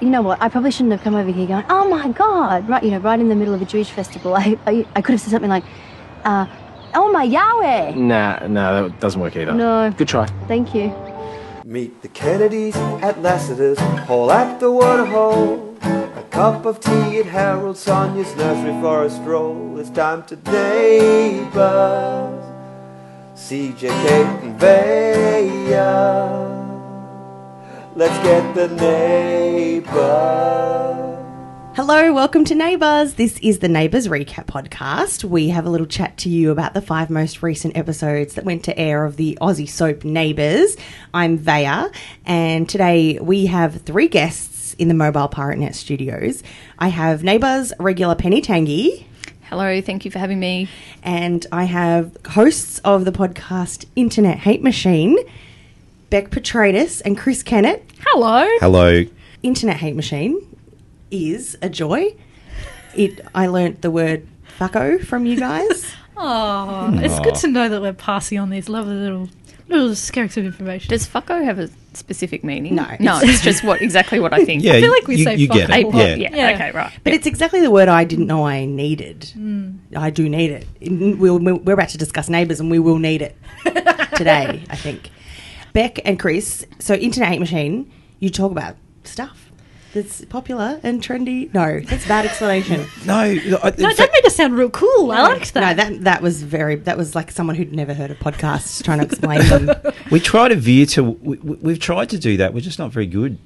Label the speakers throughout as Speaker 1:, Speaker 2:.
Speaker 1: you know what? I probably shouldn't have come over here going, oh my God, right, you know, right in the middle of a Jewish festival. I, I, I could have said something like, uh, oh my
Speaker 2: Mm.
Speaker 1: Yahweh.
Speaker 3: Nah, nah, that doesn't work either.
Speaker 1: No.
Speaker 3: Good try.
Speaker 1: Thank you.
Speaker 4: Meet the Kennedys at Lassiter's, Paul at the Waterhole. A cup of tea at Harold Sonia's nursery for a stroll. It's time to neighbors. CJ, Kate, and Vaya. Let's get the neighbors.
Speaker 5: Hello, welcome to Neighbours. This is the Neighbours Recap Podcast. We have a little chat to you about the five most recent episodes that went to air of the Aussie soap Neighbours. I'm Vaya, and today we have three guests in the mobile PirateNet studios. I have Neighbours regular Penny Tangy,
Speaker 6: Hello, thank you for having me.
Speaker 5: and I have hosts of the podcast Internet Hate Machine, Beck Petratus and Chris Kennett.
Speaker 6: Hello.
Speaker 7: Hello.
Speaker 5: Internet Hate Machine is a joy. It I learnt the word fucko from you guys.
Speaker 2: Oh, it's good to know that we're passing on these lovely little little scraps of information.
Speaker 6: Does fucko have a specific meaning?
Speaker 5: No.
Speaker 6: No, it's just what exactly what I think.
Speaker 7: Yeah,
Speaker 2: feel like we
Speaker 7: you,
Speaker 2: say
Speaker 7: you
Speaker 2: fuck
Speaker 7: get
Speaker 2: a
Speaker 7: it.
Speaker 2: lot.
Speaker 7: Yeah.
Speaker 6: Yeah.
Speaker 2: Yeah.
Speaker 6: Okay, right.
Speaker 5: But it's exactly the word I didn't know I needed.
Speaker 2: Hmm.
Speaker 5: I do need it. N- We'll, we're about to discuss neighbours and we will need it today, I think. Beck and Chris, so Internet Hate Machine, you talk about stuff that's popular and trendy. No, that's a bad explanation.
Speaker 7: No, I,
Speaker 2: no, that made us sound real cool. I liked that.
Speaker 5: No, that that was very that was like someone who'd never heard of podcasts trying to explain them.
Speaker 7: we try to veer to. We, we- we've tried to do that. We're just not very good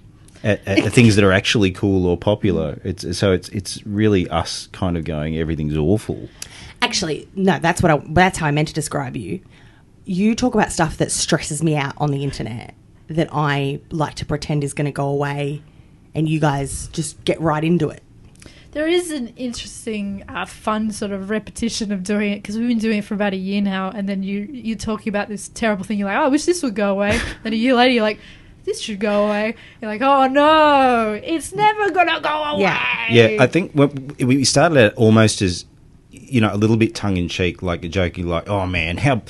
Speaker 7: at, at the things that are actually cool or popular.
Speaker 5: Mm.
Speaker 7: It's so it's it's really us kind of going everything's awful.
Speaker 5: Actually, no, that's what I that's how I meant to describe you. You talk about stuff that stresses me out on the internet that I like to pretend is going to go away and you guys just get right into it.
Speaker 2: There is an interesting, uh, fun sort of repetition of doing it because we've been doing it for about a year now, and then you you're talking about this terrible thing. You're like, oh, I wish this would go away. then a year later, you're like, this should go away. You're like, oh no, it's never gonna go away.
Speaker 5: Yeah.
Speaker 7: Yeah, I think when we we started out almost as you know a little bit tongue in cheek, like a joke. You're like, oh man, how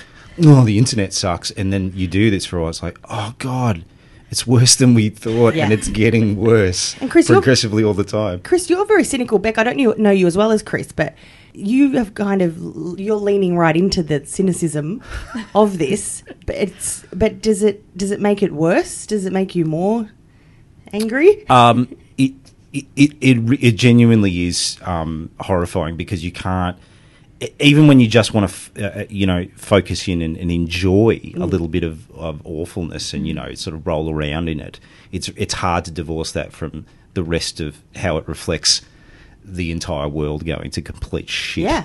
Speaker 7: oh the internet sucks, and then you do this for a while. It's like, oh god. It's worse than we thought,
Speaker 5: Yeah.
Speaker 7: and it's getting worse
Speaker 5: And Chris, you're-
Speaker 7: progressively all the time.
Speaker 5: Chris, you're very cynical, Beck. I don't knew- know you as well as Chris, but you have kind of you're leaning right into the cynicism of this. But it's but does it does it make it worse? Does it make you more angry?
Speaker 7: um, it, it, it, it, re- it genuinely is um, horrifying because you can't e- even when you just want to f- uh, you know focus in and, and enjoy a little bit of, of awfulness and you know sort of roll around in it it's it's hard to divorce that from the rest of how it reflects the entire world going to complete shit
Speaker 5: Yeah.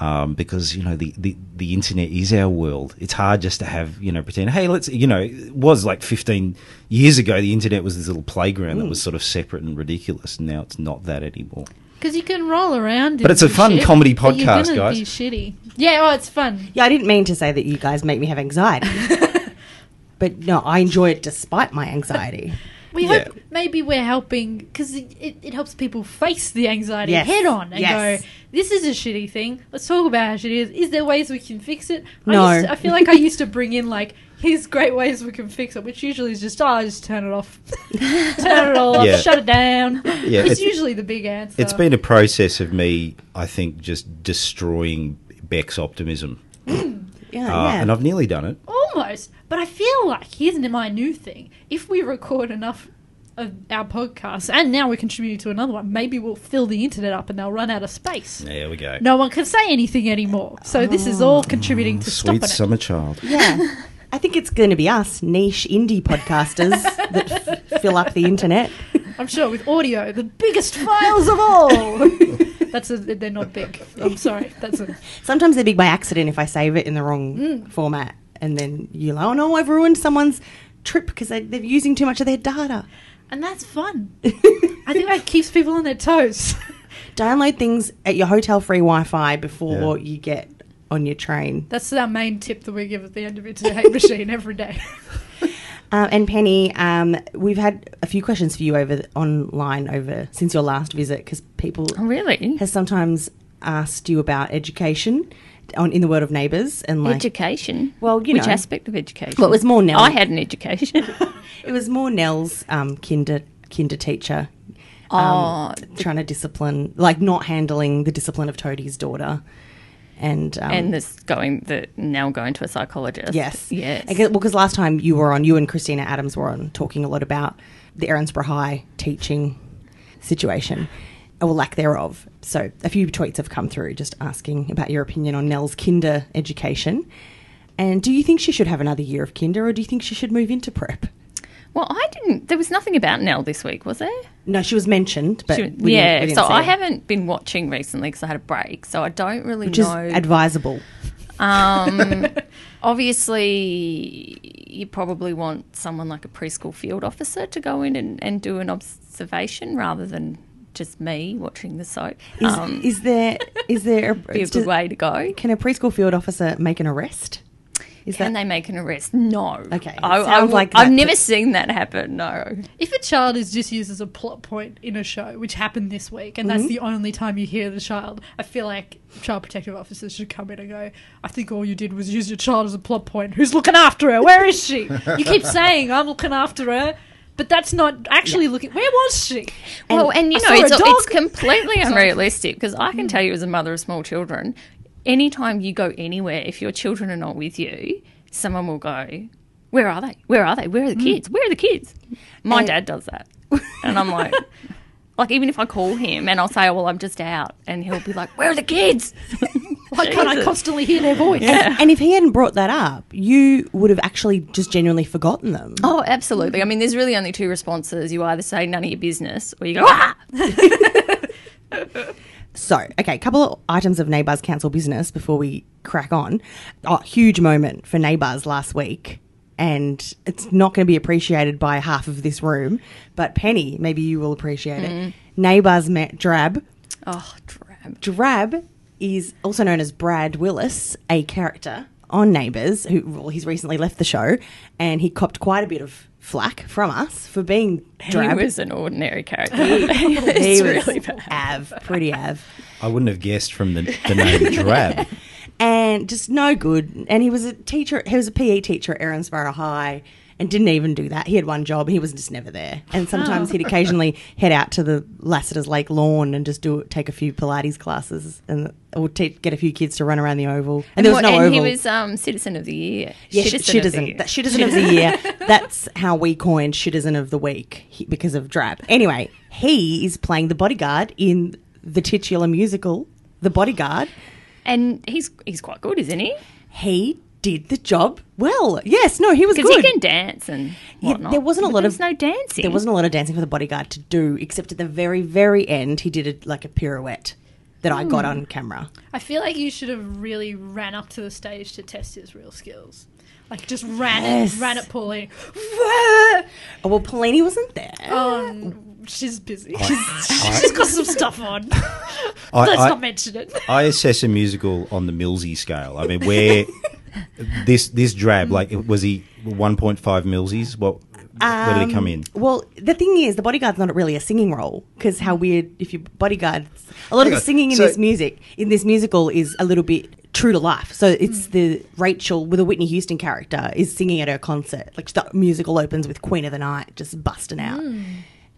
Speaker 7: um, because you know the, the the internet is our world. It's hard just to have you know pretend. Hey, let's you know it was like 15 years ago. The internet was this little playground that was sort of separate and ridiculous. and Now it's not that anymore.
Speaker 2: because you can roll around.
Speaker 7: But
Speaker 2: in
Speaker 7: it's a
Speaker 2: the
Speaker 7: fun
Speaker 2: shit,
Speaker 7: comedy
Speaker 2: but you're
Speaker 7: podcast,
Speaker 2: gonna
Speaker 7: guys.
Speaker 2: Be shitty. Yeah, oh, it's fun.
Speaker 5: Yeah, I didn't mean to say that you guys make me have anxiety. but no, I enjoy it despite my anxiety.
Speaker 2: We
Speaker 7: Yeah.
Speaker 2: hope maybe we're helping because it, it, it helps people face the anxiety
Speaker 5: Yes.
Speaker 2: head on and
Speaker 5: Yes.
Speaker 2: go, "This is a shitty thing. Let's talk about how shitty it is. Is there ways we can fix it?"
Speaker 5: No.
Speaker 2: I, used to- I feel like I used to bring in like, "Here's great ways we can fix it," which usually is just, "Oh, just turn it off, turn it all off,
Speaker 7: Yeah.
Speaker 2: shut it down."
Speaker 7: Yeah,
Speaker 2: it's,
Speaker 7: it's-
Speaker 2: usually the big answer.
Speaker 7: It's been a process of me, I think, just destroying Beck's optimism,
Speaker 5: Yeah,
Speaker 2: Oh,
Speaker 7: uh,
Speaker 5: yeah.
Speaker 7: and I've nearly done it.
Speaker 2: almost, but I feel like here's my new thing: if we record enough. Of our podcasts, and now we're contributing to another one. Maybe we'll fill the internet up, and they'll run out of space.
Speaker 7: There we go.
Speaker 2: no one can say anything anymore. So this is all contributing to
Speaker 7: Ah, Sweet
Speaker 2: stopping it.
Speaker 7: summer child.
Speaker 5: yeah. I think it's going to be us, niche indie podcasters that f- fill up the internet.
Speaker 2: I'm sure with audio, the biggest files of all. That's a, they're not big. I'm sorry. That's a,
Speaker 5: Sometimes they're big by accident if I save it in the wrong
Speaker 2: Mm.
Speaker 5: format, and then you're like, oh no, I've ruined someone's trip because they, they're using too much of their data.
Speaker 2: and that's fun. I think that keeps people on their toes.
Speaker 5: Download things at your hotel free Wi Fi before
Speaker 7: Yeah.
Speaker 5: you get on your train.
Speaker 2: That's our main tip that we give at the end of Internet Hate Machine every day.
Speaker 5: Um, and Penny, um, we've had a few questions for you over the, online over since your last visit because people
Speaker 6: Oh, really?
Speaker 5: has sometimes asked you about education on in the world of neighbours and like
Speaker 6: education.
Speaker 5: Well, you
Speaker 6: which
Speaker 5: know.
Speaker 6: aspect of education?
Speaker 5: Well, it was more now.
Speaker 6: I had an education.
Speaker 5: it was more Nell's um, kinder kinder teacher. um,
Speaker 6: Oh.
Speaker 5: trying to discipline, like not handling the discipline of Toadie's daughter, and um,
Speaker 6: and this going the now going to a psychologist.
Speaker 5: Yes.
Speaker 6: yes.
Speaker 5: I guess- well, because last time you were on, you and Christina Adams were on talking a lot about the Erinsborough High teaching situation, or lack thereof. So a few tweets have come through just asking about your opinion on Nell's kinder education. And do you think she should have another year of kinder, or do you think she should move into prep?
Speaker 6: well, I didn't. There was nothing about Nell this week, was there?
Speaker 5: No, she was mentioned, but
Speaker 6: She-
Speaker 5: we didn't- we
Speaker 6: yeah.
Speaker 5: didn't
Speaker 6: so
Speaker 5: see
Speaker 6: I
Speaker 5: it,
Speaker 6: haven't been watching recently because I had a break. So I don't really
Speaker 5: which is
Speaker 6: know.
Speaker 5: advisable.
Speaker 6: Um, obviously, you probably want someone like a preschool field officer to go in and, and do an observation rather than just me watching the soap.
Speaker 5: Is,
Speaker 6: um,
Speaker 5: is there is there a,
Speaker 6: be a good way to go.
Speaker 5: Can a preschool field officer make an arrest? Is
Speaker 6: Can
Speaker 5: that-
Speaker 6: they make an arrest? No.
Speaker 5: Okay,
Speaker 6: I,
Speaker 5: it
Speaker 6: I
Speaker 5: sounds
Speaker 6: will-
Speaker 5: like
Speaker 6: I've
Speaker 5: that
Speaker 6: never
Speaker 5: to-
Speaker 6: seen that happen. No.
Speaker 2: If a child is just used as a plot point in a show, which happened this week, and that's the only time you hear the child, I feel like child protective officers should come in and go, I think all you did was use your child as a plot point. Who's looking after her? Where is she? you keep saying, I'm looking after her. But that's not actually looking. Where was she?
Speaker 6: well, and you
Speaker 2: I
Speaker 6: know,
Speaker 2: saw
Speaker 6: it's,
Speaker 2: a dog. Mm.
Speaker 6: it's completely unrealistic because I can tell you, as a mother of small children, anytime you go anywhere, if your children are not with you, someone will go, Where are they? Where are they? Where
Speaker 2: Mm.
Speaker 6: are the kids? Where are the kids? My dad does that. And I'm like, Like, even if I call him and I'll say, Oh, well, I'm just out, and he'll be like, Where are the kids?
Speaker 2: Why can't I constantly hear their voice?
Speaker 5: And if he hadn't brought that up, you would have actually just genuinely forgotten them.
Speaker 6: Oh, absolutely. I mean, there's really only two responses. You either say none of your business, or you go, ah!
Speaker 5: So, okay, couple of items of Neighbours Council business before we crack on. Oh, huge moment for Neighbours last week. And it's not going to be appreciated by half of this room, but Penny, maybe you will appreciate it.
Speaker 6: Hmm.
Speaker 5: Neighbours met Drab.
Speaker 6: Oh, drab.
Speaker 5: Drab is also known as Brad Willis, a character on Neighbours, who well, he's recently left the show, and he copped quite a bit of flack from us for being Drab.
Speaker 6: He was an ordinary character. it's
Speaker 5: he was
Speaker 6: really bad.
Speaker 5: Av, pretty Av,
Speaker 7: I wouldn't have guessed from the, the name Drab.
Speaker 5: and just no good. And he was a teacher. He was a PE teacher at Erinsborough High, and didn't even do that. He had one job. He was just never there. And sometimes he'd occasionally head out to the Lassiter's Lake lawn and just do take a few Pilates classes and or te- get a few kids to run around the oval. And, there was
Speaker 6: Well,
Speaker 5: no
Speaker 6: and
Speaker 5: oval.
Speaker 6: he was um, citizen of the year.
Speaker 5: Yeah,
Speaker 6: Citizen
Speaker 5: shitizen.
Speaker 6: of the
Speaker 5: That shitizen of the year. That's how we coined shitizen of the week he- because of Drab. Anyway, he is playing the bodyguard in the titular musical, The Bodyguard.
Speaker 6: and he's he's quite good, isn't he?
Speaker 5: He did the job well. Yes, no, he was
Speaker 6: Because he
Speaker 5: good.
Speaker 6: can dance and
Speaker 5: Yeah,
Speaker 6: whatnot.
Speaker 5: there wasn't a
Speaker 6: But
Speaker 5: lot
Speaker 6: there
Speaker 5: of
Speaker 6: was no dancing.
Speaker 5: There wasn't a lot of dancing for the bodyguard to do, except at the very, very end, he did a, like a pirouette that I got
Speaker 6: Hmm.
Speaker 5: on camera.
Speaker 2: I feel like you should have really ran up to the stage to test his real skills. Like just ran
Speaker 5: Yes.
Speaker 2: at, ran at Pauline.
Speaker 5: Oh, well, Polini wasn't there.
Speaker 6: Oh,
Speaker 2: Um, she's busy. she's, she's got some stuff on. Let's
Speaker 7: I-
Speaker 2: not mention it.
Speaker 7: I assess a musical on the Millsy scale. I mean, where this this drab
Speaker 5: Mm.
Speaker 7: like was he one point five Millsies? What where did he come in?
Speaker 5: Um, Well, the thing is, the bodyguard's not really a singing role because how weird if your bodyguard. A lot of
Speaker 7: Hang
Speaker 5: the
Speaker 7: on,
Speaker 5: singing in
Speaker 7: so-
Speaker 5: this music, in this musical, is a little bit true to life. So
Speaker 7: Mm.
Speaker 5: it's the Rachel with a Whitney Houston character is singing at her concert. Like the musical opens with Queen of the Night just busting out.
Speaker 7: Mm.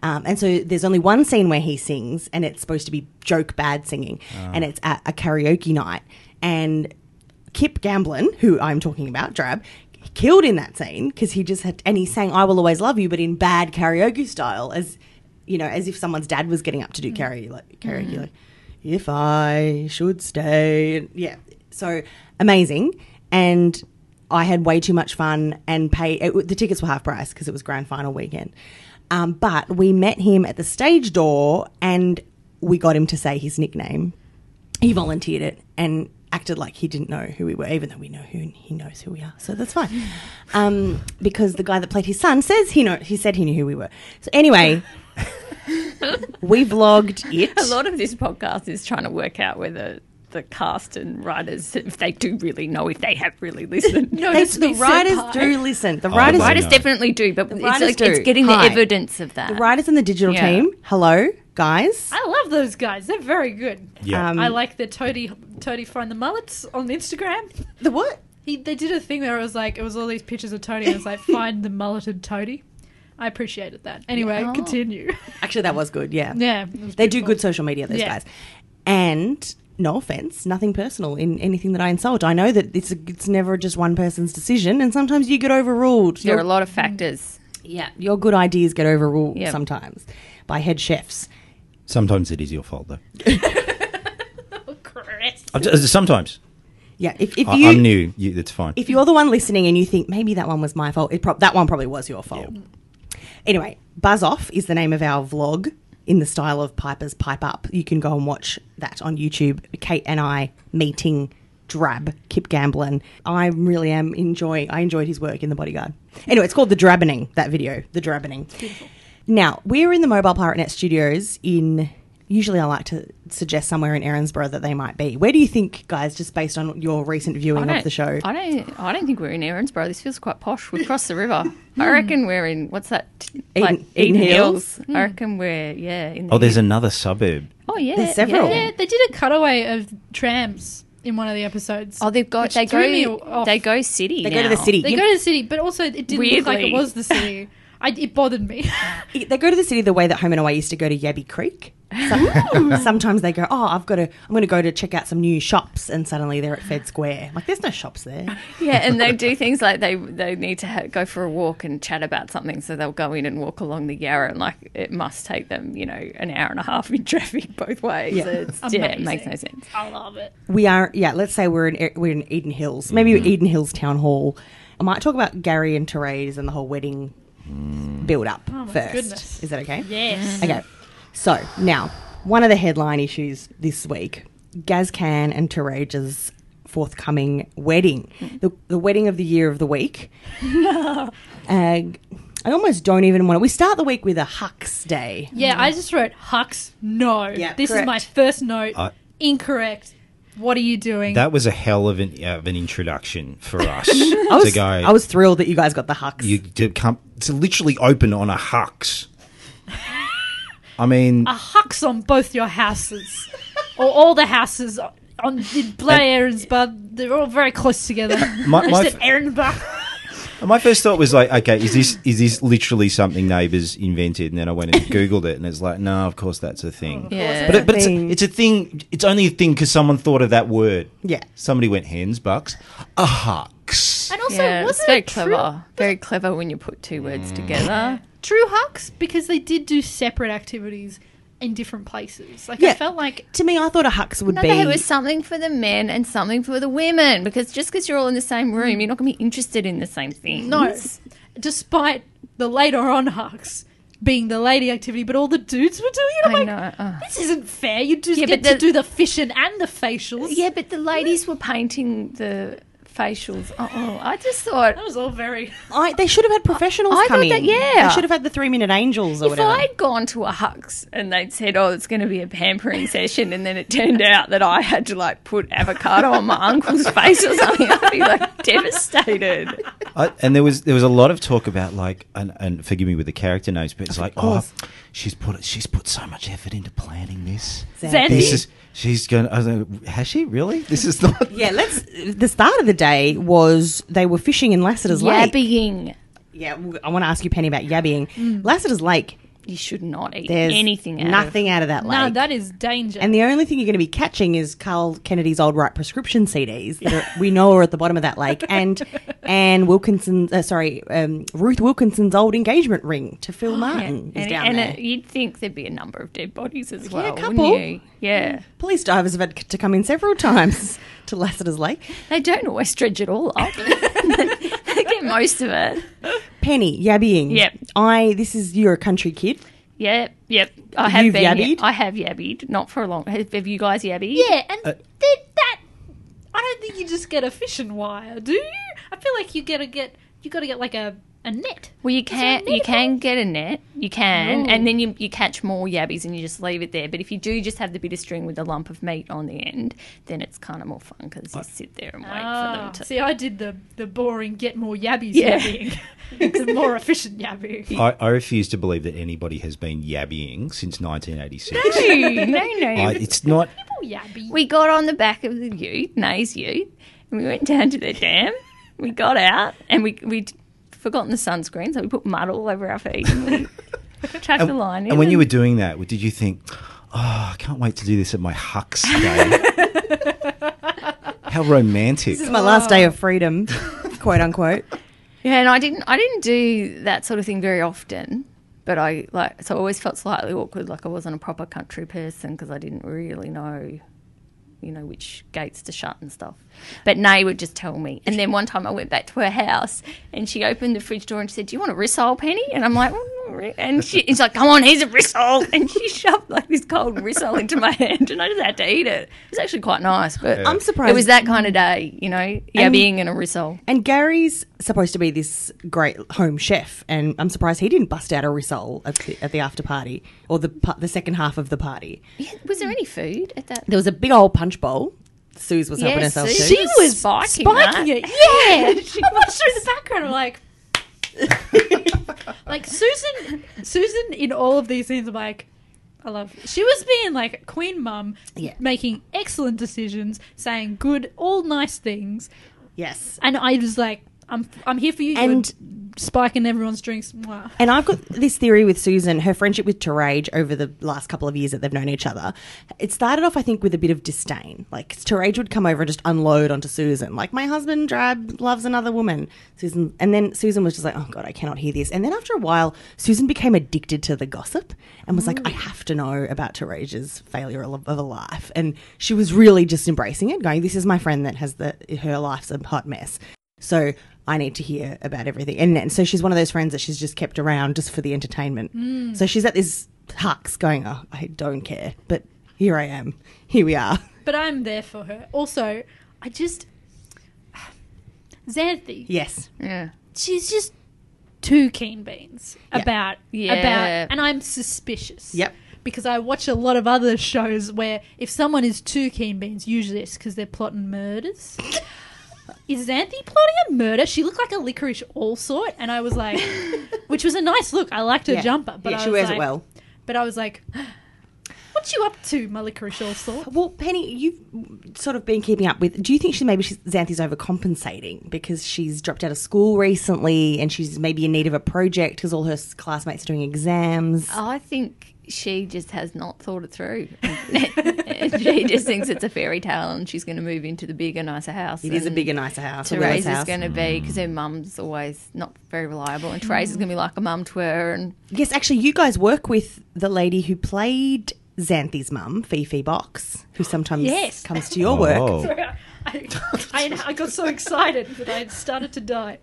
Speaker 5: Um, and so there's only one scene where he sings, and it's supposed to be joke bad singing, and it's at a karaoke night. And Kip Gamblin, who I'm talking about, Drab, killed in that scene because he just had, and he sang "I Will Always Love You," but in bad karaoke style, as you know, as if someone's dad was getting up to do karaoke, like karaoke, like "If I Should Stay," and yeah, so amazing. And I had way too much fun and paid. It, the tickets were half price because it was grand final weekend. Um, but we met him at the stage door and we got him to say his nickname he volunteered it and acted like he didn't know who we were, even though we know who he knows who we are. So that's fine, um, because the guy that played his son says he know he said he knew who we were. So anyway, we vlogged it.
Speaker 6: a lot of this podcast is trying to work out whether the cast and writers, if they do really know, if they have really listened. no,
Speaker 5: They- the writers do listen. The writers,
Speaker 7: writers
Speaker 6: writers
Speaker 7: No.
Speaker 6: definitely do, but it's,
Speaker 5: writers
Speaker 6: like,
Speaker 5: do.
Speaker 6: it's getting
Speaker 5: Hi.
Speaker 6: the evidence of that.
Speaker 5: the writers, and the digital
Speaker 6: Yeah.
Speaker 5: team. Hello, guys.
Speaker 2: I love those guys. They're very good.
Speaker 7: Yeah,
Speaker 5: Um,
Speaker 2: I like the Toady Toady find the mullets on Instagram.
Speaker 5: The what?
Speaker 2: He, they did a thing where it was like it was all these pictures of Toady. And it was like find the mulleted Toady. I appreciated that. Anyway, continue.
Speaker 6: Oh.
Speaker 5: Actually, that was good. Yeah.
Speaker 2: yeah, it was
Speaker 5: They do
Speaker 2: beautiful.
Speaker 5: good social media, those
Speaker 2: Yeah.
Speaker 5: guys. And no offense, nothing personal in anything that I insult. I know that it's a, it's never just one person's decision, and sometimes you get overruled.
Speaker 6: There are
Speaker 5: Your-
Speaker 6: a lot of
Speaker 5: Mm.
Speaker 6: factors.
Speaker 5: yeah, your good ideas get overruled
Speaker 6: Yep.
Speaker 5: sometimes by head chefs.
Speaker 7: Sometimes it is your fault, though.
Speaker 2: Chris.
Speaker 7: I'm just- sometimes.
Speaker 5: Yeah, if, Oh, if
Speaker 7: I,
Speaker 5: you
Speaker 7: I'm new. You, it's fine.
Speaker 5: if you're the one listening and you think maybe that one was my fault, it prob that one probably was your fault. Anyway, Buzz Off is the name of our vlog in the style of Piper's Pipe Up. You can go and watch that on YouTube. Kate and I meeting Drab, Kip Gamblin. I really am enjoying, I enjoyed his work in The Bodyguard. Anyway, it's called The Drabbening, that video, The Drabbening. Now, we're in the Mobile Pirate Net studios in. Usually, I like to suggest somewhere in Erinsborough that they might be. Where do you think, guys, just based on your recent viewing
Speaker 6: I
Speaker 5: of the show?
Speaker 6: I don't. I don't think we're in Erinsborough. This feels quite posh. We've crossed the river. I reckon we're in what's that?
Speaker 5: Hmm. Eden- Eden Hills. Hmm.
Speaker 6: I reckon we're yeah. In the
Speaker 7: Oh, there's another suburb.
Speaker 6: oh yeah.
Speaker 5: There's several.
Speaker 6: yeah.
Speaker 2: Yeah, they did a cutaway of trams in one of the episodes.
Speaker 6: Oh, they've got
Speaker 2: which
Speaker 6: they
Speaker 2: threw me
Speaker 6: go
Speaker 2: off.
Speaker 6: they go city.
Speaker 5: They go to the city.
Speaker 2: They
Speaker 5: You-
Speaker 2: go to the city, but also it didn't look like
Speaker 6: Weirdly.
Speaker 2: it was the city. I, it bothered me.
Speaker 5: they go to the city the way that Home and Away used to go to Yabby Creek.
Speaker 2: Mm.
Speaker 5: Some, sometimes they go, oh, I've got to, I'm going to go to check out some new shops, and suddenly they're at Fed Square. Like, there's no shops there.
Speaker 6: Yeah, and they do things like they they need to ha- go for a walk and chat about something, so they'll go in and walk along the Yarra, and like it must take them, you know, an hour and a half in traffic both ways. Yeah, it's, yeah it makes no sense.
Speaker 2: I love it.
Speaker 5: We are, yeah. Let's say we're in E, we're in Eden Hills, maybe
Speaker 2: Mm.
Speaker 5: Eden Hills Town Hall. I might talk about Gary and Therese and the whole wedding build up
Speaker 2: Mm. Oh my
Speaker 5: first.
Speaker 2: goodness.
Speaker 5: Is that okay?
Speaker 6: Mm.
Speaker 2: Yes.
Speaker 5: Okay. So now, one of the headline issues this week: Gazcan and Tereja's forthcoming wedding, the, the wedding of the year of the week. And I almost don't even want to. We start the week with a Hucks Day.
Speaker 2: Yeah, I just wrote Hux. No,
Speaker 5: Yeah,
Speaker 2: this
Speaker 5: correct.
Speaker 2: is my first note.
Speaker 7: I-
Speaker 2: Incorrect. What are you doing?
Speaker 7: That was a hell of an, of an introduction for us
Speaker 5: I
Speaker 7: to
Speaker 5: was,
Speaker 7: go.
Speaker 5: I was thrilled that you guys got the Hucks.
Speaker 7: you to come to literally open on a hux. I mean,
Speaker 5: Ah,
Speaker 2: a Hux on both your houses, or all the houses on, on in Blair and Spud. They're all very close together.
Speaker 7: my,
Speaker 2: I
Speaker 7: my,
Speaker 2: said Edinburgh.
Speaker 7: my first thought was like, okay, is this is this literally something neighbours invented? And then I went and googled it, and it's like, no, of course that's a thing.
Speaker 6: Yeah,
Speaker 7: But, it, but it's,
Speaker 5: Thing.
Speaker 7: a, it's a thing. It's only a thing because someone thought of that word.
Speaker 5: Yeah.
Speaker 7: Somebody went hens bucks, a hux.
Speaker 2: and also,
Speaker 6: yeah, it's
Speaker 2: wasn't
Speaker 6: very
Speaker 2: it true-
Speaker 6: clever, very clever when you put two words
Speaker 5: Mm.
Speaker 6: together.
Speaker 2: True Hux because they did do separate activities in different places. Like
Speaker 5: Yeah.
Speaker 2: I felt like
Speaker 5: to me, I thought a Hucks would
Speaker 6: No,
Speaker 5: be.
Speaker 6: there was something for the men and something for the women because just because you're all in the same room, you're not going to be interested in the same thing.
Speaker 2: no, despite the later on Hux being the lady activity, but all the dudes were doing it. I'm
Speaker 6: I
Speaker 2: like,
Speaker 6: know. uh.
Speaker 2: this isn't fair. You just
Speaker 6: Yeah,
Speaker 2: get
Speaker 6: but
Speaker 2: to
Speaker 6: the-
Speaker 2: do the fishing and the facials.
Speaker 6: Yeah, but the ladies were painting the facials. Oh, oh I just thought
Speaker 2: that was all very.
Speaker 5: I, they should have had professionals
Speaker 6: I thought
Speaker 5: come in.
Speaker 6: that- yeah.
Speaker 5: They should have had the three minute angels or
Speaker 6: if
Speaker 5: whatever.
Speaker 6: I'd gone to a Hucks and they'd said, "Oh, it's going to be a pampering session," and then it turned out that I had to like put avocado on my uncle's face or something, I'd be like devastated.
Speaker 7: I, and there was there was a lot of talk about like and, and forgive me with the character names, but it's like
Speaker 5: course.
Speaker 7: oh, she's put she's put so much effort into planning this.
Speaker 5: Zandy.
Speaker 7: This is she's going. I was like, Has she really? This is not.
Speaker 5: yeah, let's. The start of the day was they were fishing in Lassiter's Lake.
Speaker 6: Yabbying.
Speaker 5: Yeah, w- I want to ask you, Penny, about yabbing. Lassiter's Lake,
Speaker 6: You should not eat
Speaker 5: there's
Speaker 6: Mm. anything. Out of-
Speaker 5: nothing out of that lake.
Speaker 2: No, that is danger.
Speaker 5: and the only thing you're going to be catching is Carl Kennedy's old right prescription CDs that are, we know are at the bottom of that lake, and Anne Wilkinson's, uh, sorry, um, Ruth Wilkinson's old engagement ring to Phil Martin is
Speaker 6: Oh, and,
Speaker 5: down
Speaker 6: and
Speaker 5: there.
Speaker 6: it- you'd think there'd be a number of dead bodies as well,
Speaker 5: couple.
Speaker 6: wouldn't you? Yeah,
Speaker 5: Police divers have had c- to come in several times to Lassiter's Lake.
Speaker 6: they don't always dredge it all up. they get most of it.
Speaker 5: Penny, yabbying.
Speaker 6: Yep.
Speaker 5: I, this is, you're a country kid.
Speaker 6: Yep, yep. I have
Speaker 5: You've
Speaker 6: been.
Speaker 5: yabbied?
Speaker 6: I have yabbied. Not for a long. Have, have you guys yabbied?
Speaker 2: yeah, and then that. I don't think you just get a fishing wire, do you? I feel like you gotta get you gotta get like a a net.
Speaker 6: Well, you can
Speaker 2: there a
Speaker 6: you
Speaker 2: net
Speaker 6: can get a net. You can,
Speaker 2: Ooh.
Speaker 6: and then you you catch more yabbies and you just leave it there. But if you do just have the bit of string with the lump of meat on the end, then it's kind of more fun because you sit there and wait for
Speaker 2: Ah,
Speaker 6: them to.
Speaker 2: see, I did the the boring get more yabbies
Speaker 6: Yeah.
Speaker 2: yabbing. it's a more efficient yabby.
Speaker 7: I, I refuse to believe that anybody has been yabbying since 1986.
Speaker 2: Oh.
Speaker 6: no, no,
Speaker 7: I, it's not.
Speaker 2: Yabby.
Speaker 6: we got on the back of the ute, Nay's ute, and we went down to the dam. We got out and we we forgotten the sunscreen, so we put mud all over our feet. Track the line.
Speaker 7: And when you were doing that, did you think, oh, I can't wait to do this at my Huck's day? How romantic.
Speaker 5: This is my
Speaker 6: Oh.
Speaker 5: last day of freedom, quote unquote.
Speaker 6: Yeah, and I didn't I didn't do that sort of thing very often, but I like so I always felt slightly awkward, like I wasn't a proper country person because I didn't really know, you know, which gates to shut and stuff. But Nay would just tell me. And then one time I went back to her house and she opened the fridge door and she said, "Do you want a rissole, Penny?" And I'm like. "Well, not re-" And she, she's like, "Come on, here's a rissole," and she shoved like this cold rissole into my hand, and I just had to eat it. It was actually quite nice, but
Speaker 5: I'm surprised.
Speaker 6: it was that kind of day, you know, yeah, being in a rissole.
Speaker 5: And Gary's supposed to be this great home chef, and I'm surprised he didn't bust out a risole at the, at the after party or the pa- the second half of the party.
Speaker 6: Was there any food at that?
Speaker 5: There was a big old punch bowl. Suze was helping herself.
Speaker 6: Sue.
Speaker 5: to.
Speaker 2: She was
Speaker 6: spiking,
Speaker 2: spiking
Speaker 6: that.
Speaker 2: it. Yeah, I watched her in the background. I'm like, like Susan, Susan in all of these scenes. I'm like, I love. She was being like queen mum,
Speaker 5: Yeah.
Speaker 2: making excellent decisions, saying good, all nice things,
Speaker 5: Yes,
Speaker 2: and I was like, I'm, I'm here for you.
Speaker 5: and
Speaker 2: You're spiking everyone's drinks. Mwah.
Speaker 5: And I've got this theory with Susan, her friendship with Terage over the last couple of years that they've known each other. It started off, I think, with a bit of disdain. Like, Terage would come over and just unload onto Susan. Like, my husband, Drab, loves another woman. Susan, and then Susan was just like, oh God, I cannot hear this. And then after a while, Susan became addicted to the gossip and was like, I have to know about Terage's failure of of a life. And she was really just embracing it, going, this is my friend that has the, her life's a hot mess. So I need to hear about everything. And, and so she's one of those friends that she's just kept around just for the entertainment.
Speaker 2: Mm.
Speaker 5: So she's at this Hucks going, oh, I don't care, but here I am. Here we are.
Speaker 2: But I'm there for her. Also, I just Xanthi.
Speaker 5: Yes.
Speaker 6: Yeah.
Speaker 2: she's just too keen beans about
Speaker 6: Yeah.
Speaker 2: about and I'm suspicious.
Speaker 5: Yep.
Speaker 2: Because I watch a lot of other shows where if someone is too keen beans, usually it's because they're plotting murders. is Xanthi plotting a murder? She looked like a licorice all sort, and I was like, which was a nice look. I liked her
Speaker 5: Yeah.
Speaker 2: jumper, but
Speaker 5: yeah,
Speaker 2: I
Speaker 5: she
Speaker 2: was
Speaker 5: wears
Speaker 2: like-
Speaker 5: it well.
Speaker 2: But I was like, what you up to, my licorice all sort?
Speaker 5: Well, Penny, you've sort of been keeping up with. Do you think she maybe she's, Xanthi's overcompensating because she's dropped out of school recently and she's maybe in need of a project because all her s- classmates are doing exams?
Speaker 2: Oh,
Speaker 6: I think she just has not thought it through. And she just thinks it's a fairy tale and she's going to move into the bigger, nicer house.
Speaker 5: it is a bigger, nicer house. a
Speaker 6: Therese
Speaker 5: Willa's
Speaker 6: is
Speaker 5: house.
Speaker 6: going to be, because her mum's always not very reliable, and Therese is going to be like a mum to her. And
Speaker 5: Yes, actually, you guys work with the lady who played Xanthi's mum, Fifi Box, who sometimes
Speaker 2: Yes.
Speaker 5: comes to your work.
Speaker 7: Oh.
Speaker 2: I, I, I got so excited that I started to die.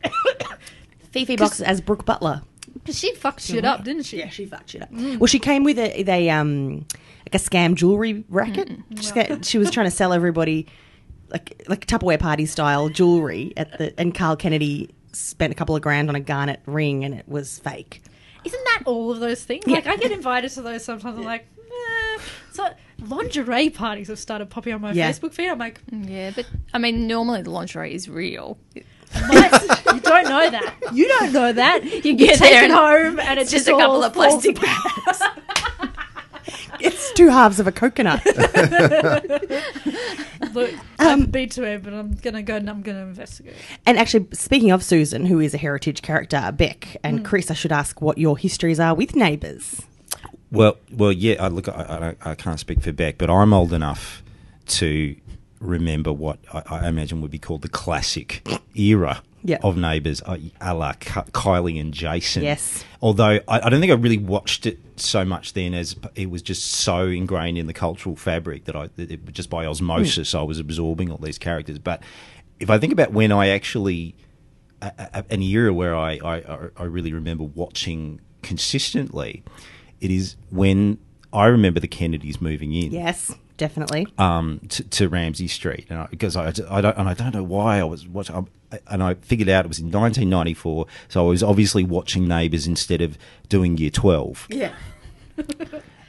Speaker 5: Fifi Box as Brooke Butler.
Speaker 2: Because she fucked shit up, didn't she?
Speaker 5: she fucked it up. Well, she came with a, they um like a scam jewelry racket. She's got- she was trying to sell everybody like like Tupperware party style jewelry at the and Carl Kennedy spent a couple of grand on a garnet ring and it was fake.
Speaker 2: Isn't that all of those things? Like I get invited to those sometimes. I'm like, eh. so lingerie parties have started popping on my
Speaker 5: Yeah.
Speaker 2: Facebook feed. I'm like,
Speaker 6: yeah, but I mean, normally the lingerie is real.
Speaker 2: what? you don't know that. You don't know that. You
Speaker 6: get
Speaker 2: take
Speaker 6: there
Speaker 2: it
Speaker 6: and
Speaker 2: home, and it's
Speaker 6: just
Speaker 2: just
Speaker 6: a couple of plastic
Speaker 2: bags.
Speaker 5: It's two halves of a coconut.
Speaker 2: Look,
Speaker 6: Um,
Speaker 2: I've been to it, but I'm gonna go and I'm gonna investigate.
Speaker 5: And actually, speaking of Susan, who is a heritage character, Beck and Chris, I should ask what your histories are with neighbours.
Speaker 7: Well, well, yeah. I look, I, I, don't- I can't speak for Beck, but I'm old enough to remember what I, I imagine would be called the classic era
Speaker 5: Yeah.
Speaker 7: of Neighbours, uh, a la Ki- Kylie and Jason.
Speaker 5: Yes.
Speaker 7: Although I, I don't think I really watched it so much then, as p- it was just so ingrained in the cultural fabric that I that it, just by
Speaker 5: Hmm.
Speaker 7: osmosis I was absorbing all these characters. But if I think about when I actually a- an era where I, I, I- I really remember watching consistently, it is when I remember the Kennedys moving in
Speaker 5: Yes, definitely.
Speaker 7: um, to, to Ramsey Street, and I, because I, I don't and I don't know why I was watching, I, and I figured out it was in 1994, so I was obviously watching Neighbours instead of doing Year 12.
Speaker 5: yeah.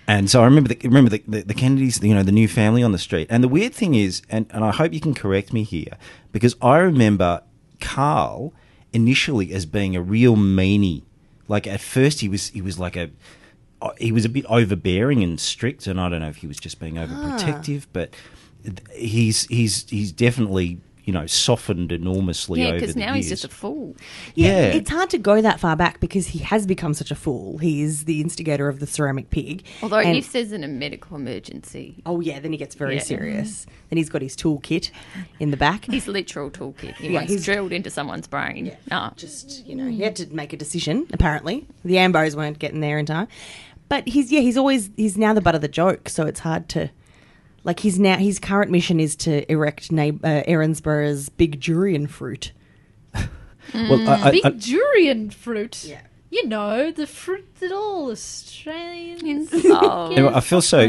Speaker 7: And so I remember the, remember the, the, the Kennedys, you know, the new family on the street. And the weird thing is, and, and I hope you can correct me here, because I remember Carl initially as being a real meanie. Like at first he was he was like a uh, he was a bit overbearing and strict,
Speaker 6: Ah.
Speaker 7: and I don't know if he was just being overprotective, but he's he's he's definitely you know, softened enormously
Speaker 6: Yeah,
Speaker 7: over
Speaker 6: because
Speaker 7: the
Speaker 6: now
Speaker 7: years.
Speaker 6: he's just a fool.
Speaker 7: yeah.
Speaker 5: It's hard to go that far back because he has become such a fool. He is the instigator of the ceramic pig.
Speaker 6: Although
Speaker 5: And-
Speaker 6: if there's an, a medical emergency,
Speaker 5: oh yeah, then he gets very
Speaker 6: Yeah.
Speaker 5: serious. Then he's got his toolkit in the back.
Speaker 6: his literal toolkit, he
Speaker 5: Yeah,
Speaker 6: once
Speaker 5: he's-
Speaker 6: drilled into someone's brain. Ah.
Speaker 2: Mm.
Speaker 5: just you know he had to make a decision apparently the ambos weren't getting there in time but he's yeah he's always he's now the butt of the joke so it's hard to like he's now his current mission is to erect Na- uh, Erinsborough's big durian fruit
Speaker 7: well,
Speaker 6: Uh,
Speaker 7: I, I,
Speaker 6: mm.
Speaker 2: Big
Speaker 7: I,
Speaker 2: durian fruit.
Speaker 5: Yeah.
Speaker 2: You know, the fruit that all Australians.
Speaker 6: Oh.
Speaker 7: you know, I feel so.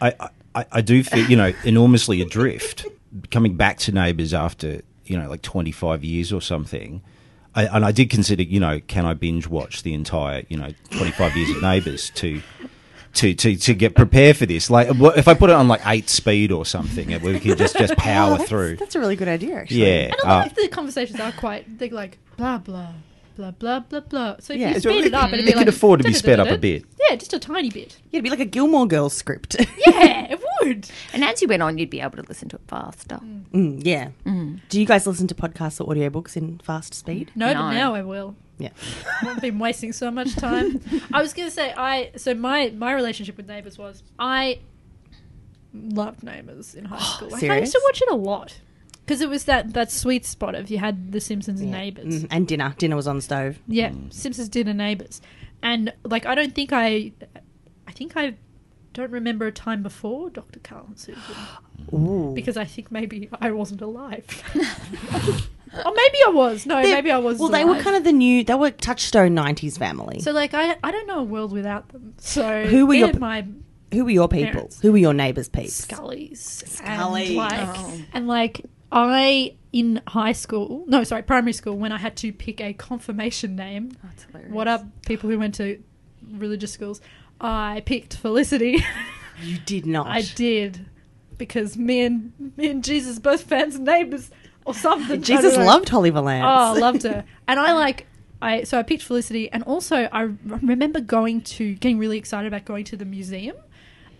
Speaker 7: I, I- I, I do feel you know enormously adrift coming back to neighbours after you know like twenty five years or something. I, and I did consider, you know, can I binge watch the entire, you know, twenty five years of Neighbours to, to, to, to get prepared for this? Like, what- if I put it on like eight speed or something, and we could just just
Speaker 2: Oh,
Speaker 7: power through.
Speaker 5: that's a really good idea actually
Speaker 7: Yeah,
Speaker 2: And a
Speaker 7: uh,
Speaker 2: lot of the conversations are quite, they're like, blah, blah, blah, blah, blah, blah. So if
Speaker 5: Yeah.
Speaker 2: you
Speaker 5: So
Speaker 2: speed
Speaker 7: it-
Speaker 2: it up, it'd
Speaker 7: it
Speaker 2: be
Speaker 7: could
Speaker 2: like,
Speaker 7: afford to be sped up a bit.
Speaker 2: Yeah, just a tiny bit.
Speaker 5: yeah, it'd be like a Gilmore Girls script
Speaker 2: Yeah, it would.
Speaker 6: And as you went on, you'd be able to listen to it faster.
Speaker 5: Mm, yeah do you guys listen to podcasts or audiobooks in fast speed
Speaker 2: No,
Speaker 6: No.
Speaker 2: but now I will.
Speaker 5: yeah
Speaker 2: I've been wasting so much time. I was gonna say I so my my relationship with Neighbours was I loved Neighbours in high school. Like, I
Speaker 5: serious?
Speaker 2: used to watch it a lot because it was that that sweet spot of you had The Simpsons and Neighbours.
Speaker 7: Mm-hmm.
Speaker 5: Mm, and dinner dinner was on the stove
Speaker 2: Yeah,
Speaker 5: Mm.
Speaker 2: Simpsons did a Neighbours, and like I don't think I, I think I don't remember a time before Dr. Carl and Susan
Speaker 5: Oh. Ooh.
Speaker 2: because I think maybe I wasn't alive. or maybe I was. No, maybe I was.
Speaker 5: well they were
Speaker 2: alive.
Speaker 5: kind of the new they were touchstone 90s family
Speaker 2: So like I I don't know a world without them. So
Speaker 5: Who were
Speaker 2: they're
Speaker 5: your-
Speaker 2: my
Speaker 5: Who were your people?
Speaker 2: Parents.
Speaker 5: Who were your neighbours' peeps?
Speaker 2: Scullies?
Speaker 5: Scullies.
Speaker 2: And like,
Speaker 6: Oh.
Speaker 2: and like I in high school, no, sorry, primary school, when I had to pick a confirmation name.
Speaker 6: That's hilarious.
Speaker 2: What up, people who went to religious schools? I picked Felicity.
Speaker 5: You did not.
Speaker 2: I did because me and me and Jesus both fans and neighbors or something. I
Speaker 5: Jesus
Speaker 2: don't know.
Speaker 5: loved Holly Valance.
Speaker 2: Oh, loved her. And I like I so I picked Felicity and also I remember going to getting really excited about going to the museum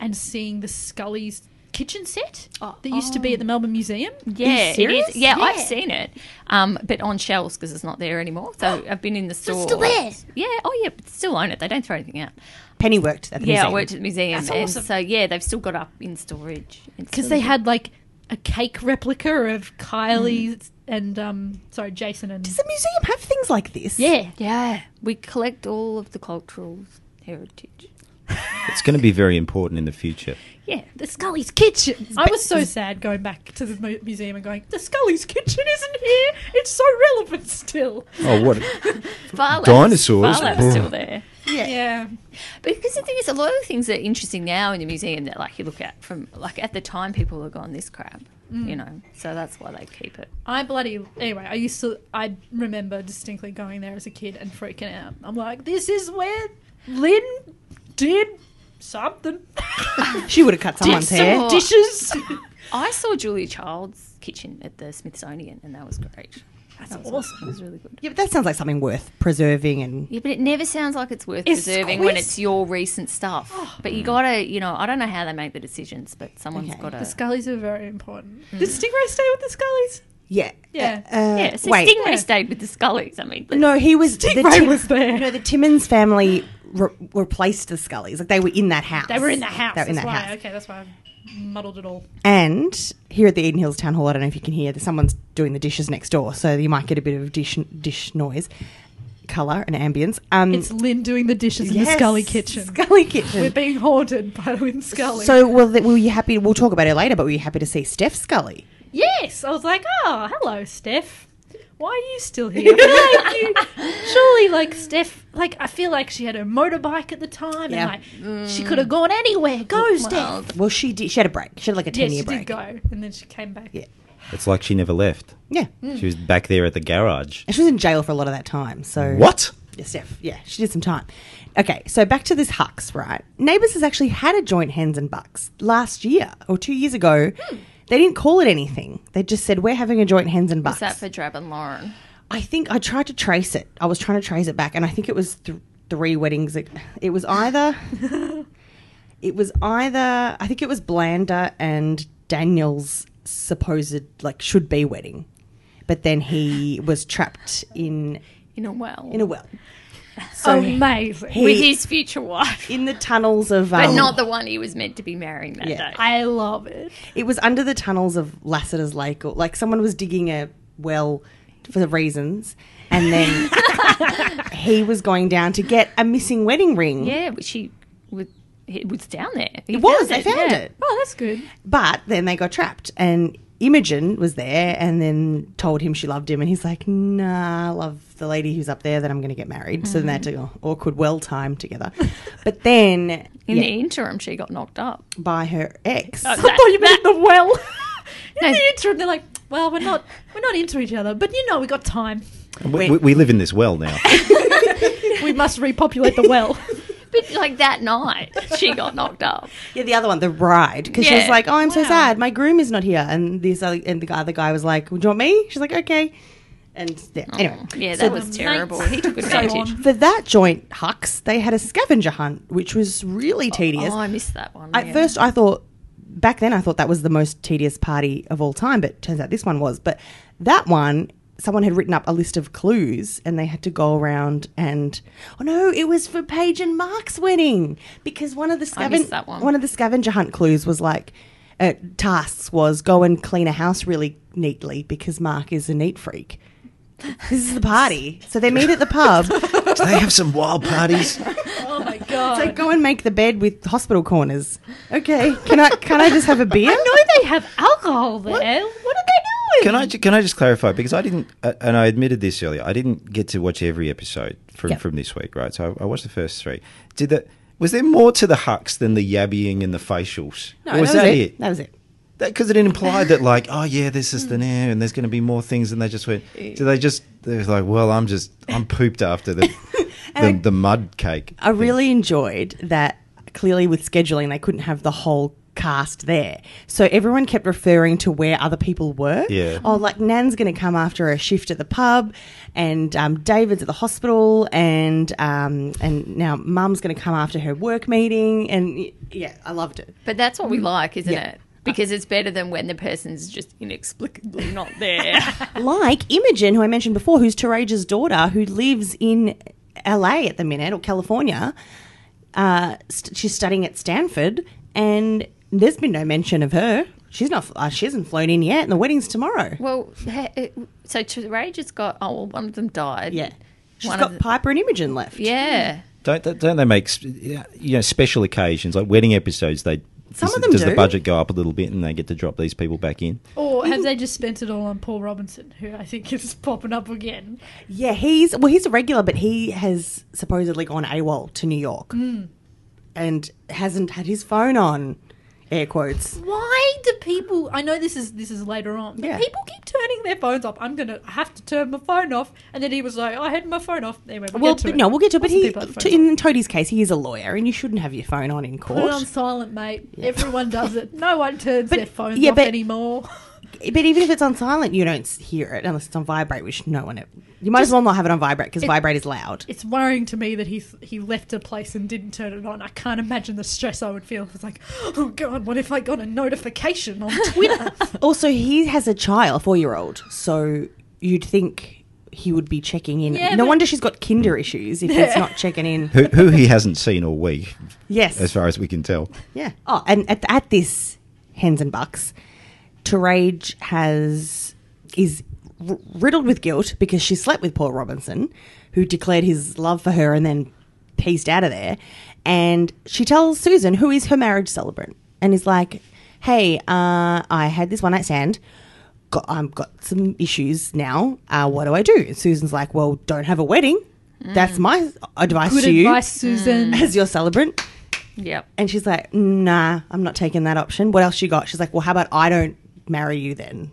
Speaker 2: and seeing the Scully's kitchen set that used to be at
Speaker 5: Oh.
Speaker 2: the Melbourne Museum.
Speaker 6: Yeah, it
Speaker 5: serious?
Speaker 6: is. Yeah, I've
Speaker 2: Yeah.
Speaker 6: seen it, um, but on shelves because it's not there anymore. So I've been in the store.
Speaker 8: still there?
Speaker 6: Yeah. Oh, yeah. But still own it. They don't throw anything out.
Speaker 5: Penny worked at the
Speaker 6: yeah,
Speaker 5: museum.
Speaker 6: I worked at the museum,
Speaker 2: That's
Speaker 6: and
Speaker 2: awesome.
Speaker 6: so yeah, they've still got up in storage It's
Speaker 2: Because
Speaker 6: really
Speaker 2: they
Speaker 6: good.
Speaker 2: had like a cake replica of Kylie's and um sorry, Jason and
Speaker 5: Mm. Does the museum have things like this?
Speaker 2: Yeah.
Speaker 6: Yeah, we collect all of the cultural heritage.
Speaker 7: It's going to be very important in the future.
Speaker 6: Yeah,
Speaker 2: The Scully's kitchen. I was so sad going back to the mu- museum and going, the Scully's kitchen isn't here. It's so relevant still.
Speaker 7: Oh, what?
Speaker 6: Far Lab's-
Speaker 7: Dinosaurs?
Speaker 6: Far Lab's still there.
Speaker 2: Yeah.
Speaker 6: Because the thing is, a lot of the things that are interesting now in the museum that like you look at from like at the time, people have gone this crap,
Speaker 5: Mm.
Speaker 6: you know. So that's why they keep it.
Speaker 2: I bloody anyway. I used to. I remember distinctly going there as a kid and freaking out. I'm like, this is where Lynn did something.
Speaker 5: She would have cut someone's hair.
Speaker 6: Dinosaur.
Speaker 2: Dishes.
Speaker 6: I saw Julia Child's kitchen at the Smithsonian, and that was great. That's that was awesome. It was really good.
Speaker 5: Yeah, but that sounds like something worth preserving and.
Speaker 6: Yeah, but it never sounds like it's worth
Speaker 2: It's
Speaker 6: preserving when
Speaker 2: squeezed.
Speaker 6: it's your recent stuff.
Speaker 5: Oh.
Speaker 6: But you gotta, you know, I don't know how they make the decisions, but someone's
Speaker 5: Okay.
Speaker 6: gotta.
Speaker 2: the Scullies are very important.
Speaker 5: Mm.
Speaker 2: Did Stingray stay with the Scullies?
Speaker 5: Yeah.
Speaker 2: Yeah.
Speaker 5: Uh, uh,
Speaker 6: yeah, so
Speaker 5: wait.
Speaker 6: Stingray stayed with the Scullies. I mean,
Speaker 5: No, he was.
Speaker 2: Stingray
Speaker 5: Tim-
Speaker 2: was there.
Speaker 5: No, the Timmins family re- replaced the Scullys. Like they were in that house.
Speaker 2: They were in the house.
Speaker 5: They were in that
Speaker 2: that's why.
Speaker 5: house.
Speaker 2: Okay, that's why I muddled it all.
Speaker 5: And here at the Eden Hills Town Hall, I don't know if you can hear that someone's doing the dishes next door, so you might get a bit of dish dish noise, color and ambience. Um,
Speaker 2: It's Lynn doing the dishes in the
Speaker 5: yes,
Speaker 2: Scully kitchen.
Speaker 5: Scully kitchen.
Speaker 2: We're being haunted by Lynn Scully.
Speaker 5: So, well, th- were you happy? We'll talk about her later, but were you happy to see Steph Scully?
Speaker 2: Yes, I was like, oh, hello, Steph. Why are you still here? I feel like you- surely, like Steph, like I feel like she had her motorbike at the time,
Speaker 5: Yeah. Mm.
Speaker 2: and like she could have gone anywhere. Go, Steph.
Speaker 5: Well, she did. She had a break. She had like a
Speaker 2: Yeah,
Speaker 5: ten
Speaker 2: um, she
Speaker 5: year break.
Speaker 2: did go, and then she came back.
Speaker 5: Yeah.
Speaker 7: It's like she never left.
Speaker 5: Yeah,
Speaker 7: She was back there at the garage.
Speaker 5: and she was in jail for a lot of that time. So
Speaker 7: What?
Speaker 5: Yeah, Steph. Yeah, she did some time. Okay, so back to this Hux, right? Neighbours has actually had a joint hens and bucks last year or two years ago.
Speaker 2: Hmm.
Speaker 5: They didn't call it anything. They just said we're having a joint hens and bucks.
Speaker 6: Is that for Drab and Lauren?
Speaker 5: I think I tried to trace it. I was trying to trace it back, and I think it was th- three weddings. It, it was either, it was either. I think it was Blander and Daniel's supposed like should be wedding. but then he was trapped in
Speaker 6: in a well
Speaker 5: in a well. So
Speaker 2: Amazing.
Speaker 5: he-
Speaker 6: with his future wife,
Speaker 5: in the tunnels of um,
Speaker 6: but not the one he was meant to be marrying that
Speaker 5: Yeah.
Speaker 6: day.
Speaker 2: I love it.
Speaker 5: It was under the tunnels of Lassiter's Lake, or like someone was digging a well for the reasons, and then he was going down to get a missing wedding ring.
Speaker 6: yeah, which he was, he was down there. He
Speaker 5: It was.
Speaker 6: found
Speaker 5: They found
Speaker 6: yeah.
Speaker 5: it,
Speaker 2: Oh, that's good.
Speaker 5: but then they got trapped, and Imogen was there, and then told him she loved him, and he's like, "Nah, I love the lady who's up there that I'm going to get married." So then they had to go "Oh, awkward well time together, but then
Speaker 6: In
Speaker 5: yeah,
Speaker 6: the interim, she got knocked up.
Speaker 5: by her ex.
Speaker 6: I thought you meant the well.
Speaker 2: In the interim, they're like, well, we're not we're not into each other, but you know, we got time.
Speaker 7: We, we- we live in this well now.
Speaker 2: We must repopulate the well.
Speaker 6: But like that night, she got knocked up.
Speaker 5: Yeah, the other one, the bride, because she was
Speaker 6: Yeah.
Speaker 5: like, "Oh, I'm so
Speaker 6: Wow.
Speaker 5: sad. My groom is not here." And this other, and the other guy was like, "Well, do you want me?" She's like, "Okay." And yeah, anyway,
Speaker 6: Yeah,
Speaker 5: So
Speaker 6: that was
Speaker 2: the-
Speaker 6: terrible.
Speaker 2: Mate.
Speaker 6: He took
Speaker 2: So
Speaker 6: advantage.
Speaker 2: on.
Speaker 5: for that joint hux, they had a scavenger hunt, which was really tedious.
Speaker 6: Oh, I missed that one.
Speaker 5: At
Speaker 6: yeah.
Speaker 5: first, I thought back then I thought that was the most tedious party of all time, but turns out this one was. But that one, someone had written up a list of clues, and they had to go around and oh no, it was for Paige and Mark's wedding because one of the
Speaker 6: I missed
Speaker 5: scaven-
Speaker 6: that one.
Speaker 5: one of the scavenger hunt clues was like. Uh, tasks was go and clean a house really neatly because Mark is a neat freak. This is the party, so they meet at the pub.
Speaker 7: Do they have some wild parties?
Speaker 2: Oh my god.
Speaker 5: They go and make the bed with hospital corners. Okay, can I can I just have a beer?
Speaker 2: I know they have alcohol there. What, are they
Speaker 7: Can I ju- can I just clarify because I didn't uh, and I admitted this earlier. I didn't get to watch every episode from, from this week, right? So I, I watched the first three. Did that was there more to the hucks than the yabbying and the facials? Or was that, it?
Speaker 5: That was it.
Speaker 7: Because it implied that like, oh yeah, this is the now, and there's going to be more things, and they just went. So they just they was like, well, I'm just I'm pooped after the the, the mud cake.
Speaker 5: I really enjoyed that. Clearly, with scheduling, they couldn't have the whole cast there, so everyone kept referring to where other people were.
Speaker 7: Yeah.
Speaker 5: Oh, like Nan's going to come after a shift at the pub, and um, David's at the hospital, and um, and now Mum's going to come after her work meeting, and y- yeah, I loved it.
Speaker 6: But that's what we like, isn't
Speaker 5: Yeah.
Speaker 6: it? Because it's better than when the person's just inexplicably not there.
Speaker 5: like Imogen, who I mentioned before, who's Taraja's daughter, who lives in LA at the minute or California. Uh, st- she's studying at Stanford, and there's been no mention of her. She's not. Uh, she hasn't flown in yet, and the wedding's tomorrow.
Speaker 6: well, he- it- so Ray just got, oh, well, one of them died.
Speaker 5: yeah, she's
Speaker 6: One
Speaker 5: got
Speaker 6: of the-
Speaker 5: Piper and Imogen left.
Speaker 6: Yeah.
Speaker 7: Don't they- don't they make sp- yeah, you know special occasions like wedding episodes? They
Speaker 5: Some
Speaker 7: does,
Speaker 5: of them
Speaker 7: does
Speaker 5: do.
Speaker 7: the budget go up a little bit, and they get to drop these people back in.
Speaker 2: Or have they just spent it all on Paul Robinson, who I think is popping up again?
Speaker 5: yeah. He's well, he's a regular, but he has supposedly gone AWOL to New York, and hasn't had his phone on. Air quotes.
Speaker 2: Why do people? I know this is this is later on, but
Speaker 5: Yeah.
Speaker 2: people keep turning their phones off. I'm gonna I have to turn my phone off, and then he was like, "I had my phone off." Anyway, we'll,
Speaker 5: Well,
Speaker 2: get to
Speaker 5: but
Speaker 2: it.
Speaker 5: no, we'll get to it. But
Speaker 2: Lots of
Speaker 5: he,
Speaker 2: people have
Speaker 5: to,
Speaker 2: phones off.
Speaker 5: in Toadie's case, he is a lawyer, and you shouldn't have your phone on in court.
Speaker 2: Put it on silent, mate. Everyone does it. No one turns
Speaker 5: But-
Speaker 2: their phones
Speaker 5: yeah,
Speaker 2: off
Speaker 5: but-
Speaker 2: anymore.
Speaker 5: But even if it's on silent, you don't s- hear it unless it's on vibrate, which no one. e-, You might as well not have it on vibrate because vibrate is loud.
Speaker 2: It's worrying to me that he he left a place and didn't turn it on. I can't imagine the stress I would feel. It's like, oh god, what if I got a notification on Twitter?
Speaker 5: Also, he has a child, a four-year-old, so you'd think he would be checking in.
Speaker 2: Yeah,
Speaker 5: no
Speaker 2: but-
Speaker 5: wonder she's got Kinder issues if he's not checking in.
Speaker 7: Who, who he hasn't seen all week,
Speaker 5: Yes.
Speaker 7: as far as we can tell.
Speaker 5: Yeah. Oh, and at, at this Hens and Bucks, Terage has is r- riddled with guilt because she slept with Paul Robinson, who declared his love for her and then pieced out of there. And she tells Susan, who is her marriage celebrant, and is like, "Hey, uh, I had this one night stand." Got, I've got some issues now. Uh, what do I do? And Susan's like, well, don't have a wedding. That's my advice
Speaker 2: Mm. Good
Speaker 5: to you
Speaker 2: advice, Susan.
Speaker 5: as your celebrant.
Speaker 6: Yep.
Speaker 5: And she's like, nah, I'm not taking that option. What else you got? She's like, well, how about I don't marry you then?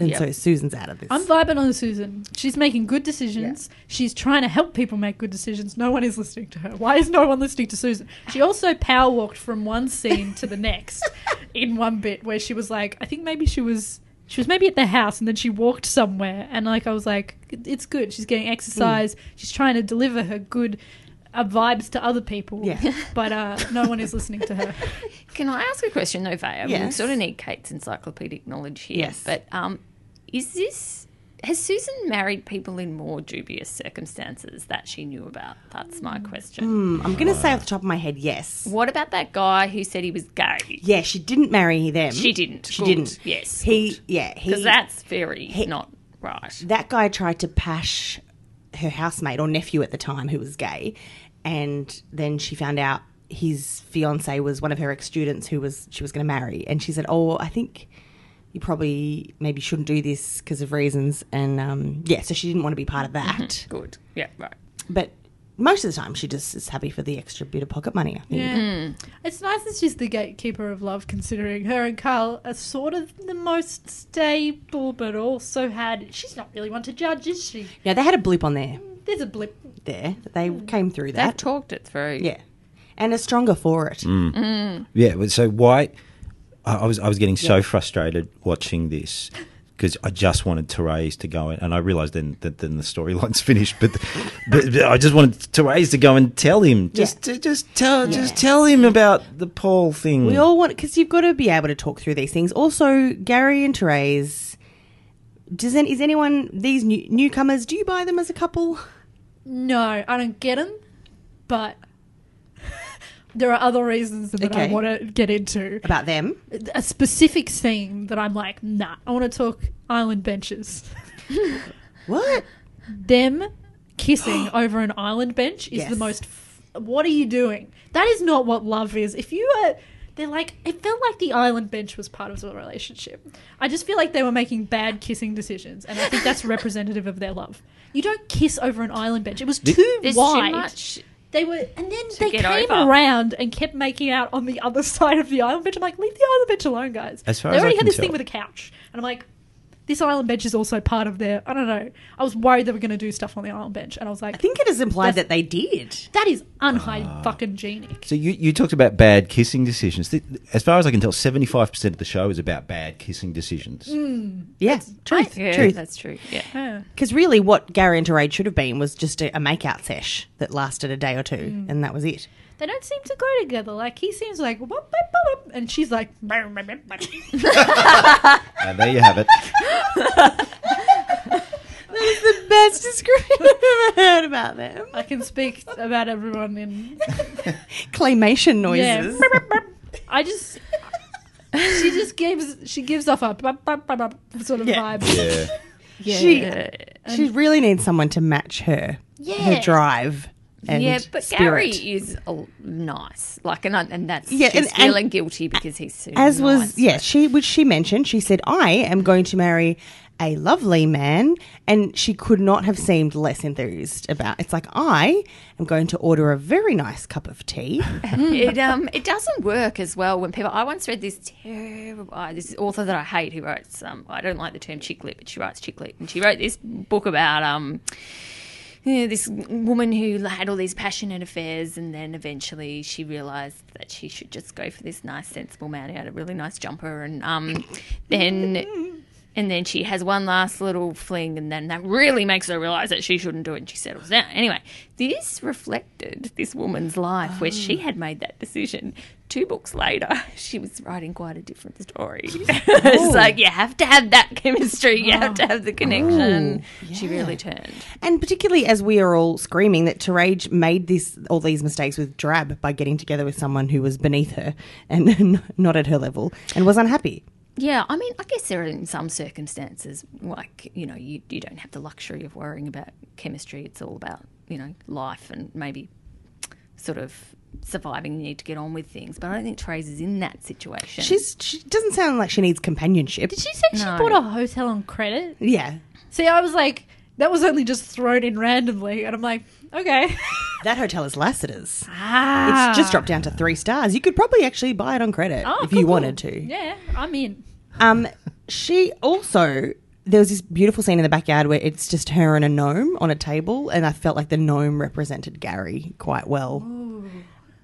Speaker 5: And
Speaker 6: Yep.
Speaker 5: so Susan's out of this.
Speaker 2: I'm vibing on Susan. She's making good decisions. She's trying to help people make good decisions. No one is listening to her. Why is no one listening to Susan? She also power walked from one scene to the next in one bit where she was like, I think maybe she was she was maybe at the house and then she walked somewhere and like I was like, it's good. She's getting exercise. She's trying to deliver her good uh, vibes to other people.
Speaker 5: Yeah.
Speaker 2: but uh, no one is listening to her.
Speaker 6: Can I ask a question though, Vaya? We
Speaker 5: Yes.
Speaker 6: sort of need Kate's encyclopedic knowledge here.
Speaker 5: Yes.
Speaker 6: But um, is this has Susan married people in more dubious circumstances that she knew about? That's my question.
Speaker 5: I'm going to say off the top of my head, yes.
Speaker 6: What about that guy who said he was gay?
Speaker 5: Yeah, she didn't marry them.
Speaker 6: She didn't.
Speaker 5: She
Speaker 6: Good.
Speaker 5: didn't.
Speaker 6: Yes,
Speaker 5: He, yeah, he.
Speaker 6: Because that's very not right.
Speaker 5: that guy tried to pash her housemate or nephew at the time who was gay and then she found out his fiance was one of her ex-students who was she was going to marry and she said oh i think you probably maybe shouldn't do this because of reasons and um, yeah so she didn't want to be part of that
Speaker 6: Good. Yeah, right.
Speaker 5: but most of the time she just is happy for the extra bit of pocket money i think
Speaker 2: Yeah. It's nice that she's the gatekeeper of love, considering her and Carl are sort of the most stable, but also had. She's not really one to judge, is she?
Speaker 5: now they had a blip on there
Speaker 2: There's a blip.
Speaker 5: there that they came through
Speaker 6: They've
Speaker 5: that
Speaker 6: talked it through.
Speaker 5: yeah and are stronger for it
Speaker 7: Yeah. but So why? I I was I was getting so frustrated watching this because I just wanted Therese to go in, and I realised then that then the storyline's finished. But, but but I just wanted Therese to go and tell him just to just tell just tell him about the Paul thing.
Speaker 5: We all want because you've got to be able to talk through these things. Also, Gary and Therese, does any, is anyone these new, newcomers? Do you buy them as a couple?
Speaker 2: No, I don't get them, but there are other reasons that I
Speaker 5: Okay.
Speaker 2: want to get into.
Speaker 5: About them?
Speaker 2: A specific scene that I'm like, nah, I want to talk island benches.
Speaker 5: What?
Speaker 2: them kissing over an island bench is the
Speaker 5: Yes.
Speaker 2: most. F- what are you doing? That is not what love is. If you are. They're like. It felt like the island bench was part of the relationship. I just feel like they were making bad kissing decisions, and I think that's representative of their love. You don't kiss over an island bench. It was too
Speaker 6: There's
Speaker 2: wide.
Speaker 6: too much.
Speaker 2: They were, and then they
Speaker 6: get
Speaker 2: came
Speaker 6: over.
Speaker 2: around and kept making out on the other side of the island bench. I'm like, leave the island bench alone, guys.
Speaker 7: As far
Speaker 2: they
Speaker 7: as I
Speaker 2: already had
Speaker 7: can
Speaker 2: this
Speaker 7: tell.
Speaker 2: thing with a couch, and I'm like, this island bench is also part of their. I don't know. I was worried they were going to do stuff on the island bench, and I was like,
Speaker 5: I think it is implied
Speaker 2: That's-
Speaker 5: that they did.
Speaker 2: that is unhide
Speaker 7: Ah.
Speaker 2: fucking genic.
Speaker 7: So you, you talked about bad kissing decisions. Th- As far as I can tell, seventy five percent of the show is about bad kissing decisions.
Speaker 5: Yeah, truth,
Speaker 6: Yeah,
Speaker 5: truth.
Speaker 6: that's true. Yeah.
Speaker 5: Because really, what Gary and Therese should have been was just a, a makeout sesh that lasted a day or two, and that was it.
Speaker 2: They don't seem to go together. Like he seems like, "Wop, wop, wop," and she's like,
Speaker 7: And Uh, there you have it.
Speaker 5: The best description I've ever heard about them.
Speaker 2: I can speak about everyone in
Speaker 5: Claymation
Speaker 2: Yeah.
Speaker 5: noises.
Speaker 2: I just she just gives she gives off a bop, bop, bop, bop sort of
Speaker 5: Yeah.
Speaker 2: vibe.
Speaker 7: Yeah.
Speaker 5: She,
Speaker 6: Yeah.
Speaker 5: she really needs someone to match her, her
Speaker 6: Yeah.
Speaker 5: drive. And
Speaker 6: yeah, but
Speaker 5: spirit.
Speaker 6: Gary is a- nice, like, and I- and that's
Speaker 5: Yeah,
Speaker 6: yeah,
Speaker 5: and-
Speaker 6: she's feeling
Speaker 5: and-
Speaker 6: guilty because he's so
Speaker 5: as
Speaker 6: nice.
Speaker 5: was yes she which she mentioned she said i am going to marry a lovely man and she could not have seemed less enthused about it's like i am going to order a very nice cup of tea
Speaker 6: it um it doesn't work as well when people. I once read this terrible uh, this author that I hate who writes um I don't like the term chick lit, but she writes chick lit, and she wrote this book about um. yeah, this woman who had all these passionate affairs, and then eventually she realised that she should just go for this nice, sensible man who had a really nice jumper, and um, then and then she has one last little fling, and then that really makes her realize that she shouldn't do it, and she settles down. Anyway, this reflected this woman's life where she had made that decision. Two books later, she was writing quite a different story. it's like you have to have that chemistry, you have to have the connection. She really turned.
Speaker 5: and particularly as we are all screaming that Terage made this all these mistakes with drab by getting together with someone who was beneath her and not at her level and was unhappy
Speaker 6: Yeah, I mean, I guess there are in some circumstances, like, you know, you, you don't have the luxury of worrying about chemistry. It's all about, you know, life and maybe sort of surviving. You need to get on with things. But I don't think Trace is in that situation.
Speaker 5: she's she doesn't sound like she needs companionship
Speaker 2: Did she say she
Speaker 6: No.
Speaker 2: bought a hotel on credit?
Speaker 5: yeah
Speaker 2: See, I was like, that was only just thrown in randomly, and I'm like, okay.
Speaker 5: that hotel is lassiter's
Speaker 2: Ah,
Speaker 5: it's just dropped down to three stars you could probably actually buy it on credit
Speaker 2: Oh,
Speaker 5: if
Speaker 2: cool,
Speaker 5: you
Speaker 2: cool.
Speaker 5: wanted to
Speaker 2: Yeah, I'm in.
Speaker 5: Um, she also there was this beautiful scene in the backyard where it's just her and a gnome on a table, and I felt like the gnome represented Gary quite well.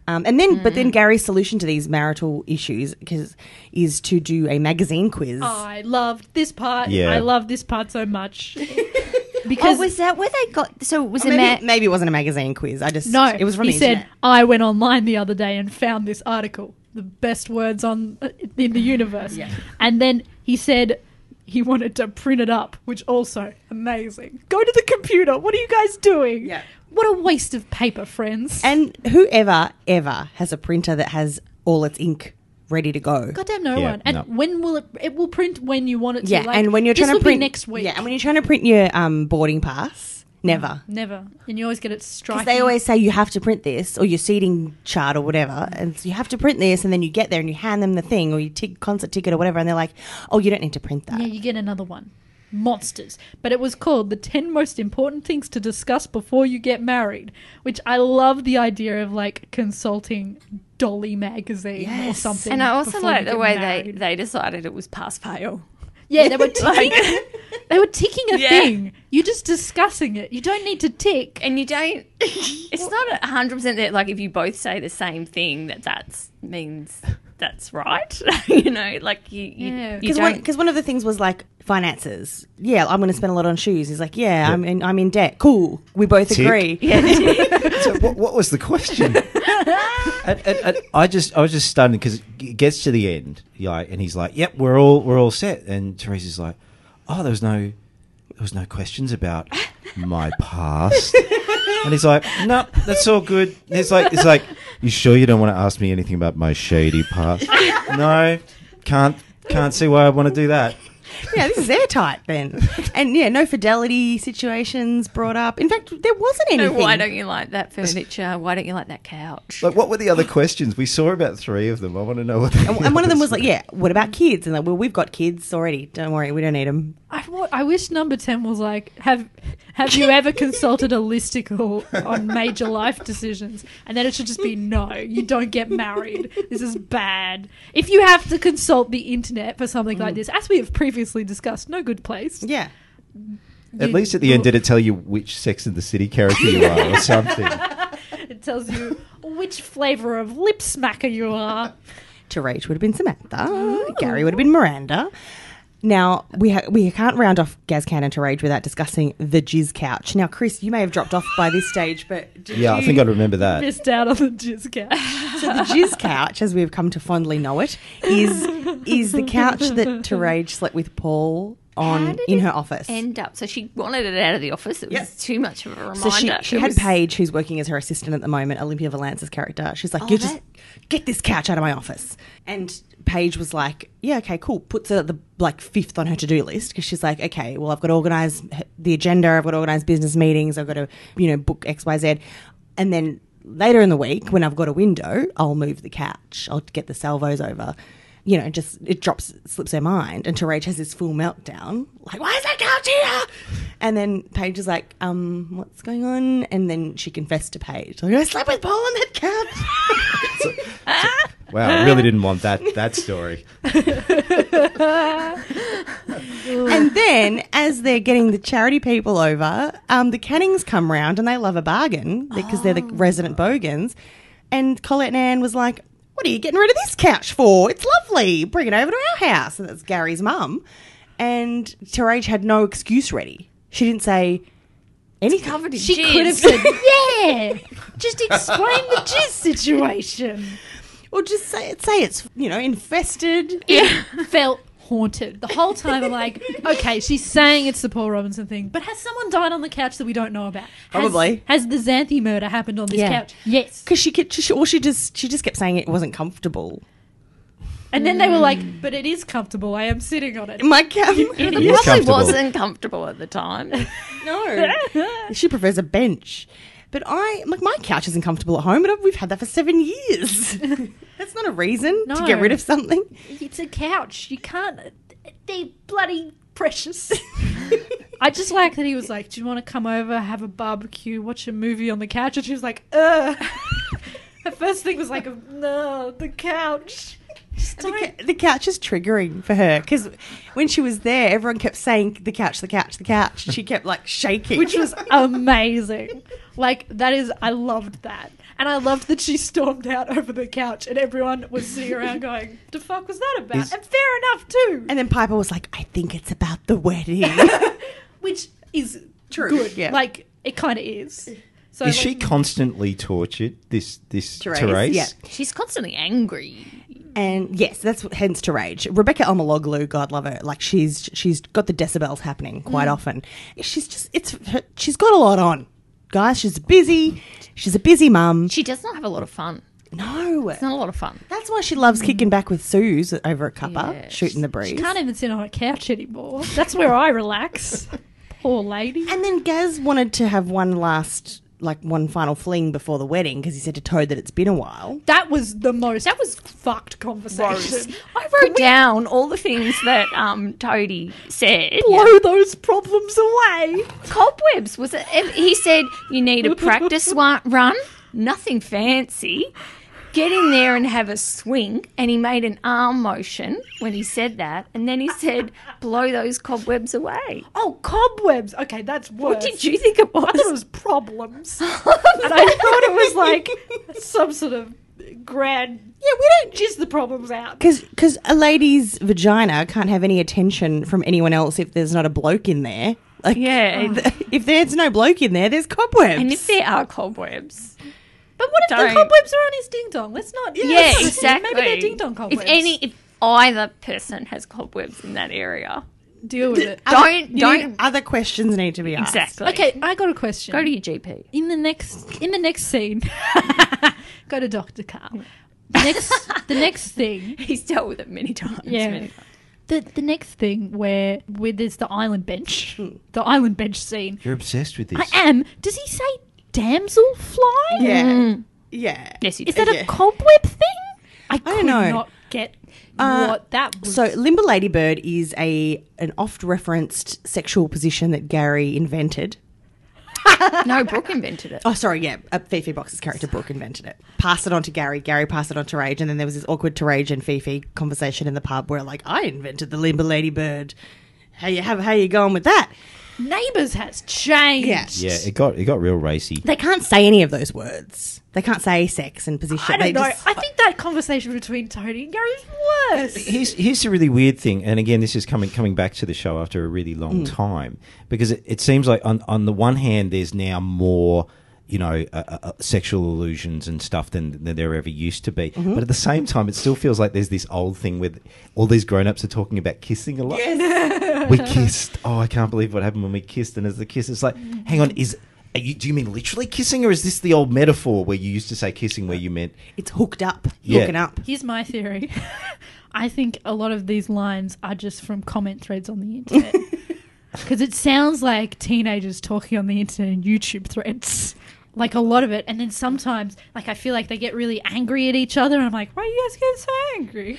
Speaker 5: Um, and then, but
Speaker 2: Mm.
Speaker 5: then Gary's solution to these marital issues 'cause- is to do a magazine quiz.
Speaker 2: I loved this part.
Speaker 7: Yeah.
Speaker 2: I love this part so much
Speaker 5: Oh,
Speaker 2: because
Speaker 6: that where they got? So was
Speaker 5: Maybe, maybe it wasn't a magazine quiz. I just
Speaker 2: no,
Speaker 5: it was from
Speaker 2: he
Speaker 5: the
Speaker 2: said
Speaker 5: internet.
Speaker 2: I went online the other day and found this uh, article, the best words on in the universe, and then he said he wanted to print it up, which also amazing. Go to the computer. What are you guys doing?
Speaker 5: Yeah.
Speaker 2: What a waste of paper, friends.
Speaker 5: And whoever ever has a printer that has all its ink ready to go.
Speaker 2: Goddamn no
Speaker 7: Yeah,
Speaker 2: one. And
Speaker 7: no.
Speaker 2: when will it? It will print when you want it to.
Speaker 5: yeah,
Speaker 2: like,
Speaker 5: and when you're
Speaker 2: this
Speaker 5: trying
Speaker 2: will
Speaker 5: to print
Speaker 2: be next week. Mm-hmm.
Speaker 5: Yeah, and when you're trying to print your um, boarding pass, never.
Speaker 2: never. And you always get it
Speaker 5: 'Cause
Speaker 2: striking.
Speaker 5: They always say you have to print this or your seating chart or whatever, and so you have to print this, and then you get there and you hand them the thing or your tic- concert ticket or whatever, and they're like, "Oh, you don't need to print that."
Speaker 2: Yeah, you get another one. Monsters. But it was called The 10 Most Important Things to Discuss Before You Get Married, which I love the idea of like consulting Dolly magazine or
Speaker 5: Yes.
Speaker 2: something.
Speaker 6: And I also
Speaker 2: before you
Speaker 6: like the
Speaker 2: get
Speaker 6: way
Speaker 2: married.
Speaker 6: they, they decided it was pass fail.
Speaker 2: Yeah, they were ticking. they were ticking a
Speaker 6: Yeah.
Speaker 2: thing. You're just discussing it. You don't need to tick.
Speaker 6: And you don't. It's not a hundred percent that like if you both say the same thing that that's means that's right. you know, like you. you,
Speaker 2: Yeah.
Speaker 6: you
Speaker 5: Because
Speaker 6: don't.
Speaker 5: one, 'cause one of the things was like finances. Yeah, I'm going to spend a lot on shoes. He's like, yeah, I'm in, I'm in debt. Cool, we both
Speaker 7: Tick.
Speaker 5: agree.
Speaker 7: So what, what was the question? and, and, and I just I was just stunned because it gets to the end, yeah, and he's like, "Yep, we're all we're all set." And Teresa's like, "Oh, there was no there was no questions about my past." and he's like, "No, that's all good." And it's like it's like, "You sure you don't want to ask me anything about my shady past?" no, can't can't see why I want to do that.
Speaker 5: yeah, this is airtight then. And yeah, no fidelity situations brought up. In fact, there wasn't
Speaker 6: No,
Speaker 5: anything.
Speaker 6: why don't you like that furniture? Why don't you like that couch?
Speaker 7: Like, what were the other questions? We saw about three of them. I want to know what. the
Speaker 5: and, and one of them
Speaker 7: others
Speaker 5: was like,
Speaker 7: were.
Speaker 5: yeah, what about kids? And like, well, we've got kids already. Don't worry, we don't need them.
Speaker 2: I, wa- I wish number 10 was like, have have you ever consulted a listicle on major life decisions? And then it should just be, no, you don't get married. This is bad. If you have to consult the internet for something
Speaker 7: Mm.
Speaker 2: like this, as we have previously discussed, no good place.
Speaker 5: Yeah.
Speaker 7: At
Speaker 2: You-
Speaker 7: least at the end, did it tell you which Sex in the City character you are or something?
Speaker 2: It tells you which flavor of lip smacker you are.
Speaker 5: Teresa would have been Samantha.
Speaker 6: Oh.
Speaker 5: Gary would have been Miranda. Now we ha- we can't round off Gazcan and Rage without discussing the jizz couch. Now, Chris, you may have dropped off by this stage, but did
Speaker 7: Yeah, I
Speaker 5: you-
Speaker 7: think I'd remember that.
Speaker 2: Missed out on the jizz couch.
Speaker 5: So the jizz couch, as we've come to fondly know it, is is the couch that Terage slept with Paul
Speaker 6: How
Speaker 5: on
Speaker 6: did
Speaker 5: in
Speaker 6: it
Speaker 5: her office.
Speaker 6: End up. uh, So she wanted it out of the office. It was
Speaker 5: Yes.
Speaker 6: too much of a reminder.
Speaker 5: so she, she
Speaker 6: It
Speaker 5: had
Speaker 6: was-
Speaker 5: Paige, who's working as her assistant at the moment, Olympia Valance's character. She's like,
Speaker 6: Oh,
Speaker 5: "You just
Speaker 6: that-
Speaker 5: get this couch out of my office." And Paige was like, "Yeah, okay, cool." Puts her at the like fifth on her to do list because she's like, "Okay, well, I've got to organize the agenda. I've got to organize business meetings. I've got to you know book X, Y, Z." And then later in the week, when I've got a window, I'll move the couch. I'll get the salvos over. You know, just it drops, slips her mind, and Terage has this full meltdown. Like, why is that couch here? And then Paige is like, um, what's going on? And then she confessed to Paige, like, I slept with Paul on that couch.
Speaker 7: Wow, I really didn't want that that story.
Speaker 5: and then, as they're getting the charity people over, um, the Cannings come round and they love a bargain because they're the
Speaker 6: Oh.
Speaker 5: resident bogans. And Colette and Anne was like, "What are you getting rid of this couch for? It's lovely. Bring it over to our house." And that's Gary's mum. And Terage had no excuse ready. She didn't say anything.
Speaker 6: covered in
Speaker 2: She
Speaker 6: jizz.
Speaker 2: could have said, yeah, just explain the jizz situation.
Speaker 5: Or just say it. Say it's you know infested.
Speaker 2: it felt haunted the whole time. I'm like, okay, she's saying it's the Paul Robinson thing, but has someone died on the couch that we don't know about? Has-
Speaker 5: Probably.
Speaker 2: Has the Xanthi murder happened on this
Speaker 5: Yeah.
Speaker 2: couch? Yes.
Speaker 5: because she kept, she, or she just she just kept saying it wasn't comfortable.
Speaker 2: And then they were like, but it is comfortable. I am sitting on it.
Speaker 5: My cam,
Speaker 6: It,
Speaker 7: is
Speaker 6: probably
Speaker 7: comfortable.
Speaker 6: wasn't comfortable at the time.
Speaker 5: no, she prefers a bench. But I like my couch isn't comfortable at home, but we've had that for seven years. That's not a reason to
Speaker 2: No.
Speaker 5: get rid of something.
Speaker 2: It's a couch. You can't. They're bloody precious. I just like that he was like, do you want to come over, have a barbecue, watch a movie on the couch? And she was like, ugh. Her first thing was like, no, the couch. Just
Speaker 5: The,
Speaker 2: don't
Speaker 5: ca- the couch is triggering for her because when she was there, everyone kept saying the couch, the couch, the couch. She kept like shaking,
Speaker 2: which was amazing. Like that is, I loved that, and I loved that she stormed out over the couch, and everyone was sitting around going, "The fuck was that about?"
Speaker 7: Is-
Speaker 2: and fair enough too,
Speaker 5: And then Piper was like, "I think it's about the wedding."
Speaker 2: which is
Speaker 5: True,
Speaker 2: Good,
Speaker 5: yeah.
Speaker 2: like it kind of is. So like,
Speaker 7: Is she constantly tortured? This this
Speaker 5: Therese,
Speaker 7: Therese?
Speaker 5: yeah.
Speaker 6: She's constantly angry.
Speaker 5: And yes, that's what- hence to rage. Rebecca Almaloglu, God love her, like she's she's got the decibels happening
Speaker 6: Mm.
Speaker 5: quite often. She's just it's her, she's got a lot on, guys. She's busy. She's a busy mum.
Speaker 6: She does not have a lot of fun.
Speaker 5: No,
Speaker 6: It's not a lot of fun.
Speaker 5: that's why she loves kicking back with Suze over a cuppa,
Speaker 6: Yeah.
Speaker 5: shooting the breeze.
Speaker 2: She can't even sit on a couch anymore. That's where I relax. Poor lady.
Speaker 5: And then Gaz wanted to have one last, like one final fling before the wedding because he said to Toad that it's been a while.
Speaker 2: That was the most. That was fucked
Speaker 6: Gross.
Speaker 2: conversation.
Speaker 6: I wrote down all the things that um, Toadie said.
Speaker 5: Blow those problems away.
Speaker 6: Cobwebs was it? ev- He said you need a practice wa- run, nothing fancy. Get in there and have a swing. And he made an arm motion when he said that, and then he said, "Blow those cobwebs away."
Speaker 2: Oh, cobwebs. Okay, that's worse.
Speaker 6: What did you think it was?
Speaker 2: I thought it was problems, and I thought it was like some sort of grand. Yeah, we don't jizz the problems out.
Speaker 5: Because a lady's vagina can't have any attention from anyone else if there's not a bloke in there. Like,
Speaker 6: Yeah.
Speaker 5: if- if there's no bloke in there, there's cobwebs.
Speaker 6: and if there are cobwebs,
Speaker 2: But what if
Speaker 6: Don't.
Speaker 2: the cobwebs are on his ding dong? Let's not.
Speaker 6: yeah,
Speaker 2: let's not assume.
Speaker 6: exactly.
Speaker 2: Maybe they're ding dong cobwebs.
Speaker 6: If any, if either person has cobwebs in that area,
Speaker 2: deal with it.
Speaker 6: don't
Speaker 5: You
Speaker 6: don't
Speaker 5: need- other questions need to be asked.
Speaker 6: exactly.
Speaker 2: Okay, I got a question.
Speaker 6: go to your GP.
Speaker 2: in the next in the next scene. go to Doctor Carl. The next the next thing
Speaker 6: He's dealt with it many times.
Speaker 2: Yeah.
Speaker 6: many times.
Speaker 2: the, the next thing where where there's the island bench.
Speaker 6: Hmm.
Speaker 2: The island bench scene.
Speaker 7: You're obsessed with this.
Speaker 2: I am. Does he say damsel fly?
Speaker 5: Yeah. Yeah.
Speaker 6: Yes, you
Speaker 2: Is
Speaker 6: do.
Speaker 2: that
Speaker 5: Yeah.
Speaker 2: a cobweb thing? I, could
Speaker 5: don't know.
Speaker 2: not get
Speaker 5: Uh,
Speaker 2: what that was.
Speaker 5: So, limber ladybird is a an oft referenced sexual position that Gary invented.
Speaker 6: no, Brooke invented it.
Speaker 5: Oh, sorry, yeah. Uh, Fifi Box's character Brooke invented it. Passed it on to Gary. Gary passed it on to Rage, and then there was this awkward to Rage and Fifi conversation in the pub where, like, I invented the limber ladybird. How you have? How you going with that?
Speaker 2: Neighbours has changed.
Speaker 7: yeah, it got it got real racy.
Speaker 5: They can't say any of those words. They can't say sex and position.
Speaker 2: I
Speaker 5: They
Speaker 2: don't know.
Speaker 5: just-
Speaker 2: I think that conversation between Tony and Gary is worse.
Speaker 7: Here's here's the really weird thing, and again, this is coming coming back to the show after a really long time because it, it seems like on on the one hand, there's now more. You know, uh, uh, uh, sexual illusions and stuff than, than there ever used to be. But at the same time, it still feels like there's this old thing with all these grown ups are talking about kissing a lot. we kissed. Oh, I can't believe what happened when we kissed. And as the kiss, it's like, hang on, is are you, do you mean literally kissing, or is this the old metaphor where you used to say kissing, where you meant
Speaker 5: it's hooked up,
Speaker 7: Yeah.
Speaker 5: hooking up.
Speaker 2: Here's my theory. I think a lot of these lines are just from comment threads on the internet. Because it sounds like teenagers talking on the internet and YouTube threads. Like a lot of it. And then sometimes, like, I feel like they get really angry at each other. And I'm like, why do you guys get so angry?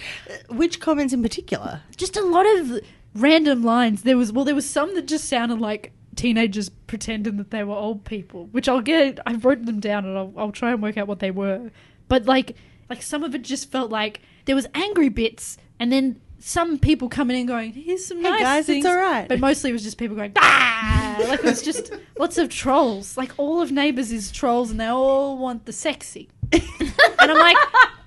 Speaker 5: Which comments in particular?
Speaker 2: Just a lot of random lines. There was, well, there was some that just sounded like teenagers pretending that they were old people, which I'll get, I wrote them down and I'll, I'll try and work out what they were. But like, like some of it just felt like there was angry bits and then some people coming in going, here's some nice
Speaker 5: guys, it's
Speaker 2: things.
Speaker 5: alright.
Speaker 2: But mostly it was just people going, ah! Like it was just lots of trolls. Like all of Neighbours is trolls and they all want the sexy. and I'm like,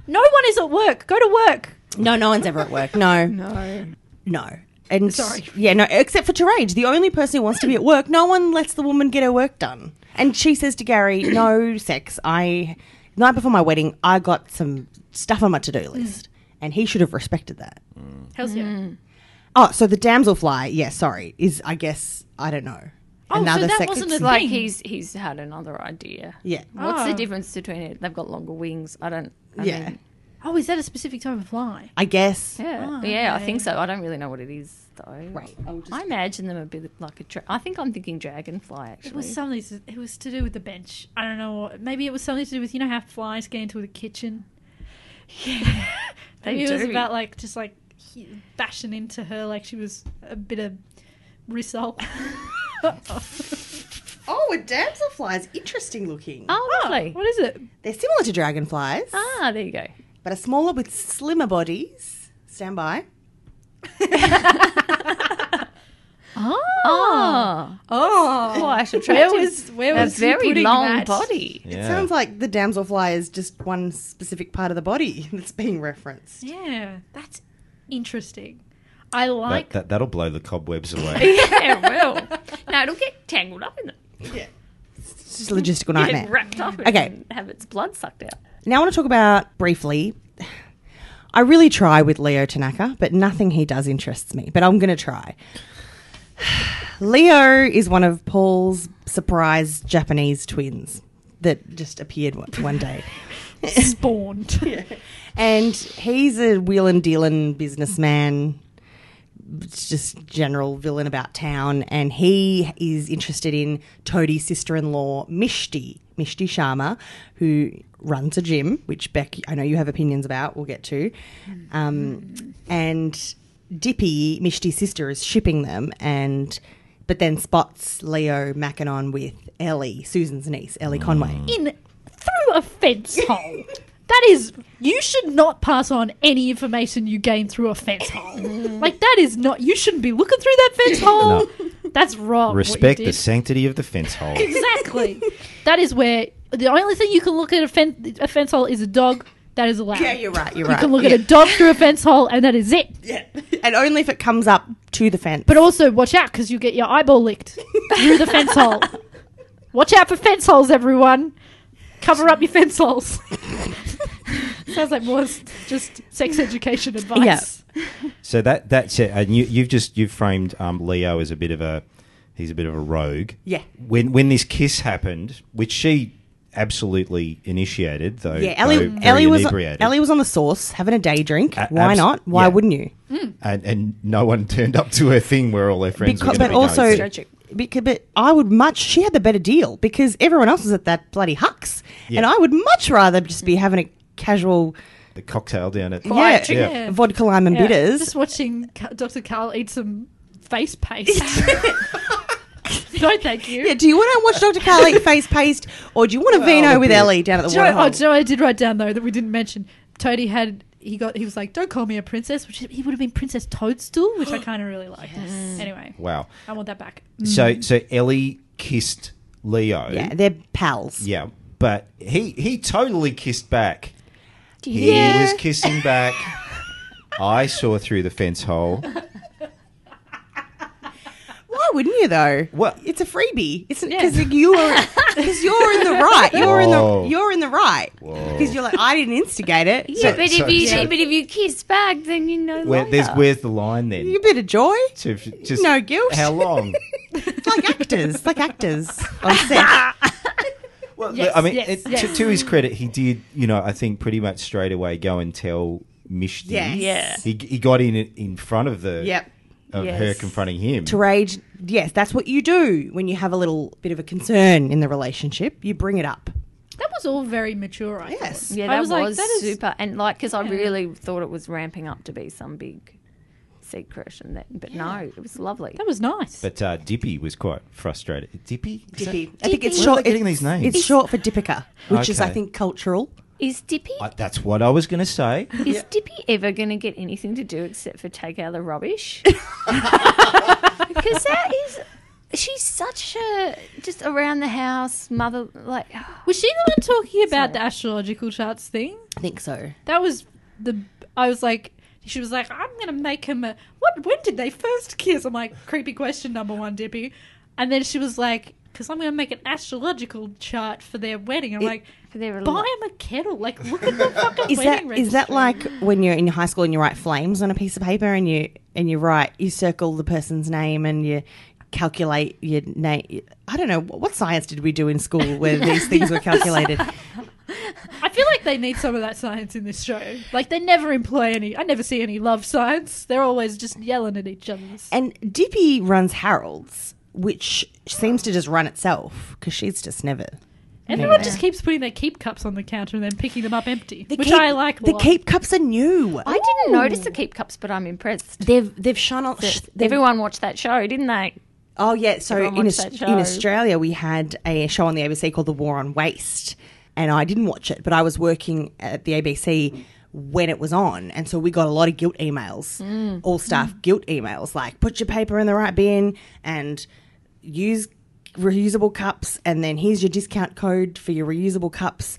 Speaker 2: no one is at work. Go to work.
Speaker 5: No, no one's ever at work. No, no, no. And
Speaker 2: Sorry.
Speaker 5: yeah, no. Except for Terage, the only person who wants to be at work. No one lets the woman get her work done. And she says to Gary, "No sex. I the night before my wedding, I got some stuff on my to do
Speaker 2: Mm.
Speaker 5: list, and he should have respected that."
Speaker 2: Hell's yeah.
Speaker 5: Oh, so the damselfly. Yeah, sorry. Is I guess I don't know.
Speaker 2: Oh, so that wasn't
Speaker 6: It's
Speaker 2: a-
Speaker 6: like
Speaker 2: Thing.
Speaker 6: he's he's had another idea.
Speaker 5: yeah.
Speaker 6: What's the
Speaker 2: Oh.
Speaker 6: difference between it? They've got longer wings. I don't. I
Speaker 5: Yeah.
Speaker 6: mean,
Speaker 2: Oh, is that a specific type of fly?
Speaker 5: I guess.
Speaker 6: yeah.
Speaker 2: Oh,
Speaker 6: yeah. I
Speaker 2: okay.
Speaker 6: think so. I don't really know what it is though.
Speaker 5: Right.
Speaker 6: I imagine them a bit like a. Dra- I think I'm thinking dragonfly
Speaker 2: It
Speaker 6: actually.
Speaker 2: was something. To, it was to do with the bench. I don't know. what- Maybe it was something to do with you know how flies get into the kitchen.
Speaker 6: They
Speaker 2: Maybe it was
Speaker 6: do.
Speaker 2: about like just like he- bashing into her like she was a bit of result.
Speaker 5: Oh, a damselfly is interesting looking.
Speaker 6: oh, lovely.
Speaker 2: what is it?
Speaker 5: They're similar to dragonflies,
Speaker 6: Ah, there you go.
Speaker 5: but are smaller with slimmer bodies. Stand by.
Speaker 2: Oh,
Speaker 6: Oh,
Speaker 2: oh.
Speaker 6: quite
Speaker 2: Where
Speaker 6: attractive.
Speaker 2: was where
Speaker 6: a
Speaker 2: was he
Speaker 6: very
Speaker 2: putting
Speaker 6: long
Speaker 2: that?
Speaker 6: body.
Speaker 7: yeah.
Speaker 5: Sounds like the damselfly is just one specific part of the body that's being referenced.
Speaker 2: Yeah, that's interesting. I like
Speaker 7: that, that, that'll blow the cobwebs away.
Speaker 6: yeah, it will. No, it'll get tangled up in them.
Speaker 5: It's just a logistical
Speaker 6: Get
Speaker 5: nightmare.
Speaker 6: wrapped up.
Speaker 5: Okay.
Speaker 6: And have its blood sucked out.
Speaker 5: Now I want to talk about briefly. I really try with Leo Tanaka, but nothing he does interests me. But I'm going to try. Leo is one of Paul's surprise Japanese twins that just appeared one one day.
Speaker 2: Spawned.
Speaker 5: And he's a wheelin' dealin' businessman, it's just general villain about town. And he is interested in Toadie's sister in law, Mishti, Mishti Sharma, who runs a gym, which Beck, I know you have opinions about, we'll get to. Um, and Dippy, Mishti's sister, is shipping them and. But then spots Leo Mackinon with Ellie, Susan's niece, Ellie Conway.
Speaker 2: in through a fence hole. That is, you should not pass on any information you gain through a fence hole. like that is not. You shouldn't be looking through that fence hole. That's wrong. what you
Speaker 7: Respect the
Speaker 2: did.
Speaker 7: sanctity of the fence hole.
Speaker 2: Exactly. that is where the only thing you can look at a fence, a fence hole is a dog. That is allowed.
Speaker 5: Yeah, you're right. You're
Speaker 2: You
Speaker 5: right.
Speaker 2: can look
Speaker 5: Yeah.
Speaker 2: at a dog through a fence hole, and that is it.
Speaker 5: and only if it comes up to the fence.
Speaker 2: But also, watch out because you get your eyeball licked through the fence hole. Watch out for fence holes, everyone. Cover up your fence holes. Sounds like more s- just sex education advice.
Speaker 7: So that that's it. And you, you've just you've framed um, Leo as a bit of a he's a bit of a rogue.
Speaker 5: Yeah.
Speaker 7: When when this kiss happened, which she absolutely initiated, though.
Speaker 5: yeah, Ellie,
Speaker 7: though very
Speaker 5: Ellie was
Speaker 7: inebriated,
Speaker 5: Ellie was on the sauce having a day drink.
Speaker 7: A-
Speaker 5: Why
Speaker 7: abs-
Speaker 5: not? Why
Speaker 7: yeah.
Speaker 5: wouldn't you?
Speaker 7: and, and no one turned up to her thing where all their friends. were
Speaker 5: Because,
Speaker 7: gonna
Speaker 5: but
Speaker 7: be
Speaker 5: also,
Speaker 7: going to.
Speaker 6: Tragic.
Speaker 5: because, but I would much. She had the better deal because everyone else was at that bloody Hucks, and I would much rather just be having a casual,
Speaker 7: the cocktail down at
Speaker 5: yeah,
Speaker 6: drink.
Speaker 2: Yeah.
Speaker 5: vodka lime and
Speaker 2: Yeah.
Speaker 5: bitters.
Speaker 2: Just watching Ca- Dr. Carl eat some face paste. no, thank you.
Speaker 5: Yeah, do you want to watch Dr. Carl eat face paste, or do you want a vino with Ellie down at the
Speaker 2: Do you know, oh,
Speaker 5: waterhole?
Speaker 2: do you know what I did write down though that we didn't mention? Toadie had he got he was like, "Don't call me a princess," which he would have been Princess Toadstool, which I kind of really liked. Anyway,
Speaker 7: wow.
Speaker 2: I want that back.
Speaker 7: So so Ellie kissed Leo.
Speaker 5: yeah, they're pals.
Speaker 7: Yeah, but he he totally kissed back. He
Speaker 5: Yeah.
Speaker 7: was kissing back. I saw through the fence hole.
Speaker 5: Why wouldn't you though?
Speaker 7: Well-
Speaker 5: it's a freebie. It's
Speaker 2: Yeah.
Speaker 5: because you're because you're in the right. You're
Speaker 7: Whoa.
Speaker 5: in the you're in the right because you're like I didn't instigate it.
Speaker 6: Yeah,
Speaker 7: So-
Speaker 6: but
Speaker 7: so-
Speaker 6: if you
Speaker 7: so-
Speaker 6: but if you kiss back, then you know.
Speaker 7: Where, there's where's the line then?
Speaker 5: You bit of joy.
Speaker 7: To f- just
Speaker 5: No guilt.
Speaker 7: How long?
Speaker 5: It's like actors, like actors on set.
Speaker 7: well,
Speaker 2: Yes,
Speaker 7: I mean,
Speaker 2: yes,
Speaker 7: it- to-
Speaker 2: yes.
Speaker 7: To, his credit, he did. You know, I think pretty much straight away go and tell Mishti.
Speaker 5: Yes.
Speaker 6: Yeah.
Speaker 7: He, he got in in front of the
Speaker 5: Yep.
Speaker 7: of
Speaker 6: Yes.
Speaker 7: her confronting him.
Speaker 5: To rage. Yes, that's what you do when you have a little bit of a concern in the relationship. You bring it up.
Speaker 2: That was all very mature. I
Speaker 5: Yes.
Speaker 2: thought.
Speaker 6: Yeah,
Speaker 2: I
Speaker 6: that was,
Speaker 2: like, that is-
Speaker 6: super, and like because I really thought it was ramping up to be some big secret, and that, but no, it was lovely.
Speaker 2: That was nice.
Speaker 7: But uh, Dippy was quite frustrated. Dippy. Is that-
Speaker 5: I think it's
Speaker 7: Where are
Speaker 5: short.
Speaker 7: they getting these names?
Speaker 5: It's short for Dipika, which is I
Speaker 7: Okay.
Speaker 5: think cultural.
Speaker 6: Is Dippy
Speaker 7: Uh, that's what I was going to say.
Speaker 6: is Dippy ever going to get anything to do except for take out the rubbish? Because that is. She's such a just around the house mother like
Speaker 2: was she the one talking about the astrological charts thing?
Speaker 5: I think so.
Speaker 2: That was the. I was like, she was like, I'm gonna make him a. What? When did they first kiss? I'm like, creepy question number one, Dippy. And then she was like, because I'm gonna make an astrological chart for their wedding. I'm like,
Speaker 6: for their
Speaker 2: buy him a kettle. Like, look at the fucking
Speaker 5: Is that
Speaker 2: wedding
Speaker 5: is that
Speaker 2: registry.
Speaker 5: like when you're in high school and you write flames on a piece of paper and you and you write you circle the person's name and you calculate your name. I don't know what what science did we do in school where these things were calculated.
Speaker 2: I feel like they need some of that science in this show. Like, they never employ any. I never see any love science. They're always just yelling at each other.
Speaker 5: And Dippy runs Harold's, which seems to just run itself because she's just never.
Speaker 2: Everyone just keeps putting their keep cups on the counter and then picking them up empty, which
Speaker 5: keep-
Speaker 2: I like. a
Speaker 5: The
Speaker 2: lot.
Speaker 5: keep cups are new.
Speaker 6: I didn't notice the keep cups, but I'm impressed.
Speaker 5: They've they've shone on. sh- they've-
Speaker 6: Everyone watched that show, didn't they?
Speaker 5: Oh yeah, so
Speaker 6: Everyone
Speaker 5: in,
Speaker 6: watched
Speaker 5: Aus-
Speaker 6: that
Speaker 5: in
Speaker 6: show.
Speaker 5: Australia we had a show on the ABC called The War on Waste, and I didn't watch it, but I was working at the ABC when it was on, and so we got a lot of guilt emails,
Speaker 6: Mm.
Speaker 5: all staff guilt emails, like put your paper in the right bin and use reusable cups, and then here's your discount code for your reusable cups.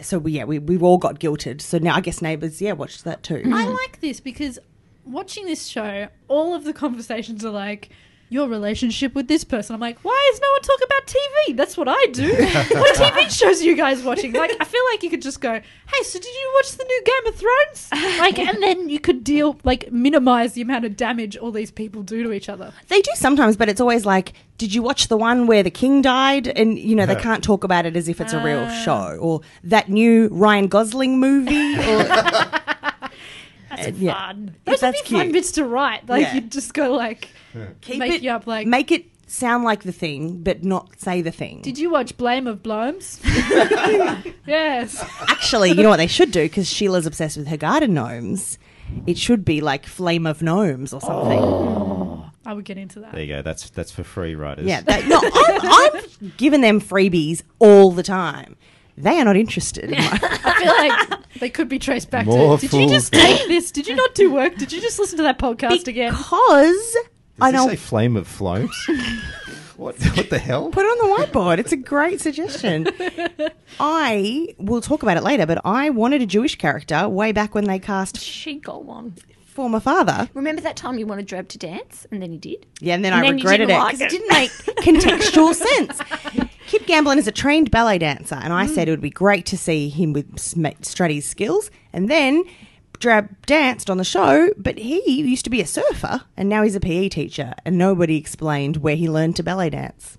Speaker 5: So we, yeah, we we all got guilted. So now I guess neighbours, yeah, watched that too.
Speaker 2: I like this because watching this show, all of the conversations are like, your relationship with this person. I'm like, why is no one talking about TV? That's what I do. what TV shows are you guys watching? Like, I feel like you could just go, hey, so did you watch the new Game of Thrones? Like, and then you could deal, like, minimize the amount of damage all these people do to each other.
Speaker 5: They do sometimes, but it's always like, did you watch the one where the king died? And, you know, they can't talk about it as if it's a real
Speaker 8: Ah.
Speaker 5: show. Or that new Ryan Gosling movie. Or, Uh,
Speaker 2: That's
Speaker 5: yeah.
Speaker 2: fun. Those
Speaker 5: That's
Speaker 2: would be fun
Speaker 5: cute.
Speaker 2: bits to write. Like,
Speaker 5: Yeah.
Speaker 2: you'd just go, like,
Speaker 5: Keep
Speaker 2: make
Speaker 5: it-
Speaker 2: you up, like,
Speaker 5: make it sound like the thing, but not say the thing.
Speaker 2: did you watch Blame of Blomes? yes.
Speaker 5: Actually, you know what they should do? Because Sheila's obsessed with her garden gnomes. It should be like Flame of Gnomes or something.
Speaker 8: Oh.
Speaker 2: I would get into that.
Speaker 7: There you go. That's that's for free writers.
Speaker 5: Yeah, that, no, I'm, I'm giving them freebies all the time. They are not interested. In my,
Speaker 2: I feel like they could be traced back
Speaker 7: More
Speaker 2: to. Did you just take this? Did you not do work? Did you just listen to that podcast again?
Speaker 5: because I
Speaker 8: Did you
Speaker 5: know.
Speaker 8: say flame of flames? what, what the hell?
Speaker 5: Put it on the whiteboard. It's a great suggestion. I will talk about it later, but I wanted a Jewish character way back when they cast
Speaker 6: She got one.
Speaker 5: former father.
Speaker 6: Remember that time you wanted Job to dance, and then he did.
Speaker 5: Yeah, and then
Speaker 6: And
Speaker 5: I
Speaker 6: then you
Speaker 5: regretted
Speaker 6: didn't
Speaker 5: it
Speaker 6: like
Speaker 5: because it.
Speaker 6: it.
Speaker 5: didn't make contextual sense. Kip Gamblin is a trained ballet dancer, and
Speaker 6: Mm.
Speaker 5: I said it would be great to see him with sm- Strutty's skills. And then Drab danced on the show, but he used to be a surfer, and now he's a PE teacher, and nobody explained where he learned to ballet dance.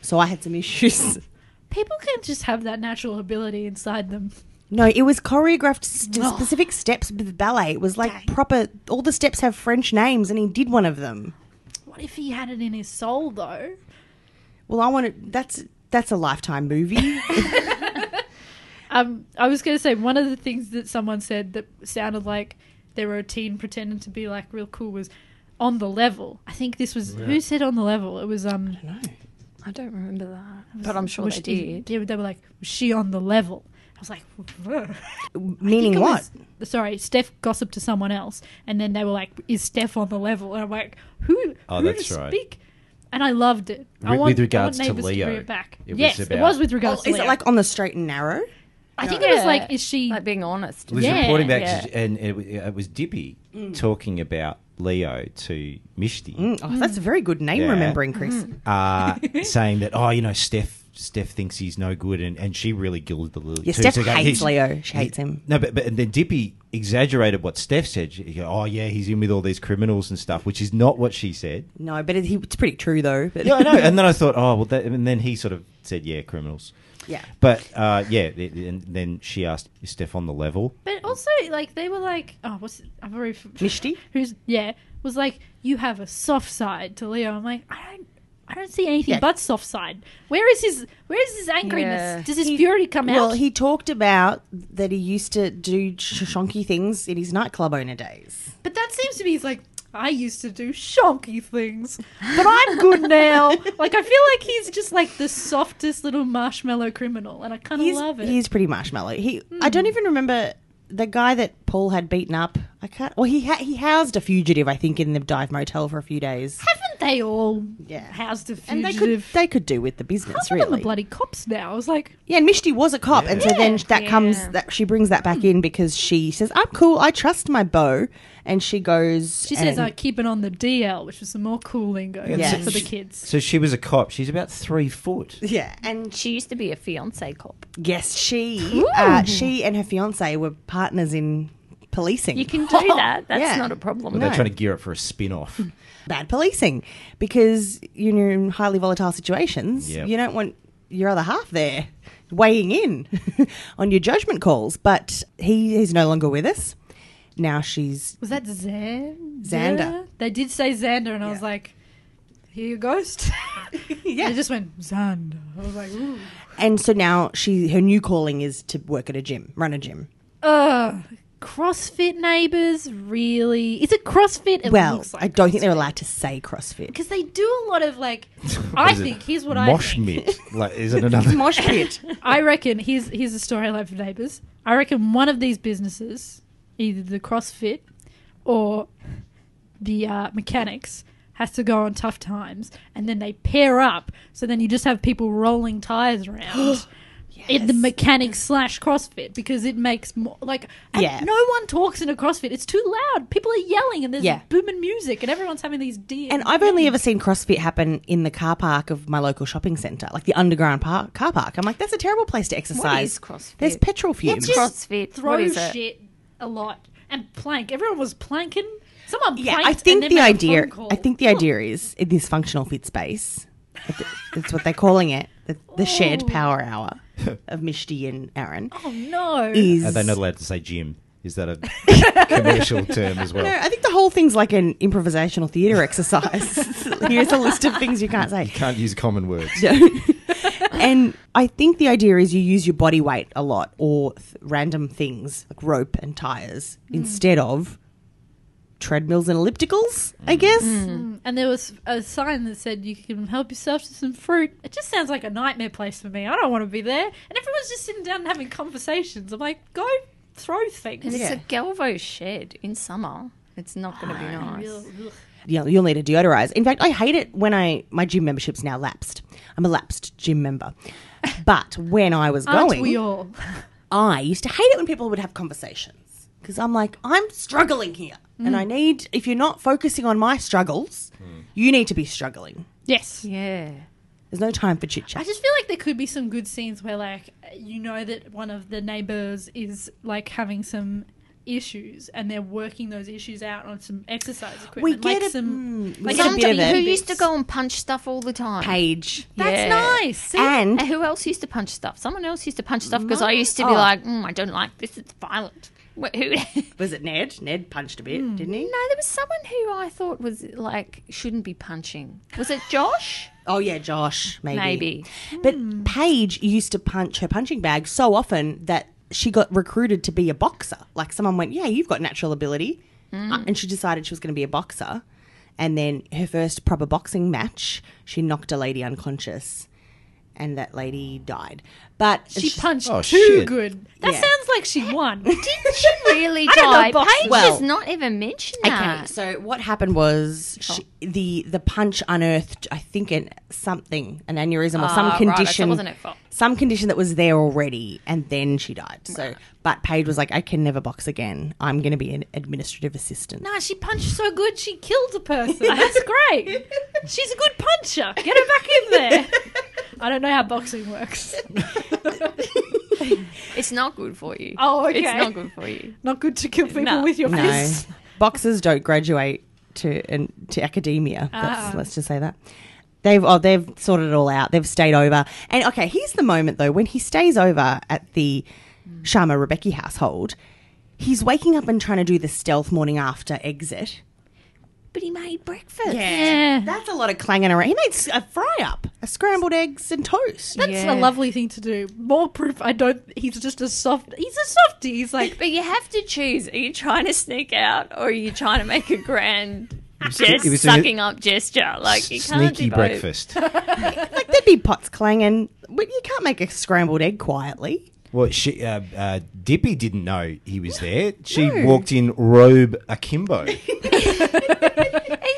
Speaker 5: So I had some issues.
Speaker 2: People can just have that natural ability inside them.
Speaker 5: No, it was choreographed s- to
Speaker 2: Oh.
Speaker 5: specific steps with ballet. It was like proper. All the steps have French names, and he did one of them.
Speaker 2: What if he had it in his soul, though?
Speaker 5: Well, I want to. That's that's a lifetime movie.
Speaker 2: Um, I was going to say one of the things that someone said that sounded like they were a teen pretending to be like real cool was on the level. I think this was who said on the level. It was um,
Speaker 6: I don't remember that, but I'm sure
Speaker 2: was
Speaker 6: they
Speaker 2: she-
Speaker 6: did.
Speaker 2: yeah, they were like, was she on the level? I was like,
Speaker 5: Meaning
Speaker 2: think
Speaker 5: what?
Speaker 2: it was- sorry, Steph gossiped to someone else, and then they were like, "Is Steph on the level?" And I'm like, "Who?
Speaker 8: Oh,
Speaker 2: who
Speaker 8: that's
Speaker 2: to
Speaker 8: right.
Speaker 2: Speak? And I loved it. I
Speaker 8: Re-
Speaker 2: want,
Speaker 8: with regards
Speaker 2: I
Speaker 8: to
Speaker 2: want Neighbours
Speaker 8: Leo,
Speaker 2: bring it back.
Speaker 8: it was
Speaker 2: yes, it
Speaker 8: about-
Speaker 2: was with regards
Speaker 5: Oh,
Speaker 2: to
Speaker 5: Is
Speaker 2: Leo.
Speaker 5: it like on the straight and narrow?
Speaker 2: I think it was like,
Speaker 6: Yeah.
Speaker 2: is she?
Speaker 6: Like being honest.
Speaker 7: It was
Speaker 2: Yeah,
Speaker 7: reporting back,
Speaker 6: yeah.
Speaker 7: to, and it, wa- it was Dippy
Speaker 5: Mm.
Speaker 7: talking about Leo to Mishti,
Speaker 2: Mm.
Speaker 5: Oh, that's a very good name
Speaker 7: Yeah.
Speaker 5: remembering, Chris.
Speaker 2: Mm-hmm.
Speaker 7: uh, saying that, oh, you know, Steph. Steph thinks he's no good, and, and she really gilded the lily.
Speaker 5: Yeah,
Speaker 7: too.
Speaker 5: Steph
Speaker 7: So go-
Speaker 5: hates
Speaker 7: he's-
Speaker 5: Leo. She hates him.
Speaker 7: No, but, but and then Dippy exaggerated what Steph said. She, he go, oh, yeah, he's in with all these criminals and stuff, which is not what she said.
Speaker 5: No, but it, he, it's pretty true though. But
Speaker 7: Yeah, I know. And then I thought, oh, well, that, and then he sort of said, yeah, criminals.
Speaker 5: Yeah.
Speaker 7: But uh, yeah, it, and then she asked, is Steph on the level?
Speaker 2: but also, like they were like, oh, what's? I've already f-
Speaker 5: Mishti?
Speaker 2: Who's? Yeah, was like, you have a soft side to Leo. I'm like, I don't. I don't see anything but soft side. Where is his? Where is his angriness?
Speaker 6: Yeah.
Speaker 2: Does his fury come
Speaker 5: Well,
Speaker 2: out?
Speaker 5: he talked about that he used to do sh- shonky things in his nightclub owner days.
Speaker 2: But that seems to be he's like, I used to do shonky things, but I'm good now. like I feel like he's just like the softest little marshmallow criminal, and I kind of
Speaker 5: He's,
Speaker 2: love it. Hmm.
Speaker 5: he's pretty marshmallow. He, I don't even remember the guy that Paul had beaten up. I can't. Well, he ha- he housed a fugitive, I think, in the dive motel for a few days,
Speaker 2: Haven't they all
Speaker 5: Yeah.
Speaker 2: housed a
Speaker 5: and
Speaker 2: fugitive?
Speaker 5: they could they could do with the business
Speaker 2: I'm on
Speaker 5: really.
Speaker 2: the bloody cops now. I was like,
Speaker 5: Yeah, and Mishti was a cop, and so then
Speaker 6: Yeah.
Speaker 5: that comes
Speaker 6: Yeah.
Speaker 5: that she brings that
Speaker 2: Hmm.
Speaker 5: back in because she says, "I'm cool, I trust my bow," and she goes.
Speaker 2: she says,
Speaker 5: and-
Speaker 2: "I keep it on the DL," which was some more cool lingo
Speaker 5: Yeah.
Speaker 2: for the kids.
Speaker 7: So she was a cop. She's about three foot.
Speaker 5: "Yeah," and
Speaker 6: She used to be a fiance cop.
Speaker 5: yes, she uh, she and her fiance were partners in policing.
Speaker 6: You can do that. That's
Speaker 5: Yeah.
Speaker 6: not a problem.
Speaker 7: But they're trying to gear up for a spin off.
Speaker 5: bad policing because you know in highly volatile situations
Speaker 7: Yep.
Speaker 5: you don't want your other half there weighing in on your judgment calls. But he is no longer with us. Now she's
Speaker 2: Was that Zan?
Speaker 5: Xander.
Speaker 2: Zara? They did say Xander, and I was like, "Here you ghost."
Speaker 5: Yeah.
Speaker 2: They just went Xander. I was like, "Ooh."
Speaker 5: and so now she her new calling is to work at a gym, run a gym.
Speaker 2: Ugh. CrossFit neighbors, really? Is it CrossFit? It
Speaker 5: Well,
Speaker 2: looks like
Speaker 5: I don't think they're allowed to say CrossFit.
Speaker 2: because they do a lot of like. I think here's what I
Speaker 7: Mosh
Speaker 2: think.
Speaker 7: mitt. Like, is it another?
Speaker 5: Mosh pit.
Speaker 2: I reckon here's here's a story I love for neighbors. I reckon one of these businesses, either the CrossFit or the uh, mechanics, has to go on tough times, and then they pair up. So then you just have people rolling tires around. in the mechanics slash CrossFit because it makes more like and
Speaker 5: Yeah.
Speaker 2: no one talks in a CrossFit. It's too loud. People are yelling and there's
Speaker 5: Yeah.
Speaker 2: booming music and everyone's having these deep.
Speaker 5: And I've only ever seen CrossFit happen in the car park of my local shopping centre, like the underground park, car park. I'm like, that's a terrible place to exercise.
Speaker 6: is CrossFit?
Speaker 5: There's petrol fumes.
Speaker 2: It's just
Speaker 6: CrossFit. What
Speaker 2: throw
Speaker 6: is it?
Speaker 2: shit a lot and plank. Everyone was planking. Someone
Speaker 5: yeah,
Speaker 2: planked.
Speaker 5: I
Speaker 2: and
Speaker 5: think
Speaker 2: then
Speaker 5: the
Speaker 2: made a
Speaker 5: idea.
Speaker 2: phone call.
Speaker 5: I think the idea is in this functional fit space. That's what they're calling it. The, the shared power hour of Mishti and Aaron
Speaker 2: Oh no!
Speaker 5: is.
Speaker 7: Are they not allowed to say gym? Is that a commercial term as
Speaker 5: No,
Speaker 7: well?
Speaker 5: I think the whole thing's like an improvisational theatre exercise. Here's a list of things you can't say.
Speaker 8: Can't use common words.
Speaker 5: and I think the idea is you use your body weight a lot or th- random things like rope and tires instead of treadmills and ellipticals, I guess.
Speaker 2: Mm. and there was a sign that said you can help yourself to some fruit. It just sounds like a nightmare place for me. I don't want to be there. And everyone's just sitting down and having conversations. I'm like, go throw
Speaker 6: And
Speaker 2: things.
Speaker 6: it's a Galvo shed in summer. It's not going to be nice.
Speaker 2: Ugh.
Speaker 5: You know, you'll need to deodorize. In fact, I hate it when I my gym membership's now lapsed. I'm a lapsed gym member. But when I was
Speaker 2: Aren't
Speaker 5: going,
Speaker 2: we all?
Speaker 5: I used to hate it when people would have conversations because I'm like, I'm struggling here.
Speaker 2: Mm.
Speaker 5: And I need, if you're not focusing on my struggles, you need to be struggling.
Speaker 2: Yes.
Speaker 6: Yeah.
Speaker 5: There's no time for chit
Speaker 2: I
Speaker 5: chat.
Speaker 2: just feel like there could be some good scenes where, like, you know that one of the neighbors is like having some issues, and they're working those issues out on some exercise equipment. like
Speaker 5: get a-
Speaker 2: some
Speaker 5: mm, we
Speaker 2: like
Speaker 5: get a
Speaker 2: some
Speaker 5: bit of
Speaker 6: Somebody
Speaker 5: it.
Speaker 6: who
Speaker 2: bits.
Speaker 6: used to go and punch stuff all the time.
Speaker 5: Page.
Speaker 2: That's
Speaker 6: Yeah.
Speaker 2: nice. See?
Speaker 5: And
Speaker 6: And who else used to punch stuff? Someone else used to punch stuff because I used to be
Speaker 5: Oh.
Speaker 6: like, mm, I don't like this. It's violent. Wh- Who? no,
Speaker 5: was it Ned? Ned punched a bit,
Speaker 2: Hmm.
Speaker 5: didn't he?
Speaker 6: there was someone who I thought was like shouldn't be punching. Was it Josh?
Speaker 5: Oh yeah, Josh, maybe.
Speaker 6: Maybe. Hmm.
Speaker 5: But Paige used to punch her punching bag so often that she got recruited to be a boxer. Like someone went, "Yeah, you've got natural ability,"
Speaker 6: Hmm.
Speaker 5: Uh, and she decided she was going to be a boxer. And then her first proper boxing match, she knocked a lady unconscious, and that lady died. But
Speaker 2: She punched
Speaker 8: Oh,
Speaker 2: too
Speaker 8: shit.
Speaker 2: good. That
Speaker 5: Yeah.
Speaker 2: sounds like she won.
Speaker 6: Didn't she really
Speaker 2: I don't know
Speaker 6: die?
Speaker 2: boxing.
Speaker 6: Paige
Speaker 5: Well-
Speaker 6: does not even mention
Speaker 5: Okay,
Speaker 6: that.
Speaker 5: so what happened was
Speaker 6: Oh.
Speaker 5: she, the the punch unearthed, I think, an, something, an aneurysm or
Speaker 6: Ah,
Speaker 5: some
Speaker 6: right, so it
Speaker 5: condition.
Speaker 6: wasn't at fault.
Speaker 5: Some condition that was there already, and then she died. So, but Paige was like, "I can never box again. I'm going to be an administrative assistant."
Speaker 2: Nah, Ah, she punched so good she killed a person. That's great. She's a good puncher. Get her back in there. I don't know how boxing works.
Speaker 6: It's not good for you.
Speaker 2: Oh, okay.
Speaker 6: It's not good for you.
Speaker 2: Not good to kill people
Speaker 6: No.
Speaker 2: with your
Speaker 5: No,
Speaker 2: fists.
Speaker 5: boxers don't graduate to and to academia.
Speaker 2: Ah.
Speaker 5: That's, Let's just say that. They've oh they've sorted it all out. They've stayed over. And okay, here's the moment though when he stays over at the
Speaker 2: Mm.
Speaker 5: Sharma Rebecca household. He's waking up and trying to do the stealth morning after exit.
Speaker 6: But he made breakfast.
Speaker 2: Yeah.
Speaker 5: That's a lot of clanging around. He made s- a fry up, a scrambled eggs and toast.
Speaker 2: That's
Speaker 6: Yeah.
Speaker 2: a lovely thing to do. More proof. I don't. He's just a soft. He's a softie. He's like.
Speaker 6: But you have to choose. Are you trying to sneak out or are you trying to make a grand
Speaker 7: it
Speaker 6: gest,
Speaker 7: was in a-
Speaker 6: sucking up gesture? Like you can't do
Speaker 7: Sneaky
Speaker 6: both.
Speaker 7: breakfast.
Speaker 5: Like there'd be pots clanging, but you can't make a scrambled egg quietly.
Speaker 7: Well, she, uh, uh, Dippy didn't know he was there. She walked in robe akimbo.
Speaker 6: And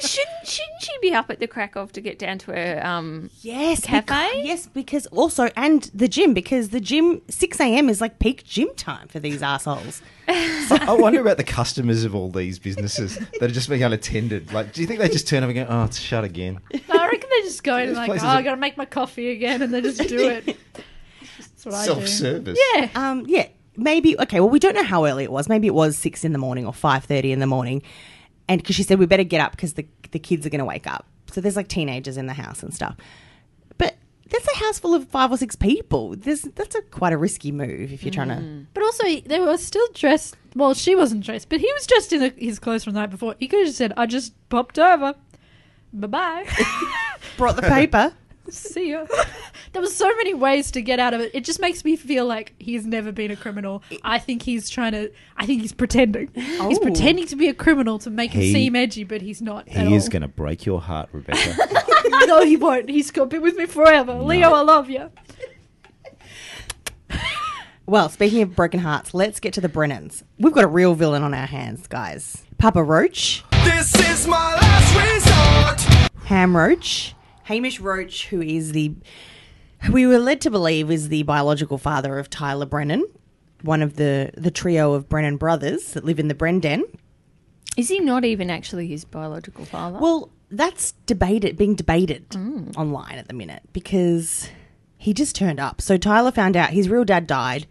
Speaker 6: shouldn't shouldn't she be up at the crack of to get down to her um
Speaker 5: Yes,
Speaker 6: Cafe?
Speaker 5: becau- yes, because also and the gym because the gym six a.m. is like peak gym time for these assholes.
Speaker 7: I wonder about the customers of all these businesses that are just being unattended. Like, do you think they just turn up and go, "Oh, it's shut again"?
Speaker 2: I reckon they just go in and
Speaker 7: This
Speaker 2: like,
Speaker 7: place
Speaker 2: oh,
Speaker 7: is a-
Speaker 2: I gotta make my coffee again, and they just do it. That's what I do.
Speaker 7: Self-service.
Speaker 2: Yeah.
Speaker 5: Um, yeah, maybe okay. Well, we don't know how early it was. Maybe it was six in the morning or five thirty in the morning, and because she said we better get up because the the kids are going to wake up. So there's like teenagers in the house and stuff. But that's a house full of five or six people. There's that's a quite a risky move if you're trying to.
Speaker 2: But also, they were still dressed. Well, she wasn't dressed, but he was dressed in the, his clothes from the night before. He could have just said, "I just popped over, bye bye,
Speaker 5: Brought the paper.
Speaker 2: see ya." there was so many ways to get out of it. It just makes me feel like he's never been a criminal. I think he's trying to. I think he's pretending. He's
Speaker 5: Oh.
Speaker 2: pretending to be a criminal to make
Speaker 7: He-
Speaker 2: him seem edgy, but he's not. at
Speaker 7: He is
Speaker 2: all.
Speaker 7: going to break your heart, Rebecca.
Speaker 2: no, he won't. He's gonna be with me forever. Leo, I love you.
Speaker 5: Well, speaking of broken hearts, let's get to the Brennans. We've got a real villain on our hands, guys. Papa Roach,
Speaker 4: This is my last resort.
Speaker 5: Ham Roach, Hamish Roach, who is the who we were led to believe is the biological father of Tyler Brennan, one of the, the trio of Brennan brothers that live in the Brendan.
Speaker 6: Is he not even actually his biological father?
Speaker 5: Well, that's debated, being debated online at the minute because he just turned up. So Tyler found out his real dad died,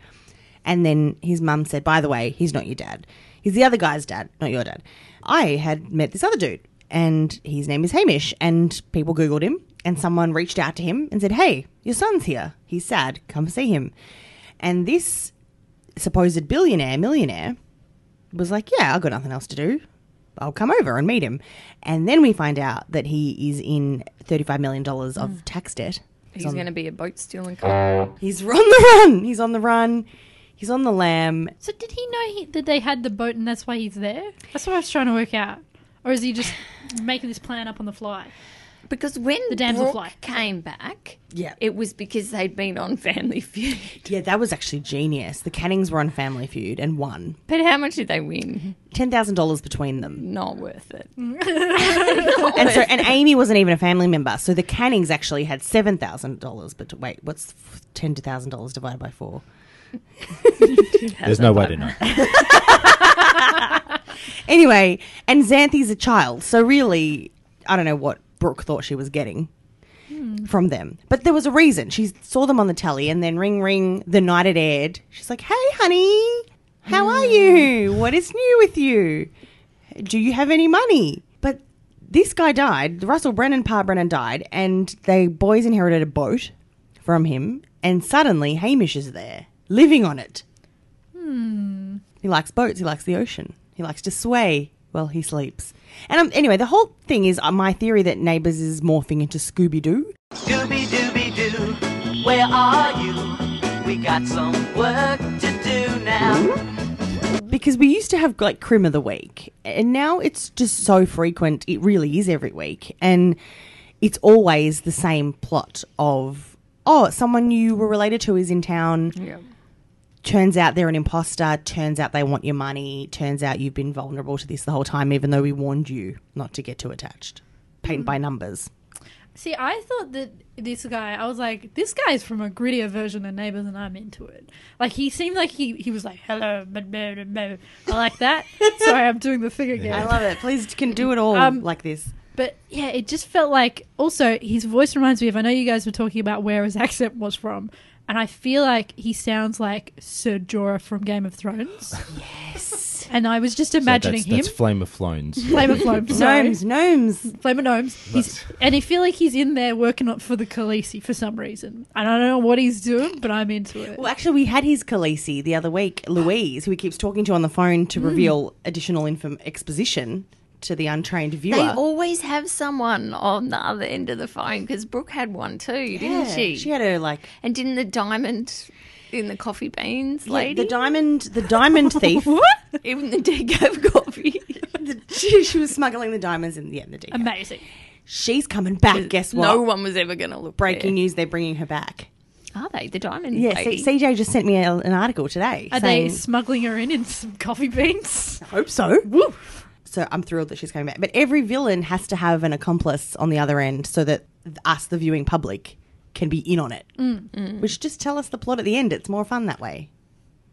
Speaker 5: and then his mum said, "By the way, he's not your dad. He's the other guy's dad, not your dad." I had met this other dude, and his name is Hamish. And people googled him, and someone reached out to him and said, "Hey, your son's here. He's sad. Come see him." And this supposed billionaire millionaire was like, Yeah, I've got nothing else to do. I'll come over and meet him. And then we find out that he is in $35 million of tax debt.
Speaker 6: he's going to be a boat stealing. cop.
Speaker 5: He's on the run. He's on the run. He's on the lam.
Speaker 2: So did he know he, that they had the boat and that's why he's there? That's what I was trying to work out. Or is he just making this plan up on the fly?
Speaker 6: Because when the
Speaker 2: damselfly.
Speaker 6: Brooke came back,
Speaker 5: Yeah.
Speaker 6: it was because they'd been on Family Feud.
Speaker 5: Yeah, that was actually genius. The Cannings were on Family Feud and won.
Speaker 6: But how much did they win?
Speaker 5: $10,000 between them.
Speaker 6: Not worth it.
Speaker 5: And so, and Amy wasn't even a family member. So the Cannings actually had $7,000. But wait, what's $10,000 divided by four?
Speaker 7: There's no way to know.
Speaker 5: Anyway, and Xanthi's a child, so really, I don't know what Brooke thought she was getting from them. But there was a reason. She saw them on the telly, and then ring, ring, the night it aired. She's like, "Hey, honey, how are you? What is new with you? Do you have any money?" But this guy died. Russell Brennan, Pa Brennan died, and the boys inherited a boat from him. And suddenly, Hamish is there, living on it. He likes boats. He likes the ocean. He likes to sway while he sleeps. And um, anyway, the whole thing is uh, my theory that Neighbours is morphing into Scooby Doo.
Speaker 9: Scooby Dooby Doo, where are you? We got some work to do now.
Speaker 5: Because we used to have like Crim of the Week, and now it's just so frequent. It really is every week. And it's always the same plot of, oh, someone you were related to is in town.
Speaker 6: Yeah.
Speaker 5: turns out they're an imposter, turns out they want your money, turns out you've been vulnerable to this the whole time, even though we warned you not to get too attached. Paint by numbers.
Speaker 2: See, I thought that this guy, I was like, this guy's from a grittier version of Neighbours, and I'm into it. Like, he seemed like he, he was like, hello, blah, blah, blah, blah." I like that. Sorry, I'm doing the thing again.
Speaker 5: love it. Please can do it all
Speaker 2: Um,
Speaker 5: like this.
Speaker 2: But yeah, it just felt like also his voice reminds me of I know you guys were talking about where his accent was from, and I feel like he sounds like Sir Jorah from Game of Thrones. yes. And I was just imagining
Speaker 8: that's, That's
Speaker 2: him.
Speaker 8: Flame of Flones.
Speaker 2: Flame of Flame, sorry.
Speaker 5: Gnomes, gnomes.
Speaker 2: Flame of Gnomes. He's, and I feel like he's in there working up for the Khaleesi for some reason. And I don't know what he's doing, but I'm into it.
Speaker 5: Well, actually, we had his Khaleesi the other week, Louise, who he keeps talking to on the phone to reveal additional inform- exposition to the untrained viewer.
Speaker 6: They always have someone on the other end of the phone because Brooke had one too, didn't
Speaker 5: Yeah,
Speaker 6: she?
Speaker 5: She had her like
Speaker 6: and didn't the diamond in the coffee beans
Speaker 5: yeah,
Speaker 6: lady?
Speaker 5: the diamond, the diamond thief.
Speaker 6: Even the decaf coffee.
Speaker 5: The- she, she was smuggling the diamonds in the end. The decal.
Speaker 2: Amazing.
Speaker 5: She's coming back. Guess what?
Speaker 6: No one was ever going to look
Speaker 5: breaking news they're bringing her back.
Speaker 6: there. Are they the diamond?
Speaker 5: Yeah,
Speaker 6: lady?
Speaker 5: C- CJ just sent me a, an article today.
Speaker 2: Are
Speaker 5: saying,
Speaker 2: they smuggling her in in some coffee beans?
Speaker 5: hope so. Woo. So I'm thrilled that she's coming back. But every villain has to have an accomplice on the other end so that th- us, the viewing public, can be in on it. Which just tell us the plot at the end. It's more fun that way.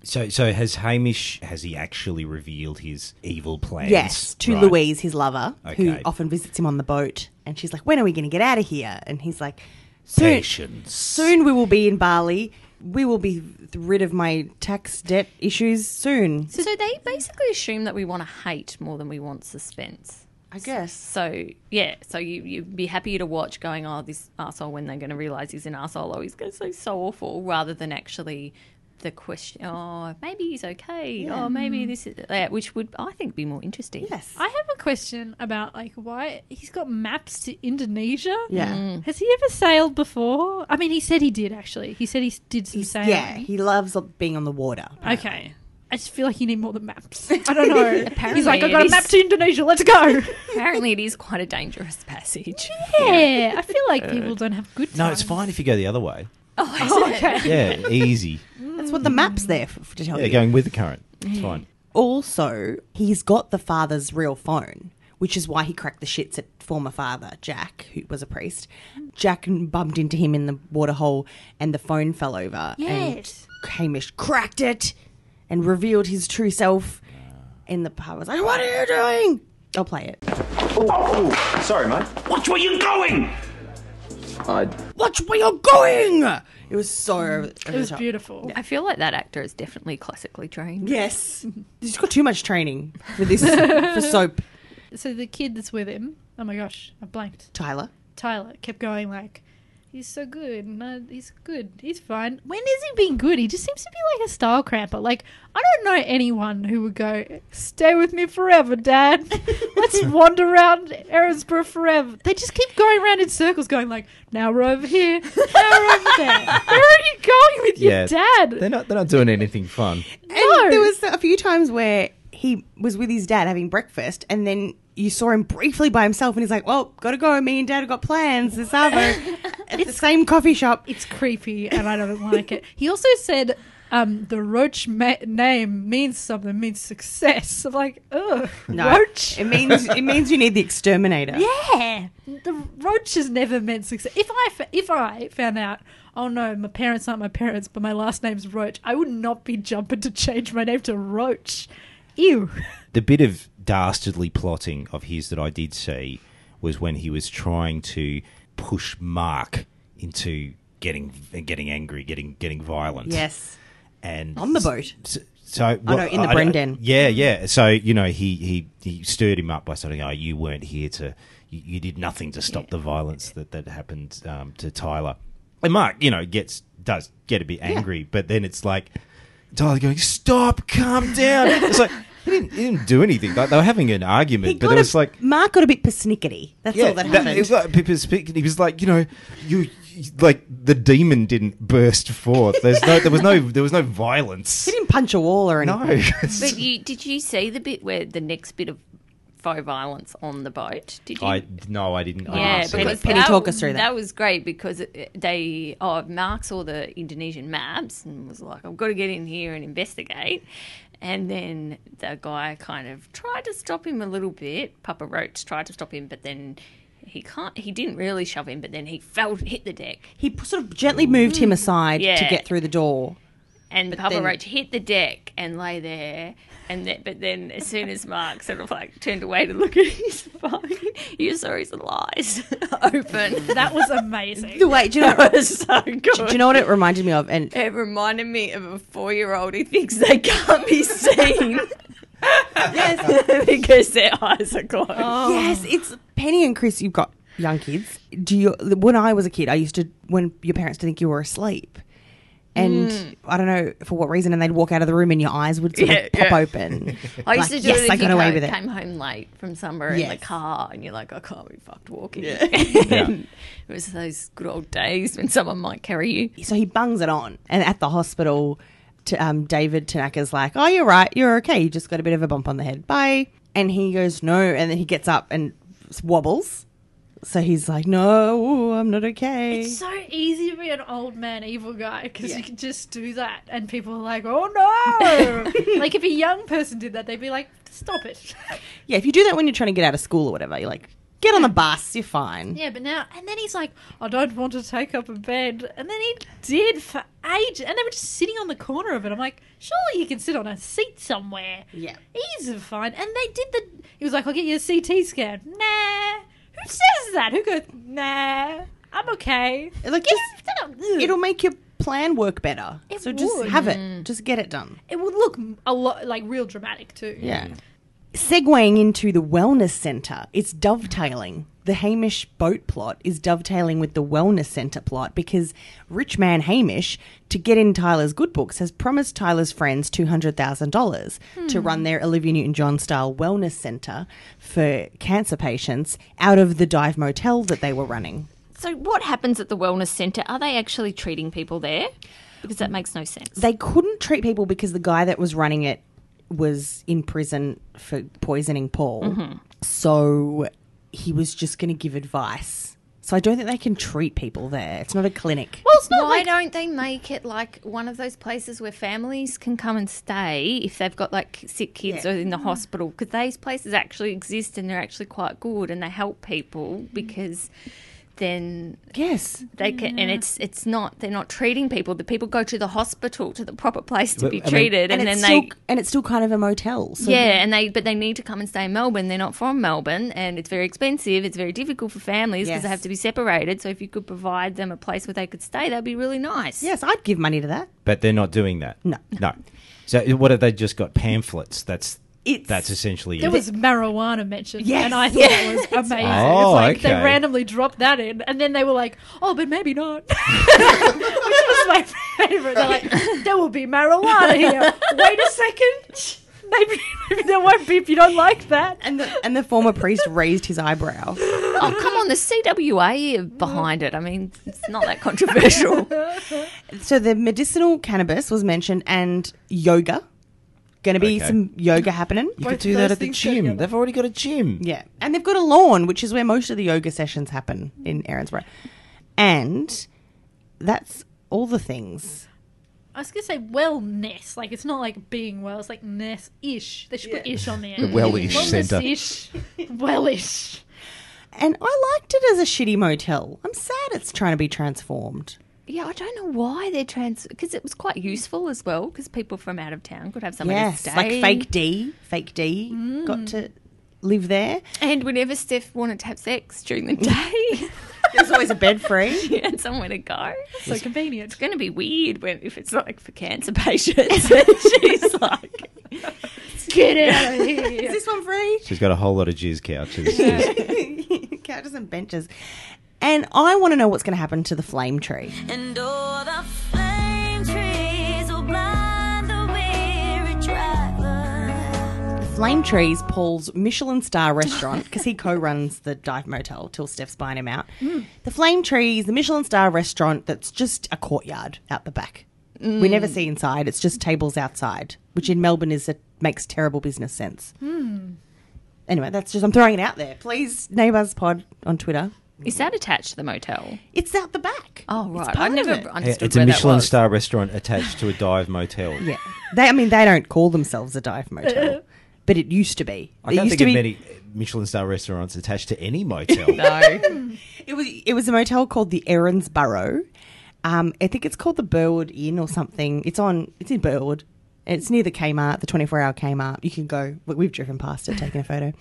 Speaker 7: So, so has Hamish? Has he actually revealed his evil plans?
Speaker 5: Yes, to
Speaker 7: Right.
Speaker 5: Louise, his lover, who
Speaker 7: Okay.
Speaker 5: often visits him on the boat, and she's like, "When are we going to get out of here?" And he's like, "Soon,
Speaker 7: Patience.
Speaker 5: soon we will be in Bali. We will be rid of my tax debt issues soon."
Speaker 6: So they basically assume that we want to hate more than we want suspense.
Speaker 5: I guess.
Speaker 6: So yeah, so you you'd be happier to watch going, oh, this asshole when they're going to realize he's an asshole. Oh, he's going to say so awful, rather than actually the question. Oh, maybe he's okay. Oh, maybe this is that, which would I think be more interesting.
Speaker 5: mm. Yes.
Speaker 2: I have a question about like why he's got maps to Indonesia.
Speaker 5: yeah.
Speaker 2: Has he ever sailed before? I mean, he said he did actually. He said he s- did some sailing.
Speaker 5: Yeah, he loves being on the water.
Speaker 2: Okay. I just feel like you need more than maps. uh, I don't know.
Speaker 6: Apparently,
Speaker 2: He's like, I
Speaker 6: it
Speaker 2: got a
Speaker 6: is-
Speaker 2: map to Indonesia. Let's go.
Speaker 6: Apparently, it is quite a dangerous passage.
Speaker 2: yeah, I feel like people don't have good.
Speaker 7: Uh, No, it's
Speaker 2: times.
Speaker 7: fine if you go the other way.
Speaker 2: Oh, okay.
Speaker 7: Yeah, easy.
Speaker 5: That's what the
Speaker 2: Mm.
Speaker 5: map's there for, to tell
Speaker 7: Yeah,
Speaker 5: you.
Speaker 7: going with the current. It's fine.
Speaker 5: Also, he's got the father's real phone, which is why he cracked the shits at former father, Jack, who was a priest. Jack bumped into him in the waterhole and the phone fell over.
Speaker 1: Yes.
Speaker 5: And Hamish cracked it and revealed his true self. And the pub was like, What are you doing? I'll play it.
Speaker 10: Oh, sorry, mate.
Speaker 11: Watch where you're going!
Speaker 10: I
Speaker 5: Watch where you're going! It was so. over- over
Speaker 2: Mm. It was
Speaker 5: the top.
Speaker 2: beautiful.
Speaker 6: I feel like that actor is definitely classically trained.
Speaker 5: Yes. He's got too much training for this, for soap.
Speaker 2: So the kid that's with him, oh my gosh, I blanked.
Speaker 5: Tyler.
Speaker 2: Tyler kept going like, he's so good, and uh, he's good, he's fine. When is he being good? He just seems to be like a style cramper. Like I don't know anyone who would go, stay with me forever, Dad. Let's wander around Erinsborough forever. They just keep going around in circles, going like, now we're over here, now we're over there. Where are you going with
Speaker 3: Yeah,
Speaker 2: your dad?
Speaker 3: They're not. They're not doing anything fun.
Speaker 5: And there was a few times where he was with his dad having breakfast, and then you saw him briefly by himself, and he's like, "Well, gotta go. Me and dad have got plans this other at the same coffee shop."
Speaker 2: it's creepy and I don't like it. He also said um, the roach ma- name means something, means success. I'm like, ugh, roach.
Speaker 5: it means it means you need the exterminator.
Speaker 2: yeah, the roach has never meant success. If I f- if I found out, oh no, my parents aren't my parents, but my last name's Roach, I would not be jumping to change my name to Roach. Ew.
Speaker 7: The bit of dastardly plotting of his that I did see was when he was trying to push Mark into getting getting angry, getting getting violent.
Speaker 5: Yes.
Speaker 7: and
Speaker 5: On the boat.
Speaker 7: So, so
Speaker 5: Oh, no, in the
Speaker 7: I- I-
Speaker 5: Brendan. Mm-hmm.
Speaker 7: Yeah, yeah. So you know he he he stirred him up by saying, "Oh, you weren't here to. You, you did nothing to stop the violence that that happened um, to Tyler." And Mark, you know, gets does get a bit angry, but then it's like Tyler going, "Stop, calm down." it's like he didn't, he didn't do anything. Like they were having an argument, but
Speaker 5: got
Speaker 7: it
Speaker 5: a-
Speaker 7: was like.
Speaker 5: Mark got a bit persnickety. That's all that happened.
Speaker 7: it was like, people speak- he was like, you know, you, you- like the demon didn't burst forth. There's no, there was no, there was no violence.
Speaker 5: he didn't punch a wall or
Speaker 7: No,
Speaker 5: anything.
Speaker 6: But you, did you see the bit where the next bit of faux violence on the boat? Did you?
Speaker 7: I no, I didn't. I
Speaker 6: yeah,
Speaker 7: didn't see
Speaker 6: because
Speaker 7: that part.
Speaker 5: Penny, talk us through that.
Speaker 6: That was great because it, they oh Mark saw the Indonesian maps and was like, I've got to get in here and investigate. And then the guy kind of tried to stop him a little bit. Papa Roach tried to stop him, but then he can't. He didn't really shove him, but then he fell, hit the deck,
Speaker 5: He p- sort of gently moved him aside to
Speaker 6: Yeah.
Speaker 5: get through the door.
Speaker 6: and Papa
Speaker 5: then-
Speaker 6: Roach hit the deck and lay there. And that, but then as soon as Mark sort of like turned away to look at his phone, you saw his eyes open.
Speaker 2: That was amazing.
Speaker 5: The way, do you know?
Speaker 6: was so good.
Speaker 5: do you know what it reminded me of? And
Speaker 6: It reminded me of a four-year-old who thinks they can't be seen. yes, because their eyes are closed. Oh.
Speaker 5: Yes, it's Penny and Chris. You've got young kids. Do you? When I was a kid, I used to when your parents to think you were asleep, and I don't know for what reason, and they'd walk out of the room and your eyes would sort
Speaker 6: Mm. Yeah,
Speaker 5: of pop
Speaker 6: yeah.
Speaker 5: open.
Speaker 6: I
Speaker 5: Like,
Speaker 6: used to do
Speaker 5: yes,
Speaker 6: it if
Speaker 5: I got
Speaker 6: you
Speaker 5: away
Speaker 6: came,
Speaker 5: with it.
Speaker 6: came home late from somewhere in the
Speaker 5: Yes.
Speaker 6: car, and you're like, I can't be fucked walking. And It was those good old days when someone might carry you.
Speaker 5: so he bungs it on, and at the hospital, to, um, David Tanaka's like, "Oh, you're right. You're okay. You just got a bit of a bump on the head. Bye." And he goes, "No," and then he gets up and wobbles. So he's like, "No, I'm not okay."
Speaker 2: It's so easy to be an old man evil guy because you can just do that, and people are like, "Oh no!" like if a young person did that, they'd be like, "Stop it."
Speaker 5: yeah, if you do that when you're trying to get out of school or whatever, you're like, "Get on the bus. You're fine."
Speaker 2: yeah, but now and then he's like, "I don't want to take up a bed," and then he did for ages, and they were just sitting on the corner of it. I'm like, "Surely you can sit on a seat somewhere."
Speaker 5: Yeah.
Speaker 2: he's fine. And they did the. He was like, "I'll get you a CT scan." Nah, who says that? Who goes? Nah, I'm okay.
Speaker 5: It's Like
Speaker 2: Get
Speaker 5: just
Speaker 2: out of- Ugh.
Speaker 5: it'll make your plan work better.
Speaker 2: It
Speaker 5: so just
Speaker 2: would.
Speaker 5: have it. Just get it done.
Speaker 2: It would look a lot like real dramatic too.
Speaker 5: Yeah. Segueing into the wellness center, it's dovetailing. The Hamish boat plot is dovetailing with the wellness center plot because rich man Hamish, to get in Tyler's good books, has promised Tyler's friends $200,000 to run their Olivia Newton John style wellness center for cancer patients out of the dive motel that they were running.
Speaker 6: So, what happens at the wellness centre? Are they actually treating people there? Because that makes no sense.
Speaker 5: they couldn't treat people because the guy that was running it was in prison for poisoning Paul. So he was just going to give advice. So I don't think they can treat people there. It's not a clinic.
Speaker 2: Well, it's not
Speaker 6: Why
Speaker 2: like
Speaker 6: don't they make it like one of those places where families can come and stay if they've got like sick kids or in the hospital? Because those places actually exist and they're actually quite good and they help people because then
Speaker 5: Yes.
Speaker 6: they can and it's it's not they're not treating people. The people go to the hospital to the proper place to
Speaker 7: But,
Speaker 6: be
Speaker 7: I mean-
Speaker 6: treated and,
Speaker 5: it's
Speaker 6: then they
Speaker 5: still, and it's still kind of a motel. So
Speaker 6: yeah, and they but they need to come and stay in Melbourne. They're not from Melbourne, and it's very expensive. It's very difficult for families because they
Speaker 5: Yes.
Speaker 6: have to be separated. So if you could provide them a place where they could stay, that'd be really nice.
Speaker 5: Yes, I'd give money to that.
Speaker 7: But they're not doing that.
Speaker 5: No.
Speaker 7: No. So what have they just got? Pamphlets. That's
Speaker 5: It's-
Speaker 7: that's essentially
Speaker 2: there
Speaker 7: it.
Speaker 2: was marijuana mentioned,
Speaker 5: Yes.
Speaker 2: and I thought that was amazing.
Speaker 7: Oh,
Speaker 2: it's like they
Speaker 7: okay.
Speaker 2: randomly dropped that in, and then they were like, "Oh, but maybe not," which was my favorite. They're like, "There will be marijuana here." Wait a second, maybe, maybe there won't be if you don't like that.
Speaker 5: And the, and the former priest raised his eyebrow.
Speaker 6: Oh come on, the CWA are behind it. I mean, it's not that controversial.
Speaker 5: So the medicinal cannabis was mentioned and yoga. Going to be
Speaker 7: Okay.
Speaker 5: some yoga happening.
Speaker 7: you
Speaker 2: Both
Speaker 7: could do that
Speaker 2: those
Speaker 7: at the
Speaker 2: things go together.
Speaker 7: gym. They've already got a gym.
Speaker 5: Yeah. And they've got a lawn, which is where most of the yoga sessions happen in Erinsborough. And that's all the things.
Speaker 2: I was gonna say wellness, like it's not like being well, it's like ness ish. They should put ish on there.
Speaker 8: Wellish Centre.
Speaker 2: Wellness-ish. Wellish.
Speaker 5: And I liked it as a shitty motel. I'm sad it's trying to be transformed.
Speaker 6: yeah, I don't know why they're trans because it was quite useful as well because people from out of town could have somewhere
Speaker 5: Yes.
Speaker 6: to stay.
Speaker 5: Like fake D. Fake D got to live there.
Speaker 6: And whenever Steph wanted to have sex during the day,
Speaker 5: There's always a bed free.
Speaker 6: she had somewhere to go.
Speaker 2: So convenient.
Speaker 6: going to be weird when if it's like for cancer patients. and she's like,
Speaker 2: Get it out of here.
Speaker 5: Is this one free?
Speaker 7: She's got a whole lot of jizz couches.
Speaker 5: Couches and benches. And I want to know what's going to happen to the flame tree.
Speaker 9: And all the flame trees will blind the weary traveler.
Speaker 5: Flame Trees, Paul's Michelin star restaurant, because he co runs the Dive Motel till Steph's buying him out.
Speaker 9: Hmm.
Speaker 5: The Flame Tree is the Michelin star restaurant that's just a courtyard out the back. We
Speaker 9: Hmm.
Speaker 5: never see inside, it's just tables outside, which in Melbourne is a, makes terrible business sense.
Speaker 9: Hmm.
Speaker 5: Anyway, that's just, I'm throwing it out there. Please, Neighbours Pod on Twitter.
Speaker 6: is that attached to the motel?
Speaker 5: It's out the back.
Speaker 6: Oh
Speaker 5: It's
Speaker 6: right,
Speaker 5: part
Speaker 6: I
Speaker 5: of
Speaker 6: never
Speaker 5: it.
Speaker 7: Yeah,
Speaker 6: understood
Speaker 7: it's a
Speaker 6: where that
Speaker 7: Michelin
Speaker 6: was.
Speaker 7: star restaurant attached to a dive motel.
Speaker 5: Yeah. They, I mean, they don't call themselves a dive motel, but it used to be.
Speaker 7: I
Speaker 5: It
Speaker 7: can't
Speaker 5: used
Speaker 7: think
Speaker 5: to
Speaker 7: of
Speaker 5: be-
Speaker 7: many Michelin star restaurants attached to any motel.
Speaker 5: No. it was it was a motel called the Erinsborough. Um, I think it's called the Burwood Inn or something. It's on. It's in Burwood. It's near the Kmart, the twenty-four hour Kmart. You can go. we- We've driven past it, taken a photo.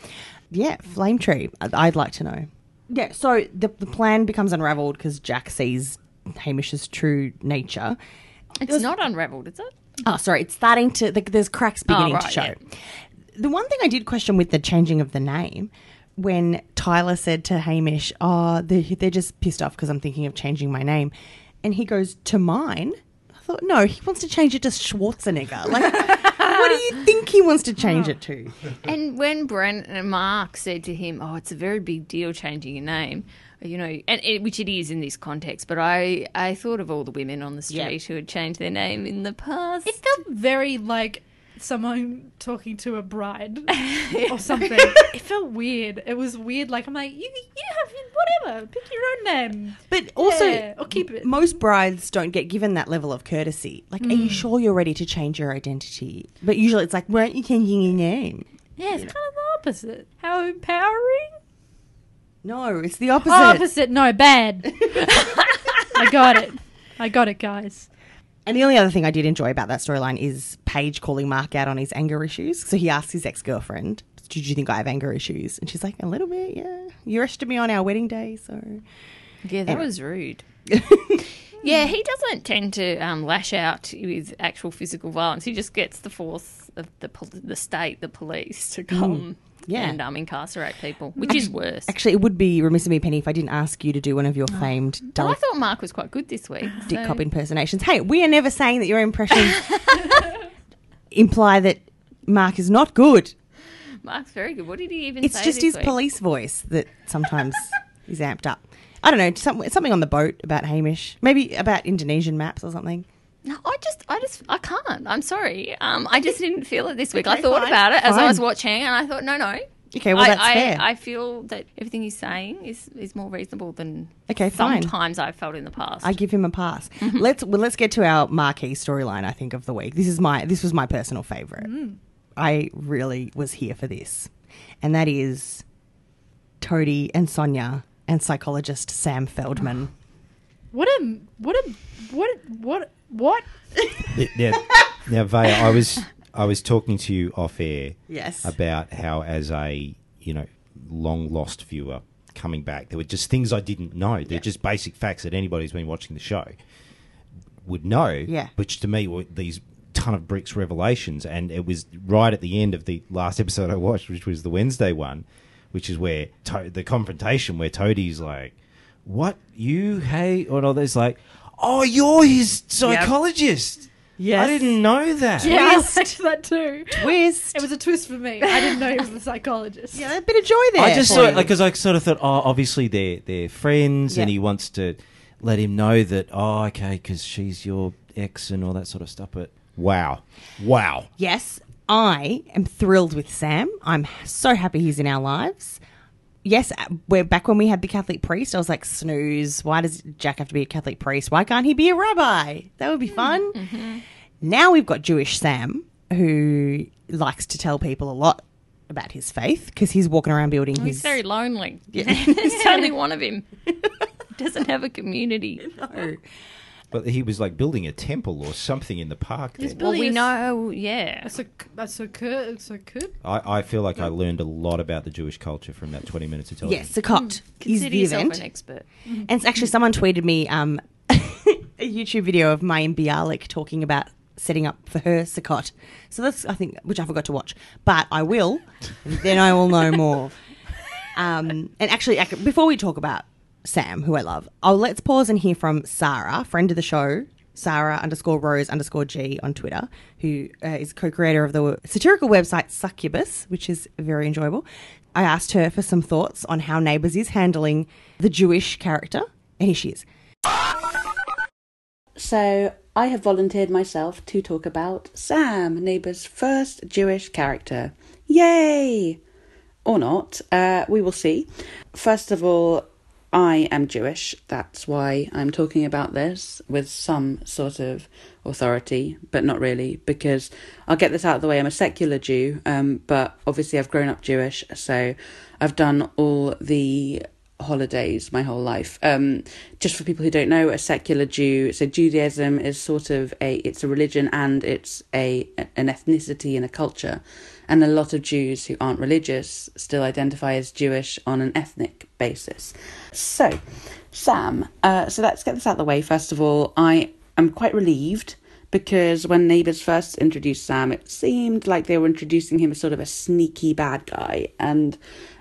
Speaker 5: Yeah, Flame Tree. I'd, I'd like to know. Yeah. So the the plan becomes unravelled because Jack sees Hamish's true nature.
Speaker 6: It's not unravelled, is it?
Speaker 5: Oh, sorry. It's starting to. Like, there's cracks
Speaker 2: Oh,
Speaker 5: beginning to
Speaker 6: right,
Speaker 5: show.
Speaker 6: yeah.
Speaker 5: The one thing I did question with the changing of the name, when Tyler said to Hamish, "Oh, they're, they're just pissed off because I'm thinking of changing my name," and he goes to mine. I thought, no, he wants to change it to Schwarzenegger. Like, what do you think he wants to change it to?
Speaker 2: Oh.
Speaker 6: And when Brent and Mark said to him, "Oh, it's a very big deal changing your name," you know, and it, which it is in this context. But I, I thought of all the women on the street who had changed their name in the past.
Speaker 2: It felt very like someone talking to a bride or something. it felt weird. It was weird. Like I'm like, you, you have whatever. Pick your own name.
Speaker 5: But also,
Speaker 2: Yeah, or keep it.
Speaker 5: most brides don't get given that level of courtesy. Like,
Speaker 2: Mm.
Speaker 5: are you sure you're ready to change your identity? But usually, it's like, why aren't you changing your name?
Speaker 2: Yeah, it's kind of the opposite. How empowering.
Speaker 5: No, it's the opposite.
Speaker 2: Oh, opposite. No, bad. I got it. I got it, guys.
Speaker 5: And the only other thing I did enjoy about that storyline is Paige calling Mark out on his anger issues. So he asks his ex girlfriend, Did you think I have anger issues? And she's like, A little bit, yeah. You arrested me on our wedding day, so.
Speaker 6: yeah, that was rude. Yeah, he doesn't tend to um, lash out with actual physical violence. He just gets the force of the pol- the state, the police, to come
Speaker 5: Mm. yeah.
Speaker 6: and um, incarcerate people, which is worse.
Speaker 5: Actually, it would be remiss of me, Penny, if I didn't ask you to do one of your famed
Speaker 6: But I
Speaker 5: dull
Speaker 6: thought Mark was quite good this week.
Speaker 5: dick
Speaker 6: so-
Speaker 5: cop impersonations. Hey, we are never saying that your impressions imply that Mark is not good.
Speaker 6: Mark's very good. What did he even
Speaker 5: It's
Speaker 6: say?
Speaker 5: just his
Speaker 6: this week?
Speaker 5: police voice that sometimes is amped up. I don't know, some, something on the boat about Hamish, maybe about Indonesian maps or something.
Speaker 6: No, I just, I just, I can't. I'm sorry. Um, I just didn't feel it this week. I
Speaker 5: Okay,
Speaker 6: thought
Speaker 5: fine,
Speaker 6: about it as I was
Speaker 5: fine.
Speaker 6: watching, and I thought, no, no,
Speaker 5: Okay, well,
Speaker 6: I,
Speaker 5: that's
Speaker 6: I,
Speaker 5: fair.
Speaker 6: I feel that everything he's saying is, is more reasonable than
Speaker 5: Okay, fine.
Speaker 6: sometimes Mm-hmm. I've felt in the past.
Speaker 5: I give him a pass. Let's well, let's get to our marquee storyline. I think of the week. This is my this was my personal favorite.
Speaker 6: Mm.
Speaker 5: I really was here for this, and that is Toadie and Sonia and psychologist Sam Feldman.
Speaker 2: What a what a what a- what what?
Speaker 7: Yeah, now Vaya, I was I was talking to you off air
Speaker 5: Yes.
Speaker 7: about how as a you know long lost viewer coming back, there were just things I didn't know. They're just basic facts that anybody who's been watching the show would know.
Speaker 5: Yeah.
Speaker 7: which to me were these ton of bricks revelations, and it was right at the end of the last episode I watched, which was the Wednesday one, which is where to- the confrontation where Toadie's like, "What you hey?" or all those like. Oh, you're his psychologist.
Speaker 5: Yes.
Speaker 7: I didn't know that.
Speaker 2: Yeah, I
Speaker 5: Twist.
Speaker 2: liked that too.
Speaker 5: Twist.
Speaker 2: It was a twist for me. I didn't know he was a psychologist.
Speaker 5: yeah, a bit of joy there.
Speaker 7: I just
Speaker 5: for
Speaker 7: thought
Speaker 5: you.
Speaker 7: because I sort of thought, oh, obviously they're they're friends, and
Speaker 5: Yeah.
Speaker 7: he wants to let him know that, oh, okay, because she's your ex and all that sort of stuff. But wow, wow,
Speaker 5: Yes, I am thrilled with Sam. I'm so happy he's in our lives. Yes, we're back when we had the Catholic priest. I was like, snooze. Why does Jack have to be a Catholic priest? Why can't he be a rabbi? That would be
Speaker 6: Hmm,
Speaker 5: fun.
Speaker 6: mm-hmm.
Speaker 5: Now we've got Jewish Sam, who likes to tell people a lot about his faith because he's walking around building
Speaker 6: He's
Speaker 5: his.
Speaker 6: very lonely. There's only one of him. Doesn't have a community.
Speaker 7: but he was like building a temple or something in the park. Then.
Speaker 6: Well, we know, yeah.
Speaker 2: That's a that's a good that's a good.
Speaker 7: I, I feel like I learned a lot about the Jewish culture from that twenty minutes of television.
Speaker 5: yes, Sukkot is
Speaker 6: Hmm. Consider
Speaker 5: the
Speaker 6: yourself
Speaker 5: event.
Speaker 6: an expert.
Speaker 5: And it's actually, someone tweeted me um, a YouTube video of Mayim Bialik talking about setting up for her Sukkot. So that's, I think, which I forgot to watch. But I will. then I will know more. Um, and actually, ac- before we talk about Sam, who I love, oh, let's pause and hear from Sarah, friend of the show, Sarah underscore Rose underscore G on Twitter, who uh, is co-creator of the satirical website Succubus, which is very enjoyable. I asked her for some thoughts on how Neighbours is handling the Jewish character, and here she is.
Speaker 11: So I have volunteered myself to talk about Sam, Neighbour's first Jewish character. Yay! Or not, uh, we will see. First of all, I am Jewish. That's why I'm talking about this with some sort of authority, but not really, because I'll get this out of the way. I'm a secular Jew, um, but obviously I've grown up Jewish, so I've done all the holidays my whole life. Um, just for people who don't know, a secular Jew. So Judaism is sort of a it's a religion and it's a an ethnicity and a culture, and a lot of Jews who aren't religious still identify as Jewish on an ethnic basis. So, Sam. Uh, so let's get this out of the way first of all. I am quite relieved because when neighbors first introduced Sam, it seemed like they were introducing him as sort of a sneaky bad guy. And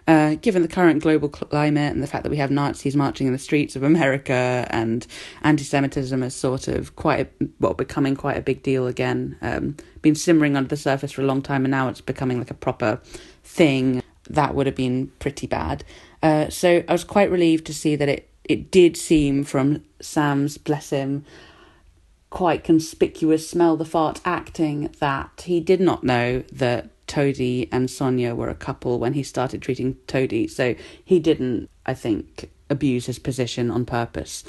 Speaker 11: uh, given the current global cl- climate and the fact that we have Nazis marching in the streets of America and anti-Semitism is sort of quite a, well becoming quite a big deal again, um, been simmering under the surface for a long time, and now it's becoming like a proper thing. That would have been pretty bad. Uh, so I was quite relieved to see that it it did seem from Sam's bless him quite conspicuous smell the fart acting that he did not know that Toadie and Sonia were a couple when he started treating Toadie. So he didn't, I think, abuse his position on purpose.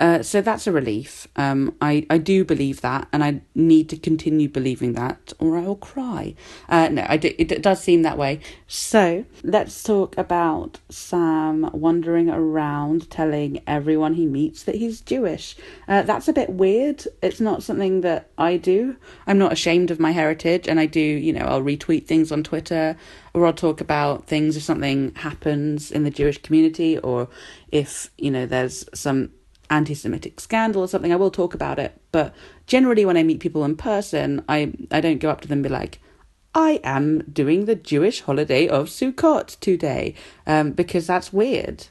Speaker 11: Uh, so that's a relief. Um, I, I do believe that, and I need to continue believing that, or I will cry. Uh, no, I do, it, it does seem that way. So let's talk about Sam wandering around telling everyone he meets that he's Jewish. Uh, that's a bit weird. It's not something that I do. I'm not ashamed of my heritage, and I do, you know, I'll retweet things on Twitter, or I'll talk about things if something happens in the Jewish community, or if, you know, there's some anti-Semitic scandal or something, I will talk about it. But generally, when I meet people in person, I I don't go up to them and be like, "I am doing the Jewish holiday of Sukkot today," um, because that's weird.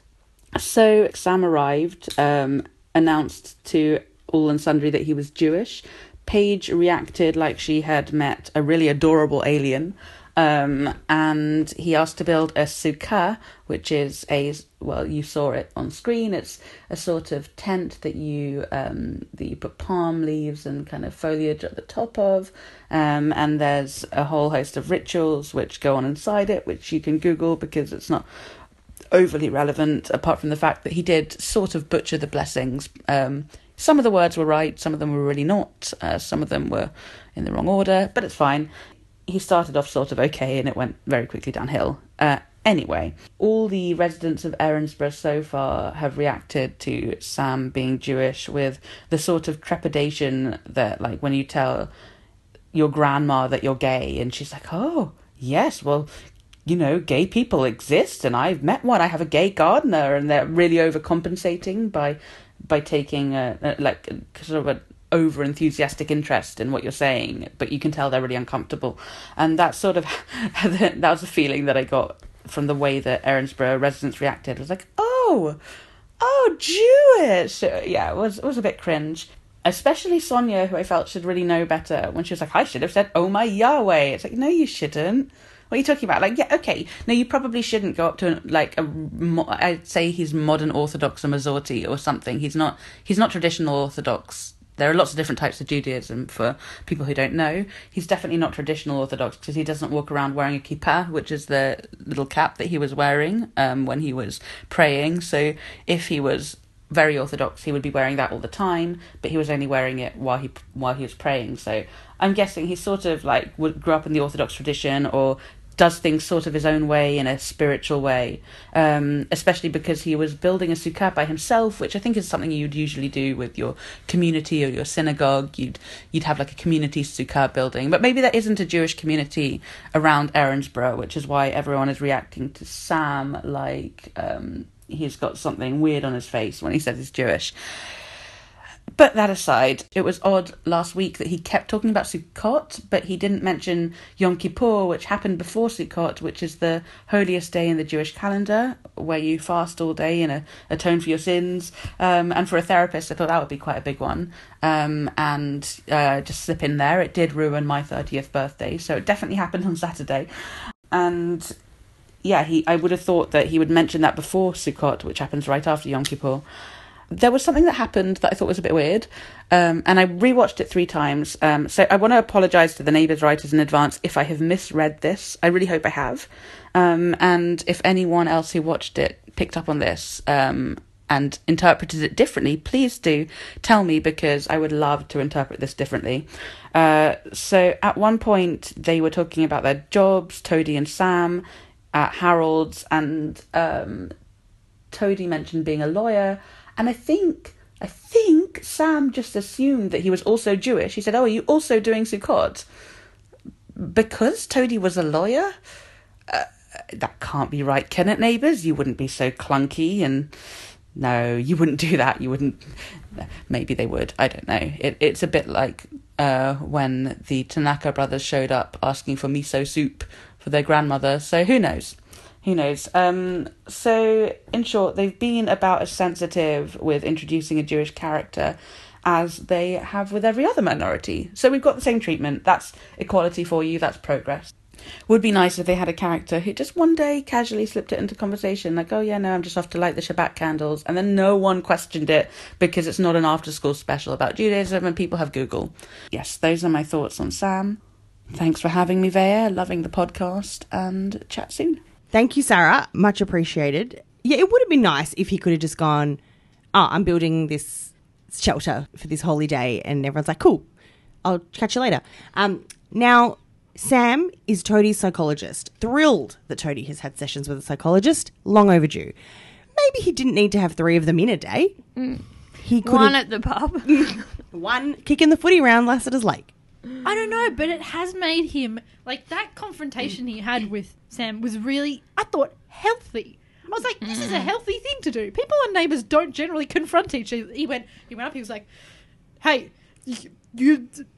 Speaker 11: So Sam arrived, um, announced to all and sundry that he was Jewish. Paige reacted like she had met a really adorable alien. Um, and he asked to build a sukkah, which is a well, you saw it on screen. It's a sort of tent that you um, that you put palm leaves and kind of foliage at the top of, um, and there's a whole host of rituals which go on inside it, which you can Google because it's not overly relevant, apart from the fact that he did sort of butcher the blessings. Um, some of the words were right, some of them were really not, uh, some of them were in the wrong order, but it's fine. He started off sort of okay and it went very quickly downhill. Uh, anyway, all the residents of Erinsborough so far have reacted to Sam being Jewish with the sort of trepidation that, like, when you tell your grandma that you're gay and she's like, oh, yes, well, you know, gay people exist, and I've met one. I have a gay gardener, and they're really overcompensating by by taking a, a like sort of an over enthusiastic interest in what you're saying, but you can tell they're really uncomfortable, and that's sort of that was the feeling that I got from the way that Erinsborough residents reacted. It was like, oh, oh, Jewish. Uh, Yeah, it was it was a bit cringe. Especially Sonia, who I felt should really know better, when she was like, I should have said, Oh my Yahweh. It's like, no, you shouldn't. What are you talking about? Like, yeah, okay. No, you probably shouldn't go up to like a. Mo- I'd say he's modern Orthodox or Masorti or something. He's not. He's not traditional Orthodox. There are lots of different types of Judaism for people who don't know. He's definitely not traditional Orthodox because he doesn't walk around wearing a kippah, which is the little cap that he was wearing um, when he was praying. So if he was very orthodox he would be wearing that all the time but he was only wearing it while he while he was praying so i'm guessing he sort of like would grew up in the orthodox tradition or does things sort of his own way in a spiritual way um, especially because he was building a sukkah by himself which i think is something you'd usually do with your community or your synagogue you'd you'd have like a community sukkah building but maybe there isn't a jewish community around erinsborough which is why everyone is reacting to sam like um, he's got something weird on his face when he says he's Jewish. But that aside, it was odd last week that he kept talking about Sukkot, but he didn't mention Yom Kippur, which happened before Sukkot, which is the holiest day in the Jewish calendar, where you fast all day and uh, atone for your sins. Um, and for a therapist, I thought that would be quite a big one. Um, and uh, just slip in there, it did ruin my 30th birthday, so it definitely happened on Saturday. And yeah, he I would have thought that he would mention that before Sukkot, which happens right after Yom Kippur. There was something that happened that I thought was a bit weird, um, and I rewatched it three times. Um, so I want to apologise to the neighbours' writers in advance if I have misread this. I really hope I have, um, and if anyone else who watched it picked up on this um, and interpreted it differently, please do tell me because I would love to interpret this differently. Uh, so at one point they were talking about their jobs, Toadie and Sam at Harold's, and um, Toadie mentioned being a lawyer. And I think, I think Sam just assumed that he was also Jewish. He said, "Oh, are you also doing Sukkot?" Because Toadie was a lawyer. Uh, that can't be right, can it, neighbours? You wouldn't be so clunky, and no, you wouldn't do that. You wouldn't. Maybe they would. I don't know. It, it's a bit like uh, when the Tanaka brothers showed up asking for miso soup for their grandmother. So who knows? Who knows? Um, so, in short, they've been about as sensitive with introducing a Jewish character as they have with every other minority. So, we've got the same treatment. That's equality for you, that's progress. Would be nice if they had a character who just one day casually slipped it into conversation, like, oh yeah, no, I'm just off to light the Shabbat candles, and then no one questioned it because it's not an after school special about Judaism and people have Google. Yes, those are my thoughts on Sam. Thanks for having me, Vea. Loving the podcast and chat soon.
Speaker 5: Thank you, Sarah. Much appreciated. Yeah, it would have been nice if he could have just gone, oh, I'm building this shelter for this holy day. And everyone's like, cool, I'll catch you later. Um, now, Sam is Toadie's psychologist. Thrilled that Toadie has had sessions with a psychologist. Long overdue. Maybe he didn't need to have three of them in a day.
Speaker 6: Mm.
Speaker 5: He could
Speaker 6: One
Speaker 5: have-
Speaker 6: at the pub.
Speaker 5: one kicking the footy round Lassiter's Lake.
Speaker 2: I don't know, but it has made him like that confrontation he had with Sam was really, I thought, healthy. I was like, this is
Speaker 5: Mm.
Speaker 2: a healthy thing to do. People and neighbors don't generally confront each other. He went, he went up. He was like, "Hey, you, you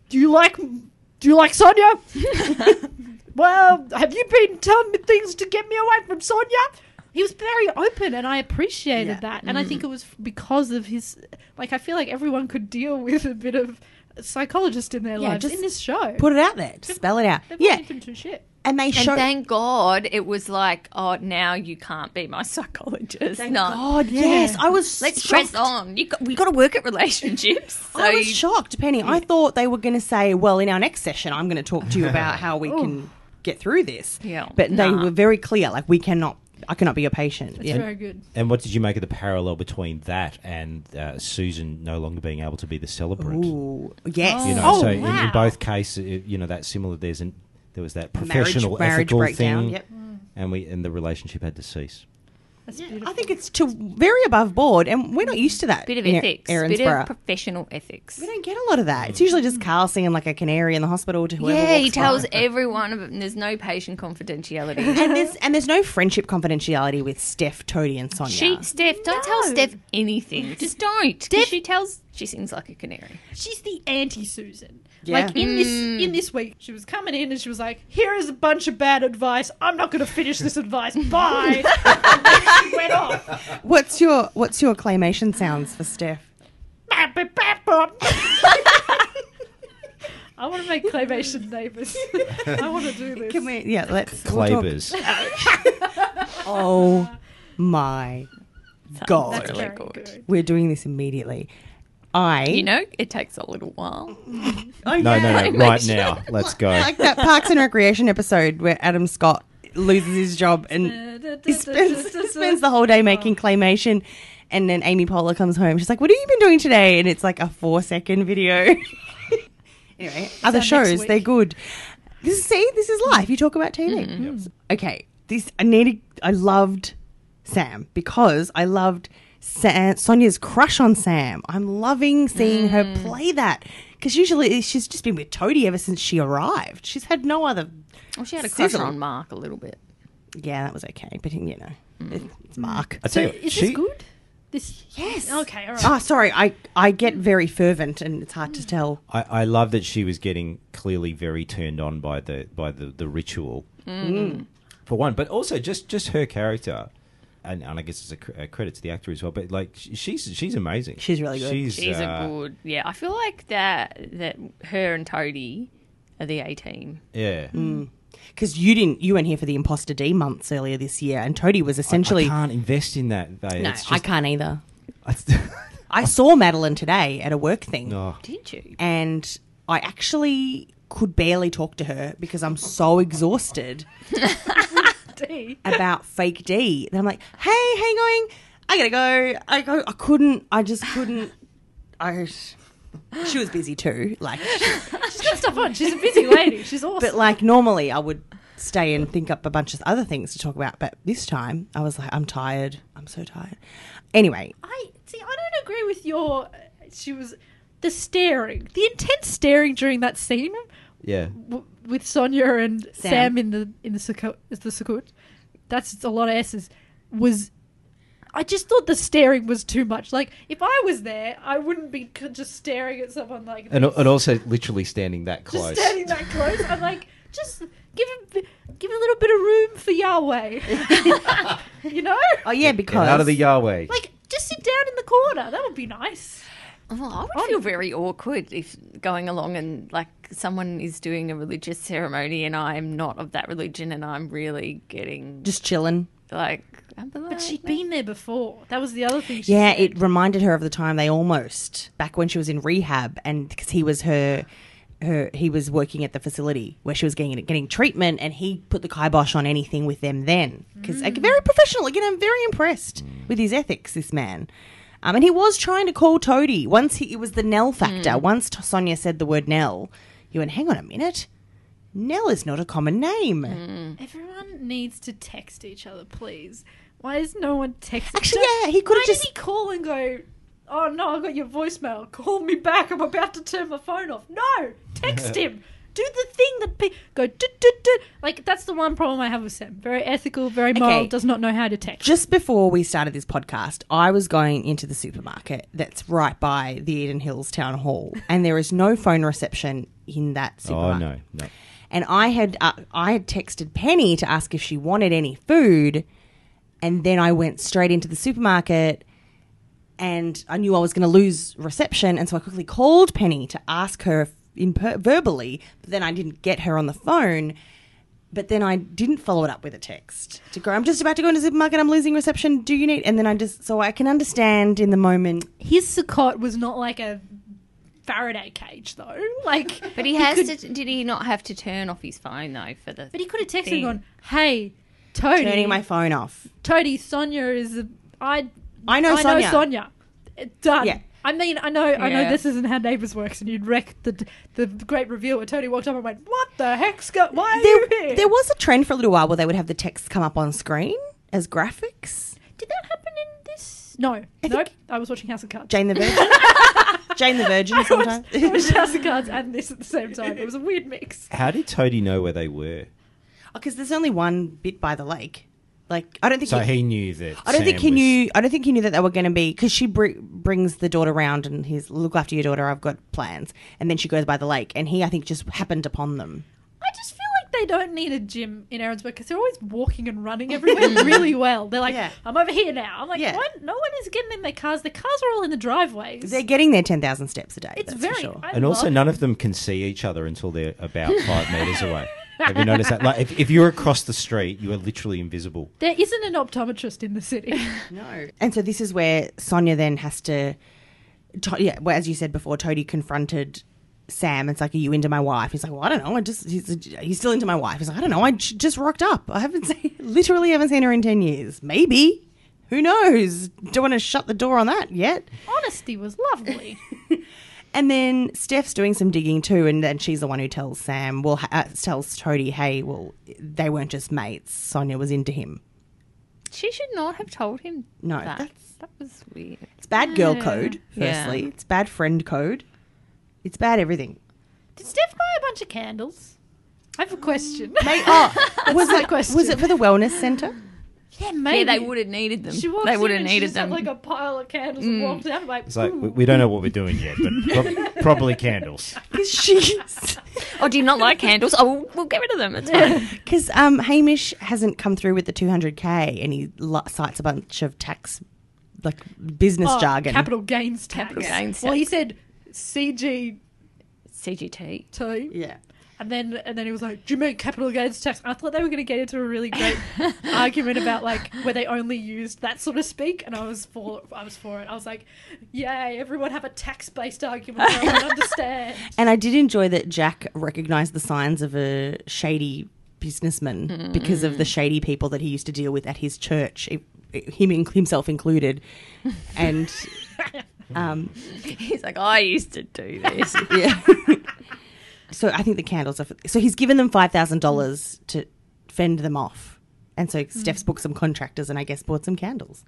Speaker 2: do you like do you like Sonia? well, have you been telling me things to get me away from Sonia?" He was very open, and I appreciated
Speaker 5: Yeah. Mm.
Speaker 2: that. And I think it was because of his like. I feel like everyone could deal with a bit of psychologist in their
Speaker 5: Yeah,
Speaker 2: lives
Speaker 5: just
Speaker 2: in this show.
Speaker 5: Put it out there. Just spell it out.
Speaker 2: They've
Speaker 5: Yeah.
Speaker 2: yeah. shit.
Speaker 5: and they
Speaker 6: And
Speaker 5: show.
Speaker 6: thank God it was like, oh, now you can't be my psychologist.
Speaker 5: Thank
Speaker 6: no.
Speaker 5: God, yes. I was
Speaker 6: Let's
Speaker 5: shocked.
Speaker 6: press on. You got, we got to work at relationships. So
Speaker 5: I was
Speaker 6: you-
Speaker 5: shocked, Penny. I thought they were going to say, "Well, in our next session, I'm going to talk to you about how we can get through this."
Speaker 6: Yeah.
Speaker 5: but they
Speaker 6: Nah.
Speaker 5: were very clear. Like, we cannot. I cannot be your patient. Yeah.
Speaker 2: very good.
Speaker 7: And what did you make of the parallel between that and uh, Susan no longer being able to be the celebrant?
Speaker 5: Ooh, yes.
Speaker 7: You know,
Speaker 5: Oh,
Speaker 7: so in,
Speaker 5: wow.
Speaker 7: in both cases, you know, that's similar. There's an there was that professional
Speaker 5: marriage
Speaker 7: ethical
Speaker 5: breakdown,
Speaker 7: thing,
Speaker 5: yep.
Speaker 6: Mm.
Speaker 7: and we and the relationship had to cease.
Speaker 5: Oh, I think it's to very above board, and we're not used to that.
Speaker 6: Bit of
Speaker 5: in Er-
Speaker 6: ethics. Bit
Speaker 5: Erinsborough.
Speaker 6: of professional ethics.
Speaker 5: we don't get a lot of that. It's usually just Carl singing like a canary in the hospital to whoever.
Speaker 6: Yeah,
Speaker 5: walks
Speaker 6: he tells
Speaker 5: by.
Speaker 6: everyone. Of, and there's no patient confidentiality.
Speaker 5: And there's and there's no friendship confidentiality with Steph, Toadie, and Sonia.
Speaker 6: She, Steph, don't tell Steph anything. Just don't. 'Cause She tells. She sings like a canary.
Speaker 2: She's the anti Susan.
Speaker 5: Yeah. Mm.
Speaker 2: Like in this in this week, she was coming in and she was like, "Here is a bunch of bad advice. I'm not going to finish this advice. Bye." and then she went off.
Speaker 5: what's your what's your claymation sounds for Steph?
Speaker 2: Bap, bap, bap, bap. I want to make claymation neighbors. I want to do this.
Speaker 5: Can we? Yeah, let's. we'll talk-
Speaker 7: Clavers.
Speaker 5: Oh my god!
Speaker 6: Really
Speaker 2: Very
Speaker 6: good.
Speaker 2: good.
Speaker 5: We're doing this immediately. I
Speaker 6: You know, it takes a little while.
Speaker 5: Oh,
Speaker 7: No,
Speaker 5: yeah.
Speaker 7: no, no. Right now, let's go.
Speaker 5: like that Parks and Recreation episode where Adam Scott loses his job and he spends, he spends the whole day making claymation. And then Amy Poehler comes home. She's like, "What have you been doing today?" And it's like a four-second video. anyway, other
Speaker 2: next
Speaker 5: shows they're
Speaker 2: week.
Speaker 5: good. This see, this is life. You talk about TV.
Speaker 2: Mm-hmm.
Speaker 5: Okay, this I needed. I loved Sam because I loved Sam, Sonia's crush on Sam. I'm loving seeing her play that because usually she's just been with Toadie ever since she arrived. She's had no other.
Speaker 6: Well, she had a crush
Speaker 5: Sizzle.
Speaker 6: on Mark a little bit.
Speaker 5: Yeah, that was okay, but you know, it's- it's Mark.
Speaker 7: I tell you, what,
Speaker 2: Is
Speaker 7: she
Speaker 2: this good? This yes. Okay. All right.
Speaker 5: Oh, sorry. I I get very fervent and it's hard to tell.
Speaker 7: I, I love that she was getting clearly very turned on by the by the, the ritual
Speaker 5: Mm.
Speaker 7: for one, but also just just her character, and, and I guess it's a, cr- a credit to the actor as well. But like sh- she's she's amazing.
Speaker 5: She's really good.
Speaker 7: She's,
Speaker 6: She's
Speaker 7: uh,
Speaker 6: a good. Yeah, I feel like that. That her and Toadie are the A team.
Speaker 7: yeah.
Speaker 5: Mm. Because you didn't, you weren't here for the Imposter D months earlier this year, and Toadie was
Speaker 7: I
Speaker 5: essentially.
Speaker 7: can't invest in that. Though.
Speaker 5: no,
Speaker 7: it's
Speaker 5: I
Speaker 7: just,
Speaker 5: can't either.
Speaker 7: I-
Speaker 5: I saw Madeline today at a work thing,
Speaker 7: Oh.
Speaker 6: Did you?
Speaker 5: and I actually could barely talk to her because I'm so exhausted
Speaker 2: D.
Speaker 5: about fake D that I'm like, hey, how you going? I gotta go. I go. I couldn't. I just couldn't. I. She was busy too. Like,
Speaker 2: She's got stuff on. She's a busy lady. She's awesome.
Speaker 5: but like normally I would stay and think up a bunch of other things to talk about, but this time I was like, I'm tired. I'm so tired. Anyway,
Speaker 2: I see. I don't agree with your. She was the staring, the intense staring during that scene
Speaker 7: yeah.
Speaker 2: w- with Sonia and Sam,
Speaker 5: Sam.
Speaker 2: in the in the sukkot. Is the sukkot? That's a lot of s's. Was I just thought the staring was too much. Like if I was there, I wouldn't be c- just staring at someone like
Speaker 3: And,
Speaker 2: this,
Speaker 3: and also literally standing that
Speaker 2: just
Speaker 3: close.
Speaker 2: standing that close. I'm like, just give him give a little bit of room for Yahweh. you know,
Speaker 5: oh yeah,
Speaker 3: Get
Speaker 5: because
Speaker 3: out of the Yahweh.
Speaker 2: like just sit down in the corner. That would be nice.
Speaker 6: Well, I would feel very awkward if going along and like someone is doing a religious ceremony and I'm not of that religion and I'm really getting
Speaker 5: just chilling.
Speaker 6: like. I'm like,
Speaker 2: But she'd been there before. That was the other thing. She
Speaker 5: Yeah,
Speaker 2: said.
Speaker 5: it reminded her of the time they almost back when she was in rehab, and because he was her, her he was working at the facility where she was getting getting treatment, and he put the kibosh on anything with them then because like very professional. Again, I'm very impressed with his ethics. This man. Um, and he was trying to call Toadie once he it was the Nell factor. Once T- Sonia said the word Nell, he went, "Hang on a minute, Nell is not a common name."
Speaker 2: Everyone needs to text each other, please. Why is no one texting?
Speaker 5: Actually, yeah, he could
Speaker 2: Why
Speaker 5: have
Speaker 2: did
Speaker 5: just
Speaker 2: he call and go? Oh no, I got your voicemail. Call me back. I'm about to turn my phone off. No, text him. Do the thing that pe- go do do do. Like that's the one problem I have with Sam. Very ethical, very moral.
Speaker 5: Okay.
Speaker 2: Does not know how to text.
Speaker 5: just before we started this podcast, I was going into the supermarket that's right by the Eden Hills Town Hall, and there is no phone reception in that
Speaker 7: Oh
Speaker 5: supermarket.
Speaker 7: no, no.
Speaker 5: And I had uh, I had texted Penny to ask if she wanted any food, and then I went straight into the supermarket, and I knew I was going to lose reception, and so I quickly called Penny to ask her in per- verbally, but then I didn't get her on the phone. But then I didn't follow it up with a text to go. I'm just about to go into the supermarket. I'm losing reception. Do you need? And then I just so I can understand in the moment.
Speaker 2: His Sukkot was not like a Faraday cage though. Like,
Speaker 6: But he has to. Did he not have to turn off his phone though for the?
Speaker 2: But he could have texted
Speaker 6: thing?
Speaker 2: and gone, "Hey, Toadie,
Speaker 5: turning my phone off.
Speaker 2: Toadie, Sonia is a, I.
Speaker 5: I know
Speaker 2: I
Speaker 5: Sonia."
Speaker 2: know Sonia. It- Done.
Speaker 5: Yeah.
Speaker 2: I mean, I know, I
Speaker 6: Yeah.
Speaker 2: know this isn't how Neighbours works, and you'd wreck the the great reveal where Toadie walked up and went, "What the heck's got? Why are you here?"
Speaker 5: There, there was a trend for a little while where they would have the text come up on screen as graphics.
Speaker 2: Did that happen in this? No,
Speaker 5: I
Speaker 2: nope.
Speaker 5: think-
Speaker 2: I was watching House of Cards.
Speaker 5: Jane the Virgin. Jane the Virgin sometimes.
Speaker 2: It was House of Cards and this at the same time. It was a weird mix.
Speaker 3: How did Toadie know where they were?
Speaker 5: Because Oh, there's only one bit by the lake. Like I don't think.
Speaker 3: So
Speaker 5: he-
Speaker 3: he knew that.
Speaker 5: I don't think
Speaker 3: Sam
Speaker 5: he
Speaker 3: was-
Speaker 5: knew. I don't think he knew that they were going to be because she br- brings the daughter round and he's look after your daughter. I've got plans, and then she goes by the lake, and he I think just happened upon them.
Speaker 2: I just feel like they don't need a gym in Erinsburg because they're always walking and running everywhere really well. They're like,
Speaker 5: Yeah.
Speaker 2: I'm over here now. I'm like,
Speaker 5: Yeah.
Speaker 2: what? No one is getting in their cars. The cars are all in the driveways.
Speaker 5: They're getting their ten thousand steps a day.
Speaker 2: it's
Speaker 5: that's
Speaker 2: very.
Speaker 5: for sure.
Speaker 2: I
Speaker 3: And also,
Speaker 2: love-
Speaker 3: none of them can see each other until they're about five meters away. Have you noticed that? Like, if, if you're across the street, you are literally invisible.
Speaker 2: there isn't an optometrist in the city.
Speaker 5: No. And so this is where Sonia then has to, to yeah, well, as you said before, Toadie confronted Sam. It's like, are you into my wife? He's like, well, I don't know. I just, he's, he's still into my wife. He's like, I don't know. I j- just rocked up. I haven't seen, literally haven't seen her in 10 years. Maybe. Who knows? Don't want to shut the door on that yet.
Speaker 2: Honesty was lovely.
Speaker 5: And then Steph's doing some digging too, and then she's the one who tells Sam, well, ha- uh, tells Toadie, hey, well, they weren't just mates. Sonia was into him.
Speaker 6: She should not have told him.
Speaker 5: No,
Speaker 6: that.
Speaker 5: that's-
Speaker 6: that was weird.
Speaker 5: It's bad girl
Speaker 6: Yeah.
Speaker 5: code, firstly.
Speaker 6: Yeah.
Speaker 5: It's bad friend code. It's bad everything.
Speaker 2: Did Steph buy a bunch of candles? I have a question.
Speaker 5: Mate, oh, was
Speaker 2: my
Speaker 5: it
Speaker 2: question.
Speaker 5: was it for the wellness center?
Speaker 2: yeah,
Speaker 6: Yeah,
Speaker 2: maybe
Speaker 6: they would have needed them.
Speaker 2: She walked
Speaker 6: They would
Speaker 2: in
Speaker 6: have
Speaker 2: and she
Speaker 6: needed
Speaker 2: just had,
Speaker 6: them.
Speaker 2: like a pile of candles and walked out. I'm like,
Speaker 3: It's like, we,
Speaker 2: "Ooh."
Speaker 3: we don't know what we're doing yet, but prob- probably candles.
Speaker 5: Because she's
Speaker 6: oh, do you not like candles? Oh, we'll- we'll get rid of them. It's fine.
Speaker 5: because um, Hamish hasn't come through with the 200k, and he lo- cites a bunch of tax like business
Speaker 2: Oh,
Speaker 5: jargon.
Speaker 2: Capital gains tax.
Speaker 6: Capital gains
Speaker 2: Well, he
Speaker 6: tax.
Speaker 2: said CG
Speaker 6: CGT.
Speaker 2: two,
Speaker 5: Yeah,
Speaker 2: and then and then he was like, "Do you mean capital gains tax?" I thought they were going to get into a really great argument about like where they only used that sort of speak, and I was for I was for it. I was like, "Yay! Everyone have a tax based argument. where I understand."
Speaker 5: and I did enjoy that Jack recognized the signs of a shady businessman because of the shady people that he used to deal with at his church, i- him in- himself included, and. Um,
Speaker 6: He's like, I used to do this.
Speaker 5: Yeah. so I think the candles are. For, so he's given them five thousand dollars to fend them off, and so Steph's booked some contractors and I guess bought some candles.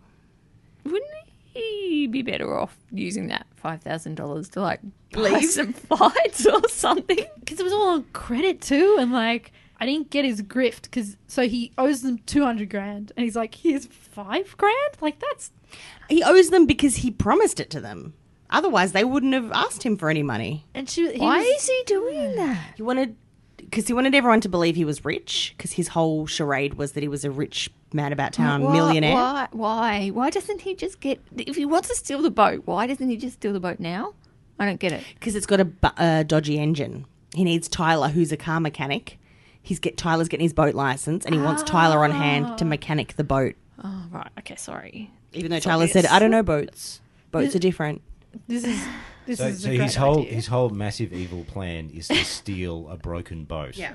Speaker 6: Wouldn't he be better off using that five thousand dollars to like buy some fights or something?
Speaker 2: because it was all on credit too, and like I didn't get his grift because so he owes them two hundred grand, and he's like, "Here's five grand." Like that's
Speaker 5: He owes them because he promised it to them. Otherwise, they wouldn't have asked him for any money.
Speaker 2: and she. He
Speaker 6: Why
Speaker 2: was-
Speaker 6: is he doing that?
Speaker 5: He wanted because he wanted everyone to believe he was rich because his whole charade was that he was a rich man about town
Speaker 6: Why-
Speaker 5: millionaire.
Speaker 6: Why? Why? Why doesn't he just get? If he wants to steal the boat, why doesn't he just steal the boat now? I don't get it.
Speaker 5: because it's got a, bu- a dodgy engine. He needs Tyler, who's a car mechanic. He's get Tyler's getting his boat license, and he wants Tyler on hand to mechanic the boat.
Speaker 6: Oh right. Okay. Sorry.
Speaker 5: Ah. Even though Tyler said, "I don't know boats. Boats are different."
Speaker 2: This is this
Speaker 3: So,
Speaker 2: is
Speaker 3: so
Speaker 2: a great
Speaker 3: his whole
Speaker 2: idea.
Speaker 3: his whole massive evil plan is to steal a broken boat. Yeah.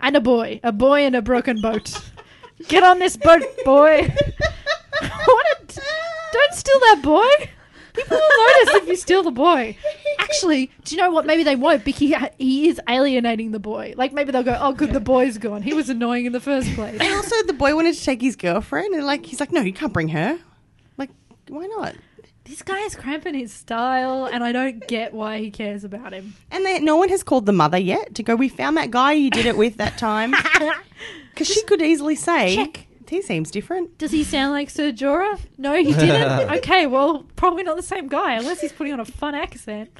Speaker 2: and a boy, a boy in a broken boat. Get on this boat, boy. what? A d- don't steal that boy. People will notice if you steal the boy. Actually, do you know what? Maybe they won't because he, he is alienating the boy. Like maybe they'll go, "Oh, good, the boy's gone. He was annoying in the first place."
Speaker 5: And also, the boy wanted to take his girlfriend, and like he's like, "No, you can't bring her." Like, why not?
Speaker 2: This guy is cramping his style, and I don't get why he cares about him.
Speaker 5: And they, no one has called the mother yet to go. We found that guy you did it with that time, because she could easily say,
Speaker 2: check.
Speaker 5: "He seems different."
Speaker 2: Does he sound like Sir Jorah? No, he didn't. okay, well, probably not the same guy, unless he's putting on a fun accent.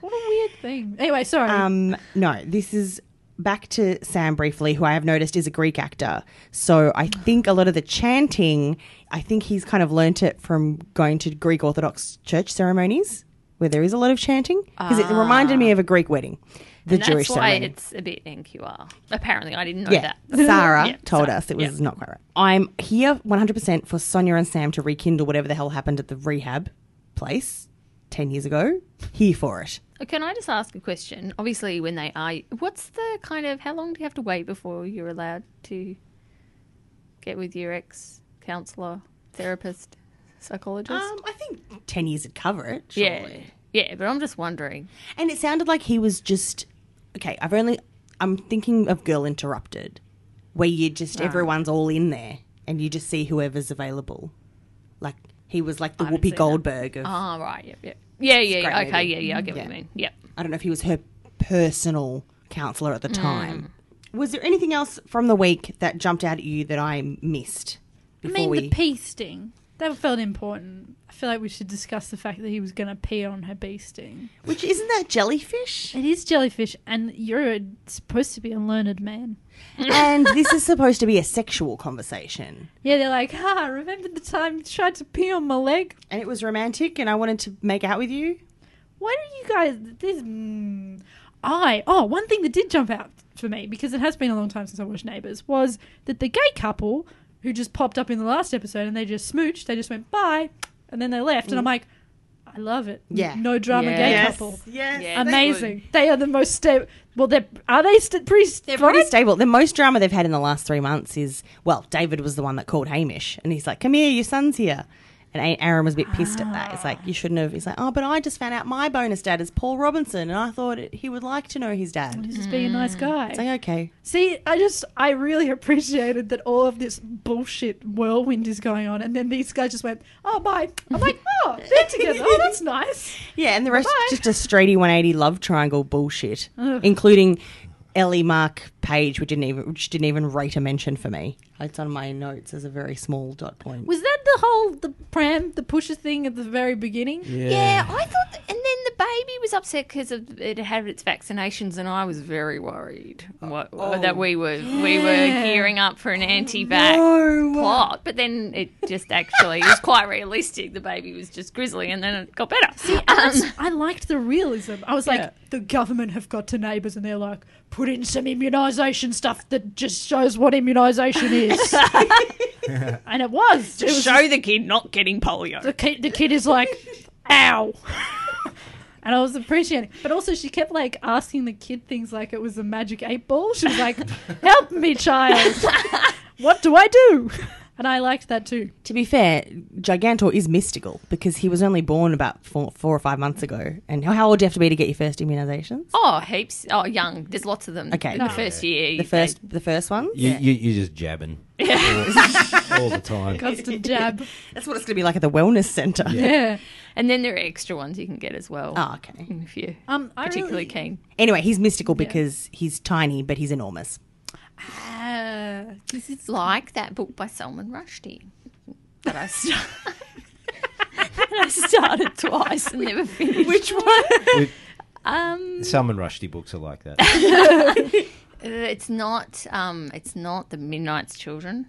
Speaker 2: What a weird thing. Anyway, sorry.
Speaker 5: Um, no, this is back to Sam briefly, who I have noticed is a Greek actor. So I think a lot of the chanting, I think he's kind of learnt it from going to Greek Orthodox church ceremonies where there is a lot of chanting because it reminded me of a Greek wedding. The
Speaker 6: and
Speaker 5: Jewish
Speaker 6: that's why
Speaker 5: ceremony.
Speaker 6: it's a bit NQR. Apparently, I didn't know
Speaker 5: yeah,
Speaker 6: that.
Speaker 5: Sarah
Speaker 6: Yeah,
Speaker 5: told
Speaker 6: Sarah.
Speaker 5: us it
Speaker 6: Yeah.
Speaker 5: was not quite right. I'm here 100% for Sonia and Sam to rekindle whatever the hell happened at the rehab place 10 years ago. Here for it.
Speaker 6: Can I just ask a question? Obviously, when they are, what's the kind of how long do you have to wait before you're allowed to get with your ex counselor, therapist, psychologist?
Speaker 5: Um, I think 10 years would cover it.
Speaker 6: yeah, yeah, but I'm just wondering.
Speaker 5: And it sounded like he was just okay. I've only I'm thinking of Girl Interrupted, where you just
Speaker 6: Right.
Speaker 5: everyone's all in there and you just see whoever's available. Like he was like the
Speaker 6: haven't
Speaker 5: Whoopi
Speaker 6: seen that.
Speaker 5: Goldberg of
Speaker 6: Ah, right, yep, yep, yeah, yeah,
Speaker 5: It's a
Speaker 6: yeah,
Speaker 5: great
Speaker 6: okay,
Speaker 5: movie.
Speaker 6: yeah, yeah, I get what
Speaker 5: Yeah.
Speaker 6: you mean. Yep.
Speaker 5: I don't know if he was her personal counselor at the time. Was there anything else from the week that jumped out at you that I missed?
Speaker 2: I
Speaker 5: Before
Speaker 2: mean,
Speaker 5: we
Speaker 2: the pee sting. That felt important. I feel like we should discuss the fact that he was going to pee on her bee sting.
Speaker 5: which isn't that jellyfish?
Speaker 2: It is jellyfish, and you're a- supposed to be a learned man.
Speaker 5: and this is supposed to be a sexual conversation.
Speaker 2: Yeah, they're like, ha, remember the time you tried to pee on my leg?
Speaker 5: And it was romantic and I wanted to make out with you.
Speaker 2: Why do you guys. This. Mm, I. Oh, one thing that did jump out for me, because it has been a long time since I watched Neighbours, was that the gay couple who just popped up in the last episode and they just smooched, they just went bye, and then they left. And I'm like, I love it.
Speaker 5: Yeah.
Speaker 2: No drama,
Speaker 6: Yes.
Speaker 2: gay
Speaker 6: Yes.
Speaker 2: couple.
Speaker 5: Mm. Yes.
Speaker 6: Yeah,
Speaker 2: Amazing. They are the most stable. Well, they're. Are they st- pretty
Speaker 5: They're
Speaker 2: st-
Speaker 5: pretty stable. The most drama they've had in the last three months is well, David was the one that called Hamish, and he's like, "Come here, your son's here." And A- Aaron was a bit pissed at that. It's like you shouldn't have. He's like, "Oh, but I just found out my bonus dad is Paul Robinson, and I thought it, he would like to know his dad."
Speaker 2: He's just being a
Speaker 5: Mm.
Speaker 2: nice guy.
Speaker 5: It's like, okay,
Speaker 2: See, I just, I really appreciated that all of this bullshit whirlwind is going on, and then these guys just went, "Oh, bye." I'm like, "Oh, they're together. Oh, that's nice."
Speaker 5: yeah, and the rest
Speaker 2: Bye-bye.
Speaker 5: is just a straighty one eighty love triangle bullshit, including Ellie, Mark, Page, which didn't even which didn't even rate a mention for me. It's on my notes as a very small dot point.
Speaker 2: Was that the whole the pram, the pusher thing at the very beginning?
Speaker 6: Yeah, I thought, and then the baby was upset because it had its vaccinations, and I was very worried what,
Speaker 2: Oh,
Speaker 6: that we were we were gearing up for an anti-vax plot. But then it just actually was quite realistic. The baby was just grizzly, and then it got better. um,
Speaker 2: I liked the realism. I was like, the government have got to neighbours, and they're like, put in some immunisation stuff that just shows what immunisation is. and it was. It was
Speaker 6: show the kid not getting polio.
Speaker 2: the kid, the kid is like, ow. And I was appreciating, but also she kept like asking the kid things like it was a magic eight ball. She was like, "Help me, child! What do I do?" And I liked that too.
Speaker 5: To be fair, Gigantor is mystical because he was only born about four, four or five months ago. And how, how old do you have to be to get your first immunisations?
Speaker 6: Oh, heaps. Oh, young. There's lots of them.
Speaker 5: Okay.
Speaker 6: The
Speaker 5: No.
Speaker 6: first year.
Speaker 5: The first, the first one.
Speaker 3: You, you, you're just jabbing all, all the time.
Speaker 2: Constant jab.
Speaker 5: That's what it's going to be like at the wellness center.
Speaker 2: Yeah.
Speaker 6: And then there are extra ones you can get as well.
Speaker 5: Oh, okay.
Speaker 6: If you're
Speaker 2: Um, Ah. I
Speaker 6: particularly
Speaker 2: really,
Speaker 6: keen.
Speaker 5: Anyway, he's mystical because he's tiny, but he's enormous.
Speaker 6: Uh, this is like that book by Salman Rushdie that I, st- that I started twice and never finished. Which one?
Speaker 3: Salman Rushdie books are like that.
Speaker 6: Uh, It's not. Um, it's not the Midnight's Children.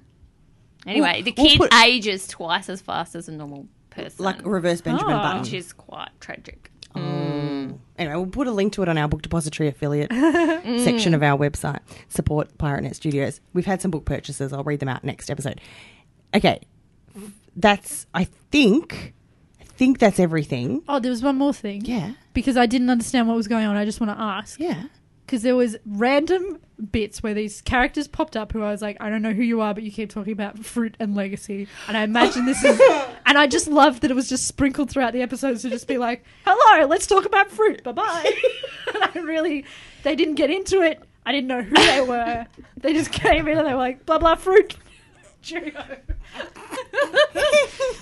Speaker 6: Anyway, the
Speaker 5: we'll
Speaker 6: kid
Speaker 5: put-
Speaker 6: ages twice as fast as a normal person,
Speaker 5: Like reverse Benjamin
Speaker 2: Ah.
Speaker 5: Button. Mm.
Speaker 6: which is quite tragic.
Speaker 5: Anyway, we'll put a link to it on our book depository affiliate section of our website. Support PirateNet Studios. We've had some book purchases. I'll read them out next episode. Okay, that's I think, I think that's everything.
Speaker 2: Oh, there was one more thing.
Speaker 5: Yeah,
Speaker 2: Because I didn't understand what was going on. I just want to ask.
Speaker 5: yeah.
Speaker 2: because there was random bits where these characters popped up who I was like, I don't know who you are, but you keep talking about fruit and legacy, and I imagine this is, and I just loved that it was just sprinkled throughout the episodes to just be like, hello, let's talk about fruit, bye bye. and I really, they didn't get into it. I didn't know who they were. they just came in and they were like, blah blah fruit. Cheerio.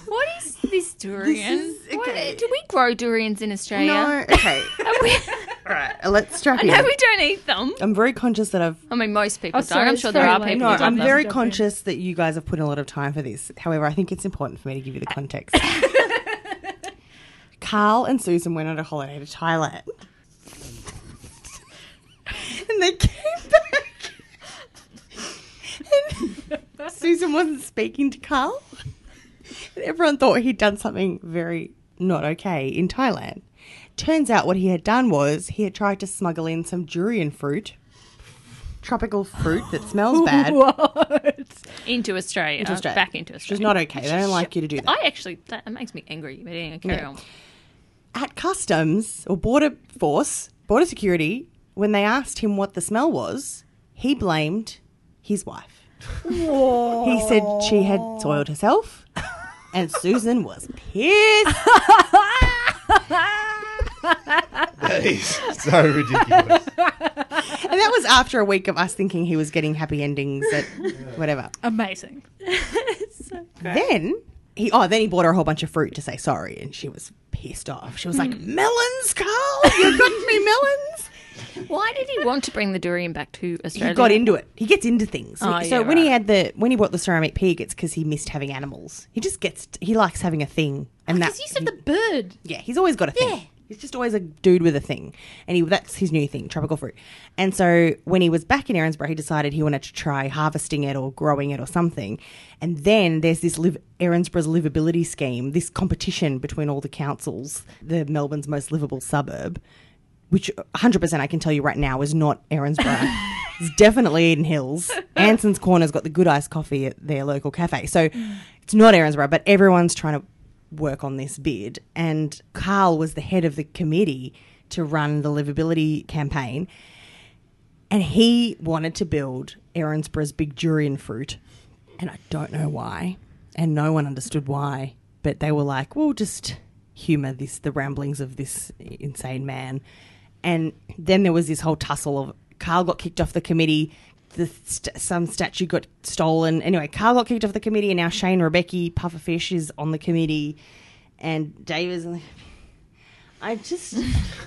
Speaker 6: What is this durian? What- do we grow durians in Australia?
Speaker 5: Okay.
Speaker 6: Are we-
Speaker 5: All right. Let's strap
Speaker 6: I
Speaker 5: in.
Speaker 6: know we don't eat them.
Speaker 5: I'm very conscious that I've.
Speaker 6: I mean, most people
Speaker 2: Oh, sorry,
Speaker 6: don't. I'm
Speaker 2: it's
Speaker 6: sure there are
Speaker 2: very
Speaker 6: people
Speaker 5: No,
Speaker 6: who
Speaker 2: late. jump
Speaker 5: I'm
Speaker 2: in.
Speaker 6: don't.
Speaker 5: very
Speaker 2: Jump in.
Speaker 5: conscious that you guys have put in a lot of time for this. However, I think it's important for me to give you the context. Carl and Susan went on a holiday to Thailand. and they came back. and Susan wasn't speaking to Carl. And everyone thought he'd done something very not okay in Thailand. Turns out what he had done was he had tried to smuggle in some durian fruit, tropical fruit that smells bad.
Speaker 6: Into Australia,
Speaker 5: Into Australia.
Speaker 6: back into
Speaker 5: Which is
Speaker 6: Australia,
Speaker 5: not okay. They don't like you to do that.
Speaker 6: I actually that makes me angry. But anyway, carry
Speaker 5: Yeah.
Speaker 6: on.
Speaker 5: At customs or border force, border security, when they asked him what the smell was, he blamed his wife. He said she had soiled herself, and Susan was pissed.
Speaker 8: That is so ridiculous.
Speaker 5: And that was after a week of us thinking he was getting happy endings at whatever.
Speaker 2: Amazing.
Speaker 5: Then he oh then he bought her a whole bunch of fruit to say sorry, and she was pissed off. She was like, "Melons, Carl, you got me melons."
Speaker 6: Why did he want to bring the durian back to Australia?
Speaker 5: He got into it. He gets into things.
Speaker 6: Oh,
Speaker 5: so
Speaker 6: yeah,
Speaker 5: when he
Speaker 6: right.
Speaker 5: had the when he bought the ceramic pig, it's because he missed having animals. He just gets he likes having a thing, and
Speaker 6: Oh,
Speaker 5: that
Speaker 2: Because you said the bird.
Speaker 5: yeah, he's always got a thing. He's just always a dude with a thing, and he that's his new thing, tropical fruit. And so when he was back in Erinsborough, he decided he wanted to try harvesting it or growing it or something. And then there's this live, Erinsborough's livability scheme, this competition between all the councils, the Melbourne's most livable suburb, which 100% I can tell you right now is not Erinsborough. it's definitely Eden Hills. Anson's Corner's got the good iced coffee at their local cafe. So it's not Erinsborough, but everyone's trying to work on this bid. And Carl was the head of the committee to run the livability campaign. And he wanted to build Erinsborough's big durian fruit. And I don't know why. And no one understood why. But they were like, we'll just humour this the ramblings of this insane man. And then there was this whole tussle of Carl got kicked off the committee. The st- some statue got stolen. Anyway, Carl got kicked off the committee, and now Shane Rebecca Pufferfish is on the committee, and Dave is. I just,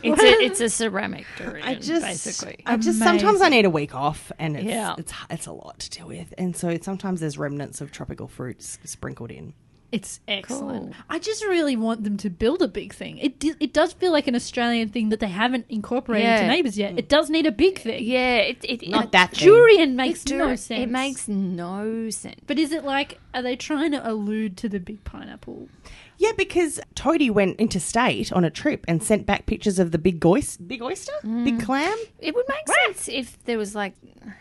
Speaker 6: It's a it's a ceramic durian,
Speaker 5: I just,
Speaker 6: basically.
Speaker 5: I just sometimes I need a week off, and it's
Speaker 6: Yeah.
Speaker 5: it's it's a lot to deal with, and so sometimes there's remnants of tropical fruits sprinkled in.
Speaker 2: It's excellent. I just really want them to build a big thing. It di- it does feel like an Australian thing that they haven't incorporated into
Speaker 6: Yeah. Mm.
Speaker 2: neighbours yet. It does need a big thing.
Speaker 6: yeah, it, it
Speaker 5: Not
Speaker 6: it-
Speaker 5: that thing.
Speaker 2: Durian makes
Speaker 6: It's
Speaker 2: no
Speaker 6: durian.
Speaker 2: sense.
Speaker 6: It makes no sense.
Speaker 2: But is it like are they trying to allude to the big pineapple?
Speaker 5: Yeah, because Toadie went interstate on a trip and sent back pictures of the big gois, big oyster, big clam.
Speaker 6: It would make sense if there was like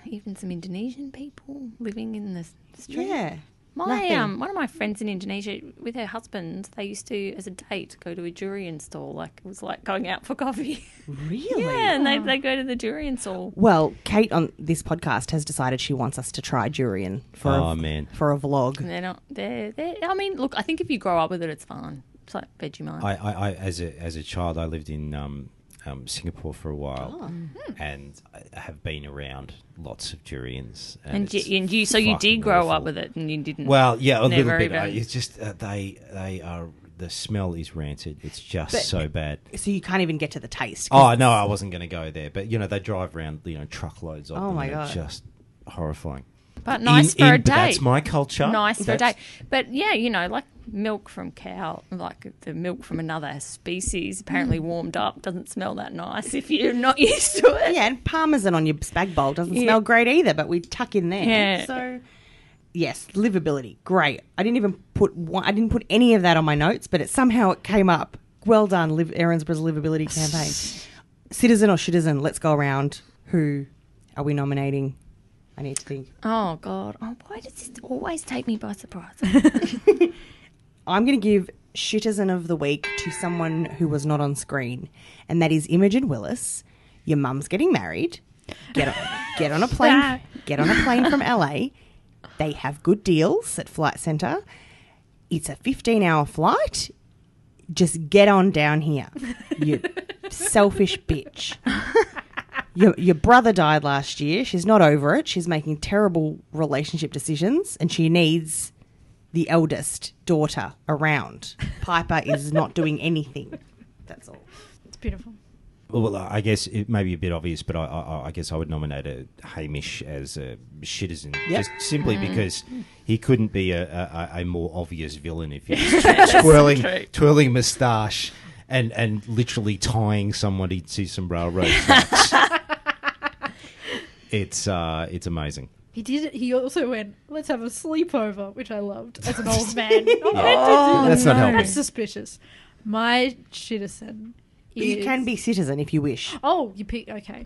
Speaker 6: even some Indonesian people living in the street.
Speaker 5: Yeah,
Speaker 6: My
Speaker 5: nothing.
Speaker 6: um, one of my friends in Indonesia with her husband, they used to as a date go to a durian stall. Like it was like going out for coffee.
Speaker 5: really.
Speaker 6: yeah, and they they go to the durian stall.
Speaker 5: Well, Kate on this podcast has decided she wants us to try durian for
Speaker 3: Oh,
Speaker 5: a,
Speaker 3: man.
Speaker 5: for a vlog.
Speaker 6: And they're not. They're, they're. I mean, look. I think if you grow up with it, it's fine. It's like Vegemite.
Speaker 3: I, I, I as a as a child, I lived in um, um, Singapore for a while,
Speaker 6: Oh, hmm.
Speaker 3: and I have been around lots of durians.
Speaker 6: and,
Speaker 3: it's
Speaker 6: you, and you, so you
Speaker 3: fucking
Speaker 6: did grow up
Speaker 3: awful.
Speaker 6: with it, and you didn't.
Speaker 3: Well, yeah, a
Speaker 6: They're
Speaker 3: little
Speaker 6: very
Speaker 3: bit. I-
Speaker 6: bad.
Speaker 3: It's just uh, they they are the smell is rancid. It's just
Speaker 5: But-
Speaker 3: so bad.
Speaker 5: So you can't even get to the taste. 'cause
Speaker 3: Oh no, I wasn't going to go there, but you know they drive around, you know, truckloads of
Speaker 5: Oh,
Speaker 3: them.
Speaker 5: my
Speaker 3: and it's
Speaker 5: God.
Speaker 3: just horrifying.
Speaker 6: but nice
Speaker 3: In-
Speaker 6: for a
Speaker 3: in-
Speaker 6: date.
Speaker 3: but That's my culture.
Speaker 6: nice for a
Speaker 3: That's-
Speaker 6: day. But yeah, you know, like milk from cow, like the milk from another species, apparently warmed up, doesn't smell that nice if you're not used to it.
Speaker 5: Yeah, and parmesan on your spag bowl doesn't smell great either, but we tuck in there.
Speaker 6: Yeah.
Speaker 5: So yes, livability, great. I didn't even put one, I didn't put any of that on my notes, but it somehow it came up. Well done, Liv Erinsborough's livability campaign. Citizen or citizen, let's go around. Who are we nominating? I need to think.
Speaker 6: Oh God! Oh, why does this always take me by surprise?
Speaker 5: I'm going to give Shitizen of the Week to someone who was not on screen, and that is Imogen Willis. Your mum's getting married. Get on, get on a plane. Get on a plane from LA. They have good deals at Flight Centre. It's a 15 hour flight. Just get on down here, you selfish bitch. Your, your brother died last year. She's not over it. She's making terrible relationship decisions, and she needs the eldest daughter around. Piper is not doing anything. That's all.
Speaker 2: It's beautiful.
Speaker 3: Well, I guess it may be a bit obvious, but I, I, I guess I would nominate a Hamish as a citizen, just simply because he couldn't be a, a, a more obvious villain if he was twirling twirling moustache and and literally tying somebody to some railroad tracks. it's uh, it's amazing.
Speaker 2: He did. He also went. Let's have a sleepover, which I loved as an old man. Not meant to do
Speaker 3: That's not
Speaker 2: that.
Speaker 3: helping.
Speaker 2: That's suspicious. My citizen
Speaker 5: You
Speaker 2: is-
Speaker 5: can be citizen if you wish.
Speaker 2: Oh, you pick. Okay.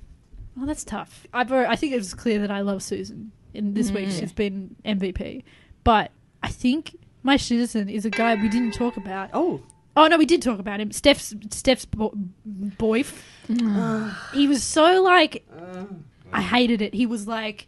Speaker 2: Well, that's tough. I've, al- I think it was clear that I love Susan. In this week,
Speaker 5: Mm.
Speaker 2: she's been MVP. But I think my citizen is a guy we didn't talk about.
Speaker 5: Oh.
Speaker 2: Oh no, we did talk about him. Steph's Steph's bo- boyf.
Speaker 5: Mm.
Speaker 2: he was so like, I hated it. He was like,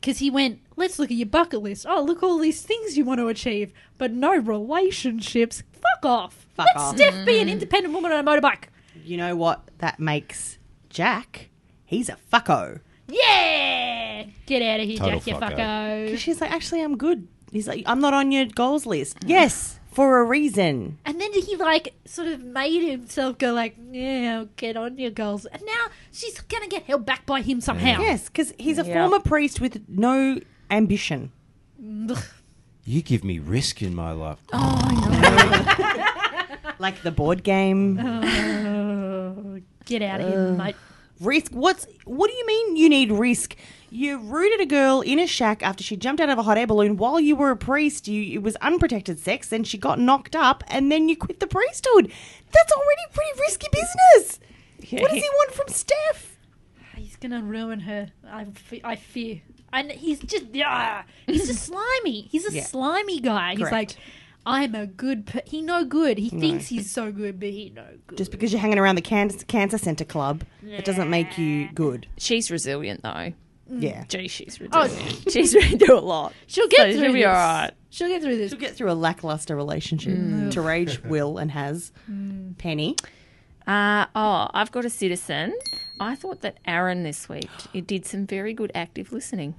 Speaker 2: because he went, let's look at your bucket list. Oh, look all these things you want to achieve, but no relationships. Fuck off.
Speaker 5: Fuck
Speaker 2: Let
Speaker 5: off. Mm.
Speaker 2: Steph be an independent woman on a motorbike.
Speaker 5: You know what that makes Jack? He's a fucko.
Speaker 2: Yeah! Get out of here,
Speaker 5: Total
Speaker 2: Jack, you
Speaker 5: fucko.
Speaker 2: fucko.
Speaker 5: 'Cause she's like, actually, I'm good. He's like, I'm not on your goals list. Yes, for a reason.
Speaker 2: And then he, like, sort of made himself go, like, yeah, get on your goals. And now she's going to get held back by him somehow.
Speaker 5: Yes, because he's a
Speaker 2: Yeah.
Speaker 5: former priest with no ambition.
Speaker 3: You give me risk in my life.
Speaker 5: like the board game.
Speaker 2: Oh, get out of here,
Speaker 5: Ugh.
Speaker 2: mate.
Speaker 5: Risk? What's? What do you mean you need risk? You rooted a girl in a shack after she jumped out of a hot air balloon while you were a priest. You it was unprotected sex, and she got knocked up, and then you quit the priesthood. That's already pretty risky business. what does he want from Steph?
Speaker 2: He's going to ruin her. I, fe- I fear. And he's just, yeah, he's just slimy. He's a
Speaker 5: Yeah.
Speaker 2: slimy guy. He's
Speaker 5: Correct.
Speaker 2: like, I'm a good, per- he no good. He thinks he's so good, but he no good.
Speaker 5: Just because you're hanging around the can- cancer center club, it doesn't make you good.
Speaker 6: She's resilient though.
Speaker 5: Yeah.
Speaker 6: Gee, she's
Speaker 2: Oh,
Speaker 6: resilient. she's been through a lot.
Speaker 2: She'll get
Speaker 6: so
Speaker 2: through
Speaker 6: She'll be
Speaker 2: this.
Speaker 6: all right.
Speaker 2: She'll get through this.
Speaker 5: She'll get through a lackluster relationship. To rage will and has. Penny.
Speaker 6: Uh, oh, I've got a citizen. I thought that Aaron this week it did some very good active listening.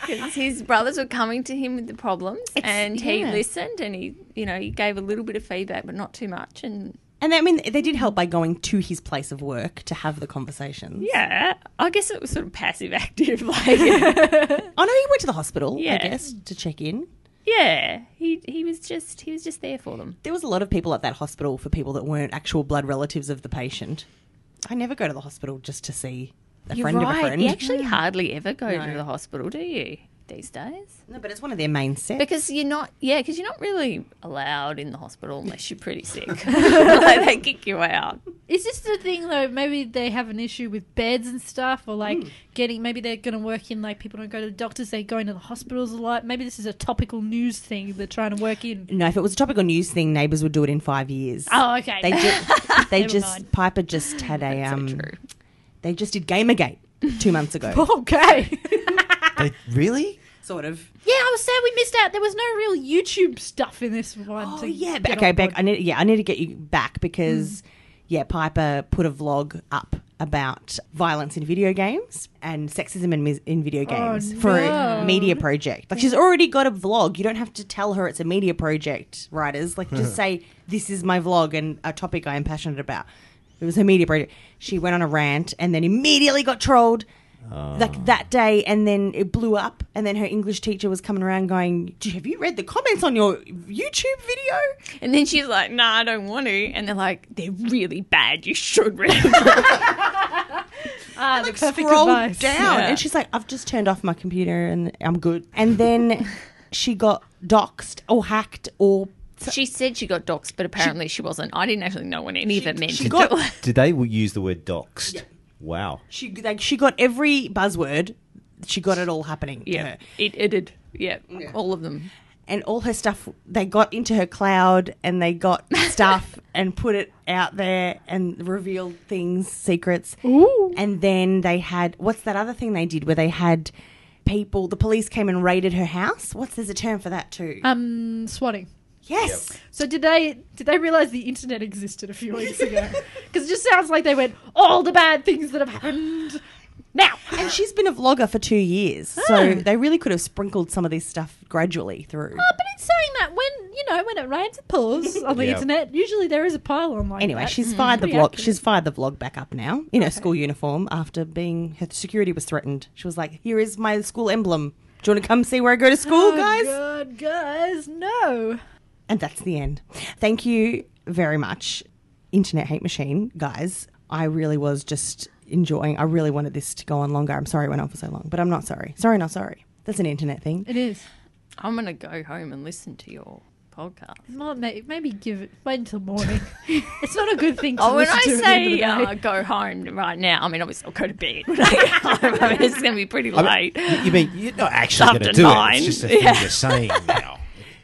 Speaker 6: 'Cause his brothers were coming to him with the problems, and he
Speaker 5: yeah.
Speaker 6: listened, and he, you know, he gave a little bit of feedback, but not too much. And
Speaker 5: And I mean, they did help by going to his place of work to have the conversations.
Speaker 6: yeah, I guess it was sort of passive active, like
Speaker 5: I know he went to the hospital, I
Speaker 6: Yeah.
Speaker 5: guess, to check in.
Speaker 6: yeah, he he was just he was just there for them.
Speaker 5: There was a lot of people at that hospital for people that weren't actual blood relatives of the patient. I never go to the hospital just to see a
Speaker 6: You're
Speaker 5: friend
Speaker 6: right.
Speaker 5: of a friend.
Speaker 6: You actually hardly ever go
Speaker 5: No.
Speaker 6: to the hospital, do you? These days.
Speaker 5: no, but it's one of their main sets.
Speaker 6: Because you're not, yeah, because you're not really allowed in the hospital unless you're pretty sick. Like, they kick you out.
Speaker 2: Is this the thing though? Maybe they have an issue with beds and stuff, or like getting. Maybe they're going to work in like people don't go to the doctors; they go into the hospitals a lot. Maybe this is a topical news thing they're trying to work in.
Speaker 5: no, if it was a topical news thing, neighbours would do it in five years.
Speaker 2: Oh, okay.
Speaker 5: They just, they
Speaker 2: Never
Speaker 5: just
Speaker 2: mind.
Speaker 5: Piper just had a um, they just did Gamergate two months ago.
Speaker 2: okay.
Speaker 3: They, really?
Speaker 5: sort of.
Speaker 2: yeah, I was sad we missed out. There was no real YouTube stuff in this one.
Speaker 5: Oh
Speaker 2: to
Speaker 5: yeah,
Speaker 2: get
Speaker 5: but, okay,
Speaker 2: on
Speaker 5: Beck.
Speaker 2: board.
Speaker 5: I Mm. need yeah, I need to get you back because yeah, Piper put a vlog up about violence in video games and sexism in, mis- in video games for a
Speaker 2: no.
Speaker 5: media project. Like she's already got a vlog. You don't have to tell her it's a media project, writers. Like just say this is my vlog and a topic I am passionate about. It was her media project. She went on a rant and then immediately got trolled like that day and then it blew up and then her english teacher was coming around going "Do- have you read the comments on your youtube video
Speaker 6: And then she's like, "No, nah, I don't want to." And they're like, "They're really bad. You should read." them."
Speaker 2: Ah, the perfect
Speaker 5: scroll
Speaker 2: advice.
Speaker 5: down
Speaker 6: Yeah.
Speaker 5: and she's like i've just turned off my computer and i'm good and then she got doxxed or hacked or
Speaker 6: she said she got doxxed, but apparently she, wasn't. I didn't actually know what any of it meant.
Speaker 5: she got
Speaker 7: Did they w- use the word doxed? Wow.
Speaker 5: she like she got every buzzword she got it all happening to
Speaker 6: yeah,
Speaker 5: her
Speaker 6: it, it did. Yeah, all of them.
Speaker 5: and all her stuff they got into her cloud and they got stuff and put it out there and revealed things secrets and then they had what's that other thing they did where they had people the police came and raided her house what's there's a term for that too
Speaker 2: Um, swatting.
Speaker 5: yes
Speaker 2: So did they did they realize the internet existed a few weeks ago? Because it just sounds like they went all the bad things that have happened now.
Speaker 5: and she's been a vlogger for two years so they really could have sprinkled some of this stuff gradually through
Speaker 2: Oh, but it's saying that when you know when it rains, it pours on the
Speaker 3: Yeah.
Speaker 2: internet. Usually there is a pile on like
Speaker 5: Anyway,
Speaker 2: that.
Speaker 5: she's fired the
Speaker 2: Mm-hmm. Pretty
Speaker 5: vlog.
Speaker 2: accurate.
Speaker 5: She's fired the vlog back up now in her school uniform after being her security was threatened. She was like, "Here is my school emblem. Do you want to come see where I go to school,
Speaker 2: Oh,
Speaker 5: guys?"
Speaker 2: God, guys, no.
Speaker 5: And that's the end. Thank you very much, Internet Hate Machine guys. I really was just enjoying. I really wanted this to go on longer. I'm sorry it went on for so long, but I'm not sorry. Sorry, not sorry. That's an internet thing.
Speaker 2: It is.
Speaker 6: I'm gonna go home and listen to your podcast.
Speaker 2: Not may- maybe give it wait until morning. it's not a good thing to
Speaker 6: Oh, when I
Speaker 2: listen to at the end of the
Speaker 6: say
Speaker 2: day.
Speaker 6: uh, go home right now, I mean obviously I'll go to bed when I get home. I mean it's going to be pretty late.
Speaker 7: You- You mean you're not actually
Speaker 6: After
Speaker 7: going to do
Speaker 6: nine.
Speaker 7: it? It's just a thing
Speaker 6: Yeah.
Speaker 7: you're saying now.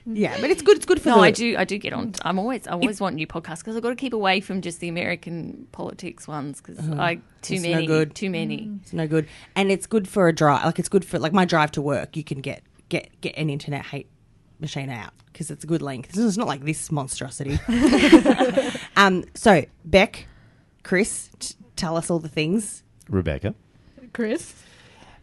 Speaker 5: Yeah, but it's good. It's good for
Speaker 6: no,
Speaker 5: the.
Speaker 6: I do. I do get on. I'm always. I always want new podcasts because I've got to keep away from just the American politics ones because
Speaker 2: Uh-huh.
Speaker 5: Uh,
Speaker 6: I too
Speaker 5: it's no
Speaker 6: many.
Speaker 5: good.
Speaker 6: Too many.
Speaker 2: Mm.
Speaker 5: It's no good, and it's good for a drive. Like it's good for like my drive to work. You can get get get an internet hate machine out because it's a good length. This is not like this monstrosity. um. So Beck, Chris, t- tell us all the things.
Speaker 7: Rebecca.
Speaker 2: Chris.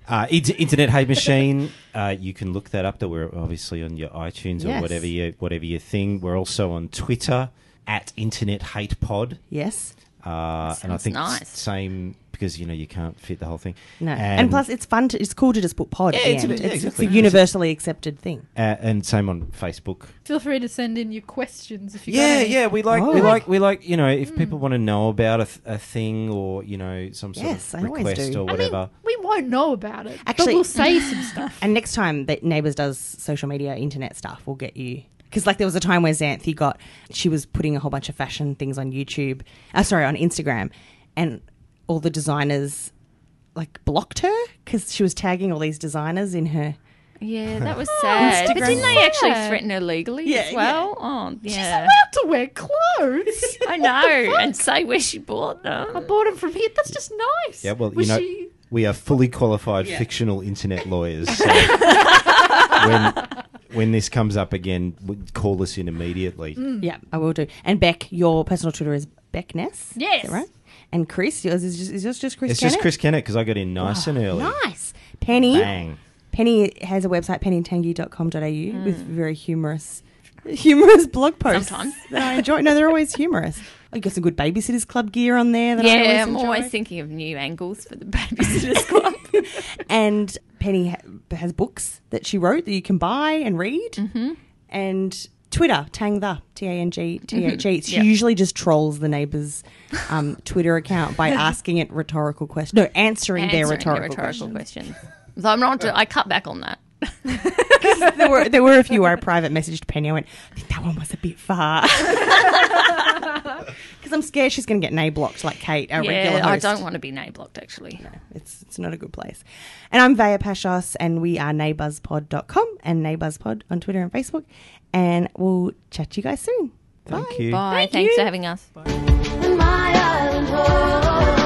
Speaker 7: Uh, Int- Internet Hate Machine. Uh, you can look that up. That we're obviously on your iTunes
Speaker 5: Yes.
Speaker 7: or whatever you whatever your thing. We're also on Twitter at Internet Hate Pod.
Speaker 5: Yes.
Speaker 7: Uh, and I
Speaker 6: Sounds
Speaker 7: think s-
Speaker 6: nice.
Speaker 7: same because you know you can't fit the whole thing.
Speaker 5: No. And, plus, it's fun. To, it's cool to just put pod. at
Speaker 7: Yeah,
Speaker 5: the
Speaker 7: it's a
Speaker 5: end.
Speaker 7: bit- yeah,
Speaker 5: it's, it's
Speaker 7: exactly.
Speaker 5: a universally accepted thing.
Speaker 7: uh, and same on Facebook.
Speaker 2: Feel free to send in your questions if you got
Speaker 7: Yeah,
Speaker 2: any.
Speaker 7: yeah, we like
Speaker 5: Oh. Hmm.
Speaker 7: we like we like you know if people want to know about a, th- a thing or you know some sort
Speaker 5: Yes, I
Speaker 7: of
Speaker 5: always
Speaker 7: request
Speaker 5: do.
Speaker 7: or
Speaker 2: I
Speaker 7: whatever.
Speaker 2: mean, we won't know about it,
Speaker 5: Actually-
Speaker 2: but we'll say some stuff.
Speaker 5: And next time that Neighbours does social media, internet stuff, we'll get you. Because like there was a time where Xanthi got, she was putting a whole bunch of fashion things on YouTube, uh, sorry, on Instagram, and all the designers like blocked her because she was tagging all these designers in her.
Speaker 6: Yeah, that was sad. But
Speaker 5: Instagram.
Speaker 6: didn't they actually
Speaker 2: Oh, Sad.
Speaker 6: threaten her legally
Speaker 5: Yeah,
Speaker 6: as well? Oh,
Speaker 2: She's
Speaker 6: yeah.
Speaker 2: allowed to wear clothes.
Speaker 6: I
Speaker 2: What the
Speaker 6: know,
Speaker 2: fuck?
Speaker 6: and say where she bought
Speaker 2: I
Speaker 6: them.
Speaker 2: bought them from here. That's just nice.
Speaker 7: Yeah, well,
Speaker 2: Was
Speaker 7: you know,
Speaker 2: she-
Speaker 7: we are fully qualified fictional internet lawyers. So when, when this comes up again, w- call us in immediately.
Speaker 5: Yeah, I will do. And Beck, your personal Twitter is Beck Ness.
Speaker 6: Yes.
Speaker 5: Is that right? And Chris, yours is just, is yours just Chris
Speaker 7: It's just
Speaker 5: Kennett?
Speaker 7: Chris Kennett because I got in nice and early.
Speaker 5: Nice. Penny.
Speaker 7: Bang.
Speaker 5: Penny has a website, pennytangy.com.au,
Speaker 6: Hmm.
Speaker 5: with very humorous, humorous blog posts.
Speaker 6: Sometimes.
Speaker 5: That I enjoy. No, they're always humorous. I got some good Babysitters Club gear on there that I
Speaker 6: Yeah,
Speaker 5: always
Speaker 6: I'm
Speaker 5: enjoy.
Speaker 6: always thinking of new angles for the Babysitters Club.
Speaker 5: And Penny ha- has books that she wrote that you can buy and read. Mm-hmm. And Twitter, Tang the, T-A-N-G, T-H-E. E. She
Speaker 6: Yep.
Speaker 5: usually just trolls the neighbours' um, Twitter account by asking it rhetorical questions. No, answering,
Speaker 6: Answering
Speaker 5: their rhetorical, questions.
Speaker 6: questions. So I'm not. I cut back on that.
Speaker 5: there were there were a few where I private messaged Penny. I went, I think that one was a bit far. Because I'm scared she's going to get nay blocked like Kate, our regular
Speaker 6: Yeah,
Speaker 5: host.
Speaker 6: I don't want to be name blocked actually.
Speaker 5: It's, it's not a good place. And I'm Vaya Pashos, and we are neighbourspod.com and neighbourspod on Twitter and Facebook. And we'll chat to you guys soon.
Speaker 7: Thank you.
Speaker 6: Bye.
Speaker 5: Thank
Speaker 6: Thanks
Speaker 5: you.
Speaker 6: for having us.
Speaker 12: My island home.